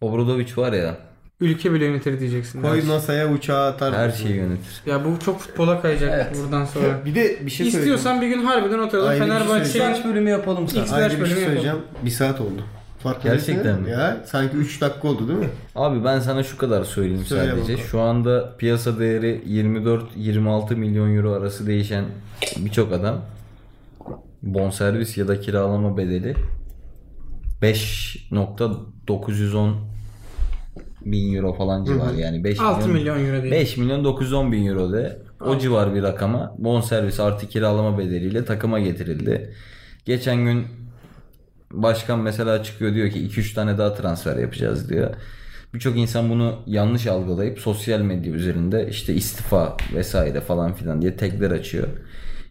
[SPEAKER 3] Obradoviç var ya
[SPEAKER 2] Ülke bile yönetir diyeceksin.
[SPEAKER 1] Koy NASA'ya uçağa atar.
[SPEAKER 3] şey. her şey. şeyi yönetir.
[SPEAKER 2] Ya bu çok futbola kayacak buradan sonra.
[SPEAKER 1] Bir de bir şey söyleyeceğim.
[SPEAKER 2] İstiyorsan bir gün harbiden oturalım
[SPEAKER 1] Ayrı bir şey
[SPEAKER 2] Fenerbahçe'nin
[SPEAKER 1] söyleyeceğim.
[SPEAKER 6] bölümü yapalım sen.
[SPEAKER 2] X-
[SPEAKER 1] Ayrıca bir şey
[SPEAKER 2] bölümü
[SPEAKER 1] söyleyeceğim. Bir saat oldu. Fark
[SPEAKER 3] Gerçekten
[SPEAKER 1] edersin.
[SPEAKER 3] mi?
[SPEAKER 1] Ya sanki 3 dakika oldu değil mi?
[SPEAKER 3] Abi ben sana şu kadar söyleyeyim
[SPEAKER 1] Söyle
[SPEAKER 3] sadece.
[SPEAKER 1] bakalım.
[SPEAKER 3] Şu anda piyasa değeri 24-26 milyon euro arası değişen birçok adam bonservis ya da kiralama bedeli 5.910 bin euro falan civarı yani 5
[SPEAKER 2] 6 milyon euro değil.
[SPEAKER 3] 5 milyon 910 bin euro de o civar bir rakama bonservis artı kiralama bedeliyle takıma getirildi. Geçen gün başkan mesela çıkıyor diyor ki 2-3 tane daha transfer yapacağız diyor. Birçok insan bunu yanlış algılayıp sosyal medya üzerinde işte istifa vesaire falan filan diye tekler açıyor.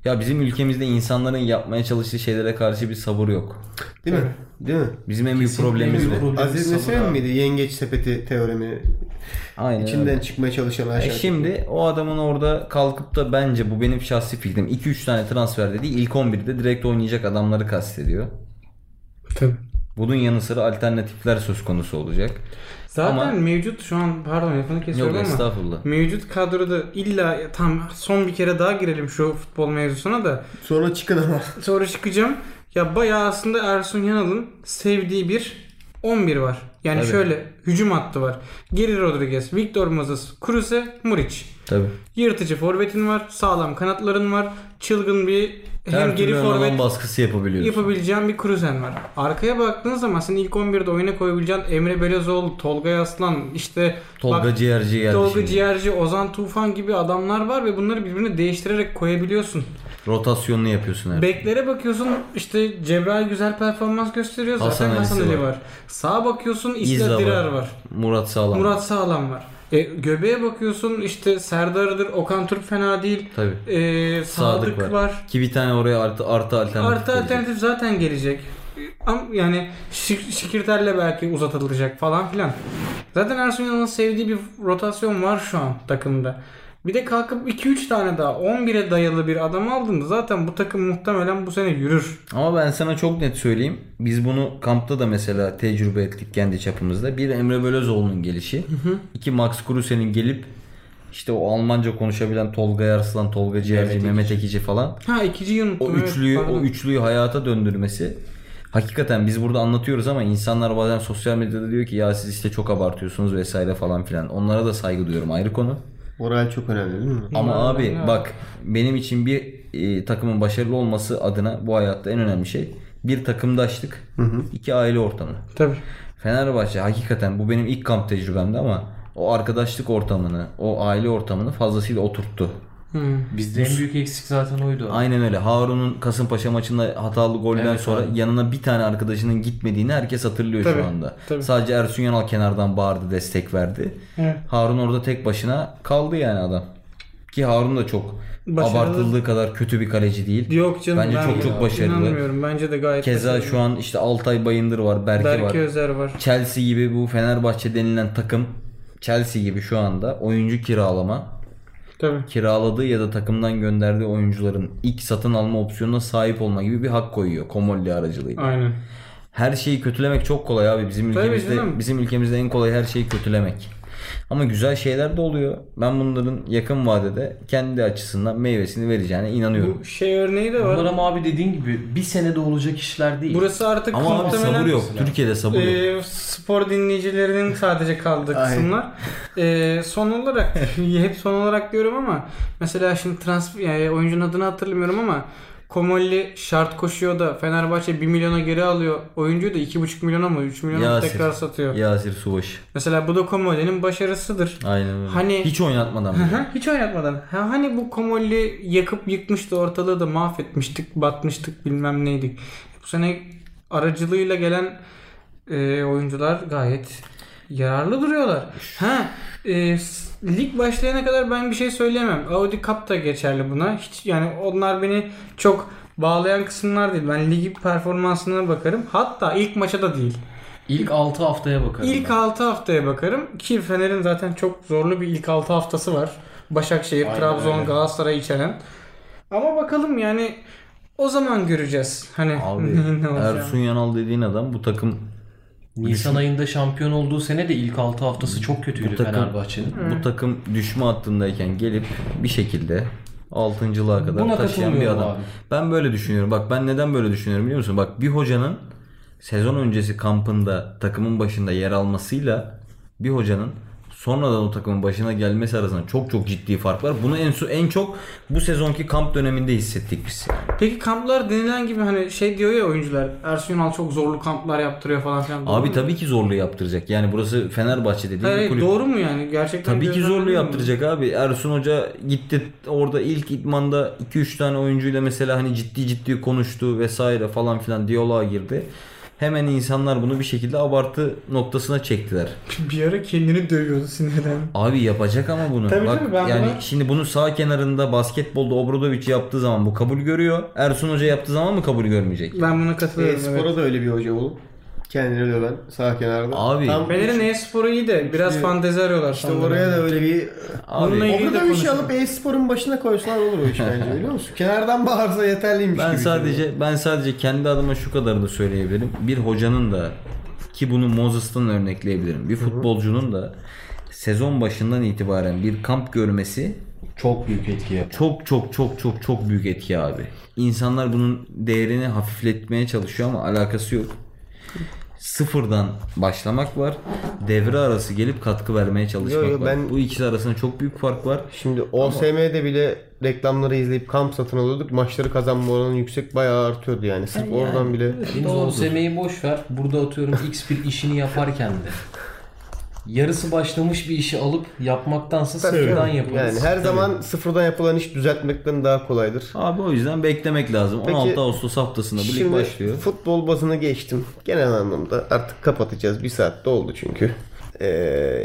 [SPEAKER 3] Ya bizim ülkemizde insanların yapmaya çalıştığı şeylere karşı bir sabır yok.
[SPEAKER 1] Değil mi? Değil mi?
[SPEAKER 3] Bizim en büyük problemimiz bu.
[SPEAKER 1] Aziz Nesin miydi? Yengeç sepeti teoremi.
[SPEAKER 3] Aynen
[SPEAKER 1] İçinden
[SPEAKER 3] öyle.
[SPEAKER 1] çıkmaya çalışan
[SPEAKER 3] E
[SPEAKER 1] aşağı.
[SPEAKER 3] şimdi o adamın orada kalkıp da bence bu benim şahsi fikrim 2-3 tane transfer değil ilk 11'de direkt oynayacak adamları kastediyor.
[SPEAKER 2] Tabii.
[SPEAKER 3] Bunun yanı sıra alternatifler söz konusu olacak.
[SPEAKER 2] Zaten
[SPEAKER 3] Ama-
[SPEAKER 2] mevcut şu an pardon lafını kesiyorum
[SPEAKER 3] Yok
[SPEAKER 2] ama
[SPEAKER 3] estağfurullah.
[SPEAKER 2] mevcut kadroda illa tam son bir kere daha girelim şu futbol mevzusuna da
[SPEAKER 1] Sonra çıkın ama.
[SPEAKER 2] sonra çıkacağım. Ya bayağı aslında Ersun Yanal'ın sevdiği bir 11 var. Yani
[SPEAKER 3] Tabii.
[SPEAKER 2] şöyle hücum hattı var. Geri Rodriguez, Victor Moses, Kruse, Muric.
[SPEAKER 3] Tabii.
[SPEAKER 2] Yırtıcı forvetin var, sağlam kanatların var, çılgın bir hem
[SPEAKER 3] Her
[SPEAKER 2] geri
[SPEAKER 3] türlü ön alan
[SPEAKER 2] forvet
[SPEAKER 3] baskısı yapabiliyorsun.
[SPEAKER 2] yapabileceğin bir Kruzen var. Arkaya baktığın zaman senin ilk 11'de oyuna koyabileceğin Emre Belezoğlu, Tolga Yaslan, işte
[SPEAKER 3] Tolga
[SPEAKER 2] bak-
[SPEAKER 3] Ciğerci geldi
[SPEAKER 2] Tolga
[SPEAKER 3] şimdi.
[SPEAKER 2] Ciğerci, Ozan Tufan gibi adamlar var ve bunları birbirine değiştirerek koyabiliyorsun.
[SPEAKER 3] Rotasyonunu yapıyorsun her.
[SPEAKER 2] Beklere bakıyorsun işte Cebrail güzel performans gösteriyor zaten
[SPEAKER 3] Hasan
[SPEAKER 2] Hasan,
[SPEAKER 3] Ali'si
[SPEAKER 2] Ali
[SPEAKER 3] var.
[SPEAKER 2] var. Sağa bakıyorsun
[SPEAKER 3] İzla
[SPEAKER 2] İsla Dirar var.
[SPEAKER 3] Murat Sağlam.
[SPEAKER 2] Murat Sağlam var. E, göbeğe bakıyorsun işte Serdar'dır, Okan Türk fena değil.
[SPEAKER 3] Tabii.
[SPEAKER 2] E, Sadık,
[SPEAKER 3] Sadık var.
[SPEAKER 2] var.
[SPEAKER 3] Ki bir tane oraya artı artı alternatif.
[SPEAKER 2] Artı
[SPEAKER 3] gelecek.
[SPEAKER 2] alternatif zaten gelecek. Ama yani şi- Şikirter'le belki uzatılacak falan filan. Zaten Ersun Yanal'ın sevdiği bir rotasyon var şu an takımda. Bir de kalkıp 2-3 tane daha 11'e dayalı bir adam aldığında zaten bu takım muhtemelen bu sene yürür.
[SPEAKER 3] Ama ben sana çok net söyleyeyim. Biz bunu kampta da mesela tecrübe ettik kendi çapımızda. Bir Emre Belözoğlu'nun gelişi. iki Max Kruse'nin gelip işte o Almanca konuşabilen Tolga Yarslan, Tolga Ciğerci, Mehmet Ekici falan.
[SPEAKER 2] Ha ikiciyi unuttum.
[SPEAKER 3] O
[SPEAKER 2] evet,
[SPEAKER 3] üçlüyü, o
[SPEAKER 2] pardon.
[SPEAKER 3] üçlüyü hayata döndürmesi. Hakikaten biz burada anlatıyoruz ama insanlar bazen sosyal medyada diyor ki ya siz işte çok abartıyorsunuz vesaire falan filan. Onlara da saygı duyuyorum ayrı konu.
[SPEAKER 1] Moral çok önemli değil mi?
[SPEAKER 3] Ama
[SPEAKER 2] Moral
[SPEAKER 3] abi
[SPEAKER 2] önemli.
[SPEAKER 3] bak benim için bir e, takımın başarılı olması adına bu hayatta en önemli şey bir takımdaşlık, iki aile ortamı.
[SPEAKER 2] Tabii.
[SPEAKER 3] Fenerbahçe hakikaten bu benim ilk kamp tecrübemdi ama o arkadaşlık ortamını, o aile ortamını fazlasıyla oturttu.
[SPEAKER 2] Hmm.
[SPEAKER 6] Bizde en büyük eksik zaten oydu.
[SPEAKER 3] Aynen öyle. Harun'un Kasımpaşa maçında hatalı golden
[SPEAKER 6] Evet
[SPEAKER 3] sonra
[SPEAKER 6] abi.
[SPEAKER 3] yanına bir tane arkadaşının gitmediğini herkes hatırlıyor
[SPEAKER 2] Tabii,
[SPEAKER 3] şu anda.
[SPEAKER 2] tabii.
[SPEAKER 3] Sadece Ersun Yanal kenardan bağırdı, destek verdi.
[SPEAKER 2] Evet.
[SPEAKER 3] Harun orada tek başına kaldı yani adam. Ki Harun da çok
[SPEAKER 2] Başarılı.
[SPEAKER 3] abartıldığı kadar kötü bir kaleci değil.
[SPEAKER 2] Yok canım
[SPEAKER 3] Bence
[SPEAKER 2] ben
[SPEAKER 3] çok çok başarılı.
[SPEAKER 2] inanmıyorum. Bence de gayet
[SPEAKER 3] Keza şu an işte Altay Bayındır var, Berke
[SPEAKER 2] Berke
[SPEAKER 3] var.
[SPEAKER 2] Özer var.
[SPEAKER 3] Chelsea gibi bu Fenerbahçe denilen takım Chelsea gibi şu anda oyuncu kiralama
[SPEAKER 2] Tabii.
[SPEAKER 3] kiraladığı ya da takımdan gönderdiği oyuncuların ilk satın alma opsiyonuna sahip olma gibi bir hak koyuyor Komolli aracılığıyla.
[SPEAKER 2] Aynen.
[SPEAKER 3] Her şeyi kötülemek çok kolay abi bizim
[SPEAKER 2] Tabii
[SPEAKER 3] ülkemizde.
[SPEAKER 2] canım.
[SPEAKER 3] Bizim ülkemizde en kolay her şeyi kötülemek. Ama güzel şeyler de oluyor. Ben bunların yakın vadede kendi açısından meyvesini vereceğine inanıyorum.
[SPEAKER 2] Bu şey örneği de
[SPEAKER 6] Bunlar
[SPEAKER 2] var.
[SPEAKER 6] ama abi dediğin gibi bir senede olacak işler değil.
[SPEAKER 2] Burası artık
[SPEAKER 3] Ama abi
[SPEAKER 2] muhtemelen-
[SPEAKER 3] sabır yok. Türkiye'de sabır yok.
[SPEAKER 2] Ee, spor dinleyicilerinin sadece kaldığı
[SPEAKER 1] Aynen.
[SPEAKER 2] kısımlar. Ee, son olarak hep son olarak diyorum ama mesela şimdi transfer yani oyuncunun adını hatırlamıyorum ama Komolli şart koşuyor da Fenerbahçe 1 milyona geri alıyor. Oyuncuyu da 2,5 milyona mı 3 milyona mı
[SPEAKER 3] Yasir.
[SPEAKER 2] tekrar satıyor.
[SPEAKER 3] Yasir Subaşı.
[SPEAKER 2] Mesela bu da Komolli'nin başarısıdır.
[SPEAKER 3] Aynen öyle.
[SPEAKER 2] Hani-
[SPEAKER 3] Hiç oynatmadan bile.
[SPEAKER 2] Aha, Hiç oynatmadan. Ha, hani bu Komolli yakıp yıkmıştı ortalığı da mahvetmiştik, batmıştık bilmem neydik. Bu sene aracılığıyla gelen e, oyuncular gayet yararlı duruyorlar. Ha, e, s- lig başlayana kadar ben bir şey söyleyemem. Audi Cup da geçerli buna. Hiç yani onlar beni çok bağlayan kısımlar değil. Ben ligi performansına bakarım. Hatta ilk maça da değil.
[SPEAKER 6] İlk 6 haftaya bakarım.
[SPEAKER 2] İlk
[SPEAKER 6] ben.
[SPEAKER 2] 6 haftaya bakarım ki Fener'in zaten çok zorlu bir ilk 6 haftası var. Başakşehir,
[SPEAKER 6] Aynen
[SPEAKER 2] Trabzon,
[SPEAKER 6] öyle.
[SPEAKER 2] Galatasaray içeren. Ama bakalım yani o zaman göreceğiz. Hani
[SPEAKER 3] Abi er-
[SPEAKER 2] ne olacak.
[SPEAKER 3] Ersun Yanal dediğin adam bu takım
[SPEAKER 6] Nisan ayında şampiyon olduğu sene de ilk 6 haftası çok kötüydü
[SPEAKER 3] Bu takım-
[SPEAKER 6] Fenerbahçe'nin.
[SPEAKER 3] bu takım düşme hattındayken gelip bir şekilde altıncılığa kadar
[SPEAKER 6] Buna
[SPEAKER 3] taşıyan bir
[SPEAKER 6] katılmıyorum
[SPEAKER 3] adam.
[SPEAKER 6] abi.
[SPEAKER 3] Ben böyle düşünüyorum. Bak ben neden böyle düşünüyorum biliyor musun? Bak bir hocanın sezon öncesi kampında takımın başında yer almasıyla bir hocanın sonradan o takımın başına gelmesi arasında çok çok ciddi fark var. Bunu en su- en çok bu sezonki kamp döneminde hissettik biz.
[SPEAKER 2] Peki kamplar denilen gibi hani şey diyor ya oyuncular Ersun Yanal çok zorlu kamplar yaptırıyor falan filan. Doğru
[SPEAKER 3] Abi
[SPEAKER 2] mu?
[SPEAKER 3] tabii ki zorlu yaptıracak. Yani burası Fenerbahçe dediği bir
[SPEAKER 2] Hayır,
[SPEAKER 3] kulüp.
[SPEAKER 2] doğru mu yani? Gerçekten
[SPEAKER 3] Tabii ki
[SPEAKER 2] gözlemledin
[SPEAKER 3] zorlu
[SPEAKER 2] mi?
[SPEAKER 3] yaptıracak abi. Ersun Hoca gitti orada ilk idmanda 2-3 tane oyuncuyla mesela hani ciddi ciddi konuştu vesaire falan filan diyaloğa girdi. Hemen insanlar bunu bir şekilde abartı noktasına çektiler.
[SPEAKER 2] Bir ara kendini dövüyordu sinirden.
[SPEAKER 3] Abi yapacak ama bunu.
[SPEAKER 2] Tabii
[SPEAKER 3] Bak,
[SPEAKER 2] tabii, ben
[SPEAKER 3] yani
[SPEAKER 2] buna-
[SPEAKER 3] şimdi bunu sağ kenarında basketbolda Obradovic yaptığı zaman bu kabul görüyor. Ersun Hoca yaptığı zaman mı kabul görmeyecek?
[SPEAKER 2] Ben buna
[SPEAKER 1] E,
[SPEAKER 2] katılıyorum.
[SPEAKER 1] spora
[SPEAKER 2] evet.
[SPEAKER 1] da öyle bir hoca oğlum. Kendini döven sağ kenarda.
[SPEAKER 3] Abi.
[SPEAKER 2] Fener'in e-sporu iyi de biraz fantezi arıyorlar.
[SPEAKER 1] işte oraya da öyle bir
[SPEAKER 2] Bununla
[SPEAKER 3] Abi,
[SPEAKER 2] ilgili
[SPEAKER 1] Orada
[SPEAKER 2] de
[SPEAKER 1] bir şey
[SPEAKER 2] konuşalım.
[SPEAKER 1] alıp e-sporun başına koysalar olur o iş bence biliyor musun? Kenardan bağırsa yeterliymiş
[SPEAKER 3] ben
[SPEAKER 1] gibi. geliyor.
[SPEAKER 3] sadece ben sadece kendi adıma şu kadarını söyleyebilirim. Bir hocanın da ki bunu Moses'tan örnekleyebilirim. Bir futbolcunun da sezon başından itibaren bir kamp görmesi
[SPEAKER 6] Çok büyük etki yaptı.
[SPEAKER 3] çok çok çok çok çok büyük etki abi. İnsanlar bunun değerini hafifletmeye çalışıyor ama alakası yok. Sıfırdan başlamak var. Devre arası gelip katkı vermeye çalışmak
[SPEAKER 1] Yo, yo,
[SPEAKER 3] var.
[SPEAKER 1] ben-
[SPEAKER 3] Bu ikisi arasında çok büyük fark var.
[SPEAKER 1] Şimdi OSM'de bile reklamları izleyip kamp satın alıyorduk. Maçları kazanma oranı yüksek bayağı artıyordu yani. Sırf oradan bile.
[SPEAKER 6] Doğru semeyi boş ver. Burada atıyorum X bir işini yaparken de. Yarısı başlamış bir işi alıp yapmaktansa sıfırdan yaparız.
[SPEAKER 1] Yani her zaman sıfırdan yapılan iş düzeltmekten daha kolaydır.
[SPEAKER 3] Abi o yüzden beklemek lazım.
[SPEAKER 1] Peki,
[SPEAKER 3] 16 Ağustos haftasında bu lig
[SPEAKER 1] Şimdi
[SPEAKER 3] başlıyor.
[SPEAKER 1] futbol basını geçtim. Genel anlamda artık kapatacağız. Bir saat doldu çünkü. Ee,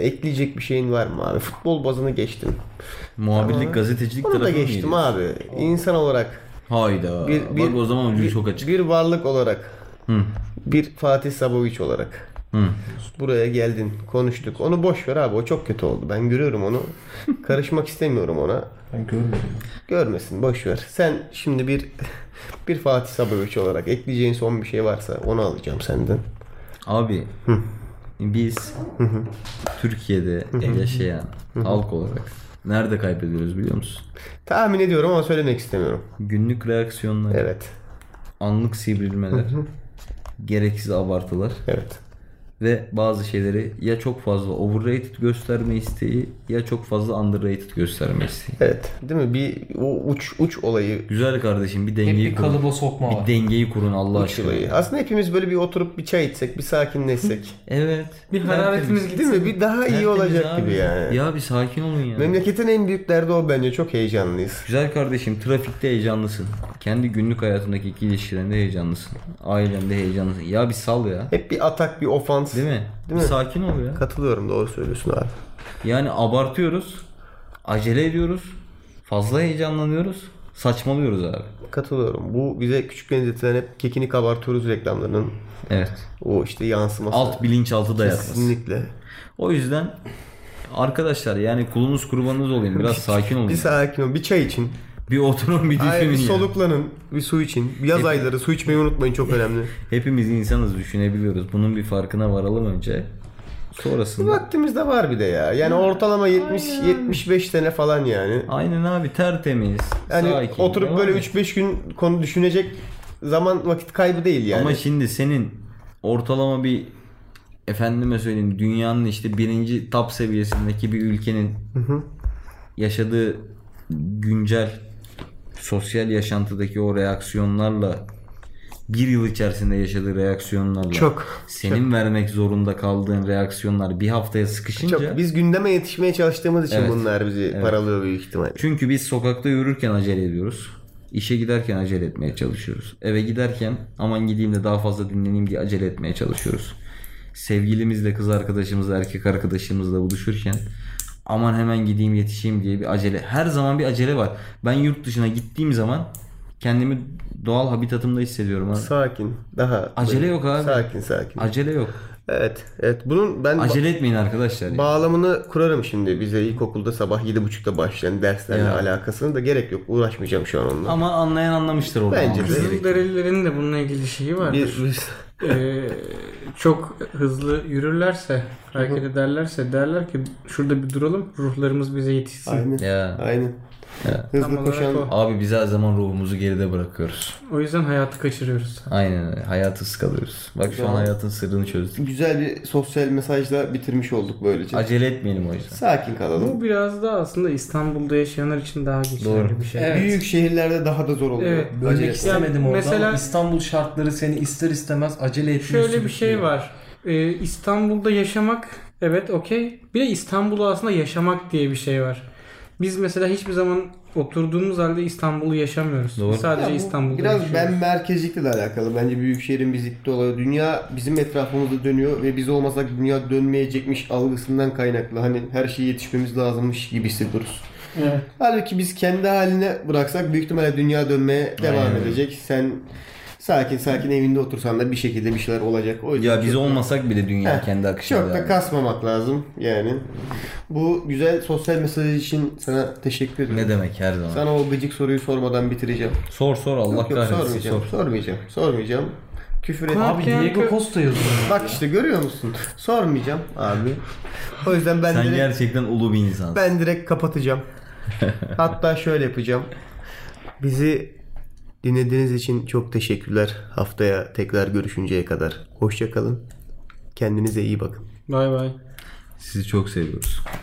[SPEAKER 1] ekleyecek bir şeyin var mı abi? Futbol bazını geçtim.
[SPEAKER 3] Muhabirlik, gazetecilik
[SPEAKER 1] Onu da
[SPEAKER 3] tarafı mı
[SPEAKER 1] geçtim
[SPEAKER 3] yedi?
[SPEAKER 1] abi. İnsan olarak
[SPEAKER 3] Hayda.
[SPEAKER 1] Bir- bir-
[SPEAKER 3] Bak o zaman ucu
[SPEAKER 1] bir,
[SPEAKER 3] çok açık.
[SPEAKER 1] bir varlık olarak bir Fatih Saboviç olarak buraya geldin konuştuk onu boş ver abi o çok kötü oldu ben görüyorum onu karışmak istemiyorum ona
[SPEAKER 6] Ben görmüyorum.
[SPEAKER 1] görmesin boş ver sen şimdi bir bir Fatih Saboviç olarak ekleyeceğin son bir şey varsa onu alacağım senden
[SPEAKER 3] Abi biz Türkiye'de yaşayan halk olarak nerede kaybediyoruz biliyor musun?
[SPEAKER 1] tahmin ediyorum ama söylemek istemiyorum
[SPEAKER 3] Günlük reaksiyonlar,
[SPEAKER 1] evet
[SPEAKER 3] anlık sivrilmeler, gereksiz abartılar
[SPEAKER 1] evet
[SPEAKER 3] ve bazı şeyleri ya çok fazla overrated gösterme isteği ya çok fazla underrated gösterme isteği.
[SPEAKER 1] evet değil mi bir o uç uç olayı
[SPEAKER 3] Güzel kardeşim bir
[SPEAKER 6] Hep
[SPEAKER 3] dengeyi
[SPEAKER 6] bir
[SPEAKER 3] kurun.
[SPEAKER 6] kalıba sokma var.
[SPEAKER 3] Bir dengeyi kurun Allah
[SPEAKER 1] uç
[SPEAKER 3] aşkına.
[SPEAKER 1] olayı. aslında hepimiz böyle bir oturup bir çay içsek bir sakinleşsek
[SPEAKER 3] Evet.
[SPEAKER 2] Bir hararetimiz gitti
[SPEAKER 1] değil mi bir daha iyi
[SPEAKER 3] Tertemiz
[SPEAKER 1] olacak
[SPEAKER 3] abi.
[SPEAKER 1] gibi yani
[SPEAKER 3] Ya bir sakin olun ya.
[SPEAKER 1] Memleketin en büyük derdi o bence. Çok heyecanlıyız.
[SPEAKER 3] Güzel kardeşim trafikte heyecanlısın. Kendi günlük hayatındaki iki ilişkilerinde heyecanlısın. Ailende heyecanlısın. Ya bir sal ya.
[SPEAKER 1] Hep bir atak, bir ofans.
[SPEAKER 3] Değil mi?
[SPEAKER 1] Değil
[SPEAKER 3] bir
[SPEAKER 1] mi?
[SPEAKER 3] sakin ol ya.
[SPEAKER 1] Katılıyorum doğru söylüyorsun abi.
[SPEAKER 3] Yani abartıyoruz. Acele ediyoruz. Fazla heyecanlanıyoruz. Saçmalıyoruz abi.
[SPEAKER 1] Katılıyorum. Bu bize küçükken izletilen hep kekini kabartıyoruz reklamlarının
[SPEAKER 3] Evet.
[SPEAKER 1] o işte yansıması.
[SPEAKER 3] Alt bilinçaltı dayatması.
[SPEAKER 1] Kesinlikle.
[SPEAKER 3] O yüzden arkadaşlar yani kulunuz kurbanınız olayım. Biraz sakin olun.
[SPEAKER 1] Bir
[SPEAKER 3] ya.
[SPEAKER 1] sakin olun. Bir çay için.
[SPEAKER 3] Bir oturun bir
[SPEAKER 1] Ay,
[SPEAKER 3] düşünün
[SPEAKER 1] bir
[SPEAKER 3] ya.
[SPEAKER 1] soluklanın. Bir su için. Yaz ayları su içmeyi unutmayın. Çok önemli.
[SPEAKER 3] Hepimiz insanız düşünebiliyoruz. Bunun bir farkına varalım önce. Sonrasında.
[SPEAKER 1] Vaktimizde var bir de ya. Yani ortalama 70 75 tane falan yani.
[SPEAKER 3] Aynen abi tertemiz.
[SPEAKER 1] Yani
[SPEAKER 3] sakin,
[SPEAKER 1] oturup
[SPEAKER 3] devam
[SPEAKER 1] böyle
[SPEAKER 3] et.
[SPEAKER 1] 3-5 gün konu düşünecek zaman vakit kaybı değil yani.
[SPEAKER 3] Ama şimdi senin ortalama bir efendime söyleyeyim dünyanın işte birinci top seviyesindeki bir ülkenin yaşadığı güncel sosyal yaşantıdaki o reaksiyonlarla bir yıl içerisinde yaşadığı reaksiyonlarla
[SPEAKER 2] Çok.
[SPEAKER 3] senin vermek zorunda kaldığın reaksiyonlar bir haftaya sıkışınca
[SPEAKER 1] Çok biz gündeme yetişmeye çalıştığımız için
[SPEAKER 3] Evet.
[SPEAKER 1] bunlar bizi paralıyor büyük ihtimalle.
[SPEAKER 3] Çünkü biz sokakta yürürken acele ediyoruz. İşe giderken acele etmeye çalışıyoruz. Eve giderken aman gideyim de daha fazla dinleneyim diye acele etmeye çalışıyoruz. Sevgilimizle, kız arkadaşımızla, erkek arkadaşımızla buluşurken aman hemen gideyim yetişeyim diye bir acele. Her zaman bir acele var. Ben yurt dışına gittiğim zaman kendimi doğal habitatımda hissediyorum. Abi.
[SPEAKER 1] Sakin. Daha
[SPEAKER 3] Acele yok abi.
[SPEAKER 1] Sakin sakin.
[SPEAKER 3] Acele yok.
[SPEAKER 1] evet. Evet. Bunun ben ba-
[SPEAKER 3] Acele etmeyin arkadaşlar. ya.
[SPEAKER 1] bağlamını kurarım şimdi. Bize ilkokulda sabah 7.30'da başlayan derslerle
[SPEAKER 3] Ya.
[SPEAKER 1] alakasını da gerek yok. Uğraşmayacağım şu an onunla.
[SPEAKER 3] Ama anlayan anlamıştır orada.
[SPEAKER 1] Bence de.
[SPEAKER 3] anlaması gerektiğini.
[SPEAKER 2] Kızılderililerin de bununla ilgili şeyi var.
[SPEAKER 1] Biz, biz-
[SPEAKER 2] Ee, çok hızlı yürürlerse, hareket ederlerse derler ki şurada bir duralım, ruhlarımız bize yetişsin.
[SPEAKER 1] aynen.
[SPEAKER 3] Ya.
[SPEAKER 1] Aynen.
[SPEAKER 3] Ya.
[SPEAKER 1] Hızlı
[SPEAKER 2] Tam olarak
[SPEAKER 1] koşan
[SPEAKER 2] o.
[SPEAKER 3] Abi biz her zaman ruhumuzu geride bırakıyoruz.
[SPEAKER 2] O yüzden hayatı kaçırıyoruz.
[SPEAKER 3] Aynen öyle. Hayatı sıkalıyoruz. Bak şu an hayatın sırrını çözdük.
[SPEAKER 1] güzel bir sosyal mesajla bitirmiş olduk böylece.
[SPEAKER 3] Acele etmeyelim o yüzden.
[SPEAKER 1] Sakin kalalım.
[SPEAKER 2] Bu biraz da aslında İstanbul'da yaşayanlar için daha geçerli
[SPEAKER 3] Doğru.
[SPEAKER 2] bir şey.
[SPEAKER 6] Evet.
[SPEAKER 1] Büyük şehirlerde daha da zor oluyor.
[SPEAKER 2] Evet.
[SPEAKER 6] Bölmek
[SPEAKER 1] Acele-
[SPEAKER 6] istemedim orada
[SPEAKER 2] Mesela-
[SPEAKER 6] ama İstanbul şartları seni ister istemez acele etmiyor.
[SPEAKER 2] Şöyle bir şey var. Ee, İstanbul'da yaşamak evet okey. Bir de İstanbul'u aslında yaşamak diye bir şey var. Biz mesela hiçbir zaman oturduğumuz halde İstanbul'u yaşamıyoruz.
[SPEAKER 3] Doğru.
[SPEAKER 2] Sadece
[SPEAKER 1] Ya bu
[SPEAKER 2] İstanbul'da
[SPEAKER 1] Biraz
[SPEAKER 2] yaşıyoruz.
[SPEAKER 1] ben merkezcilikle de alakalı. Bence büyük şehrin bir ziddi olayı. Dünya bizim etrafımızda dönüyor ve biz olmasak dünya dönmeyecekmiş algısından kaynaklı. Hani her şeye yetişmemiz lazımmış gibi hissediyoruz.
[SPEAKER 8] Evet.
[SPEAKER 1] Halbuki biz kendi haline bıraksak büyük ihtimalle dünya dönmeye devam
[SPEAKER 3] Aynen.
[SPEAKER 1] edecek. Sen sakin sakin evinde otursan da bir şekilde bir şeyler olacak. O yüzden
[SPEAKER 3] Ya biz
[SPEAKER 1] çok-
[SPEAKER 3] olmasak bile dünya
[SPEAKER 1] Heh,
[SPEAKER 3] kendi akışında.
[SPEAKER 1] çok da
[SPEAKER 3] yani.
[SPEAKER 1] kasmamak lazım yani. Bu güzel sosyal mesaj için sana teşekkür ederim.
[SPEAKER 3] Ne demek her zaman.
[SPEAKER 1] Sana o gıcık soruyu sormadan bitireceğim.
[SPEAKER 3] Sor sor Allah
[SPEAKER 1] Yok, yok,
[SPEAKER 3] kahretsin
[SPEAKER 1] sormayacağım,
[SPEAKER 3] sor.
[SPEAKER 1] sormayacağım, sormayacağım. Küfür et.
[SPEAKER 2] Abi,
[SPEAKER 6] Abi Diego Costa yazıyor.
[SPEAKER 1] Bak işte görüyor musun? Sormayacağım abi. O yüzden ben
[SPEAKER 3] Sen
[SPEAKER 1] direkt,
[SPEAKER 3] gerçekten ulu bir insansın.
[SPEAKER 1] ben direkt kapatacağım. Hatta şöyle yapacağım. Bizi dinlediğiniz için çok teşekkürler. Haftaya tekrar görüşünceye kadar. Hoşça kalın. Kendinize iyi bakın.
[SPEAKER 2] Bay bay.
[SPEAKER 3] Sizi çok seviyoruz.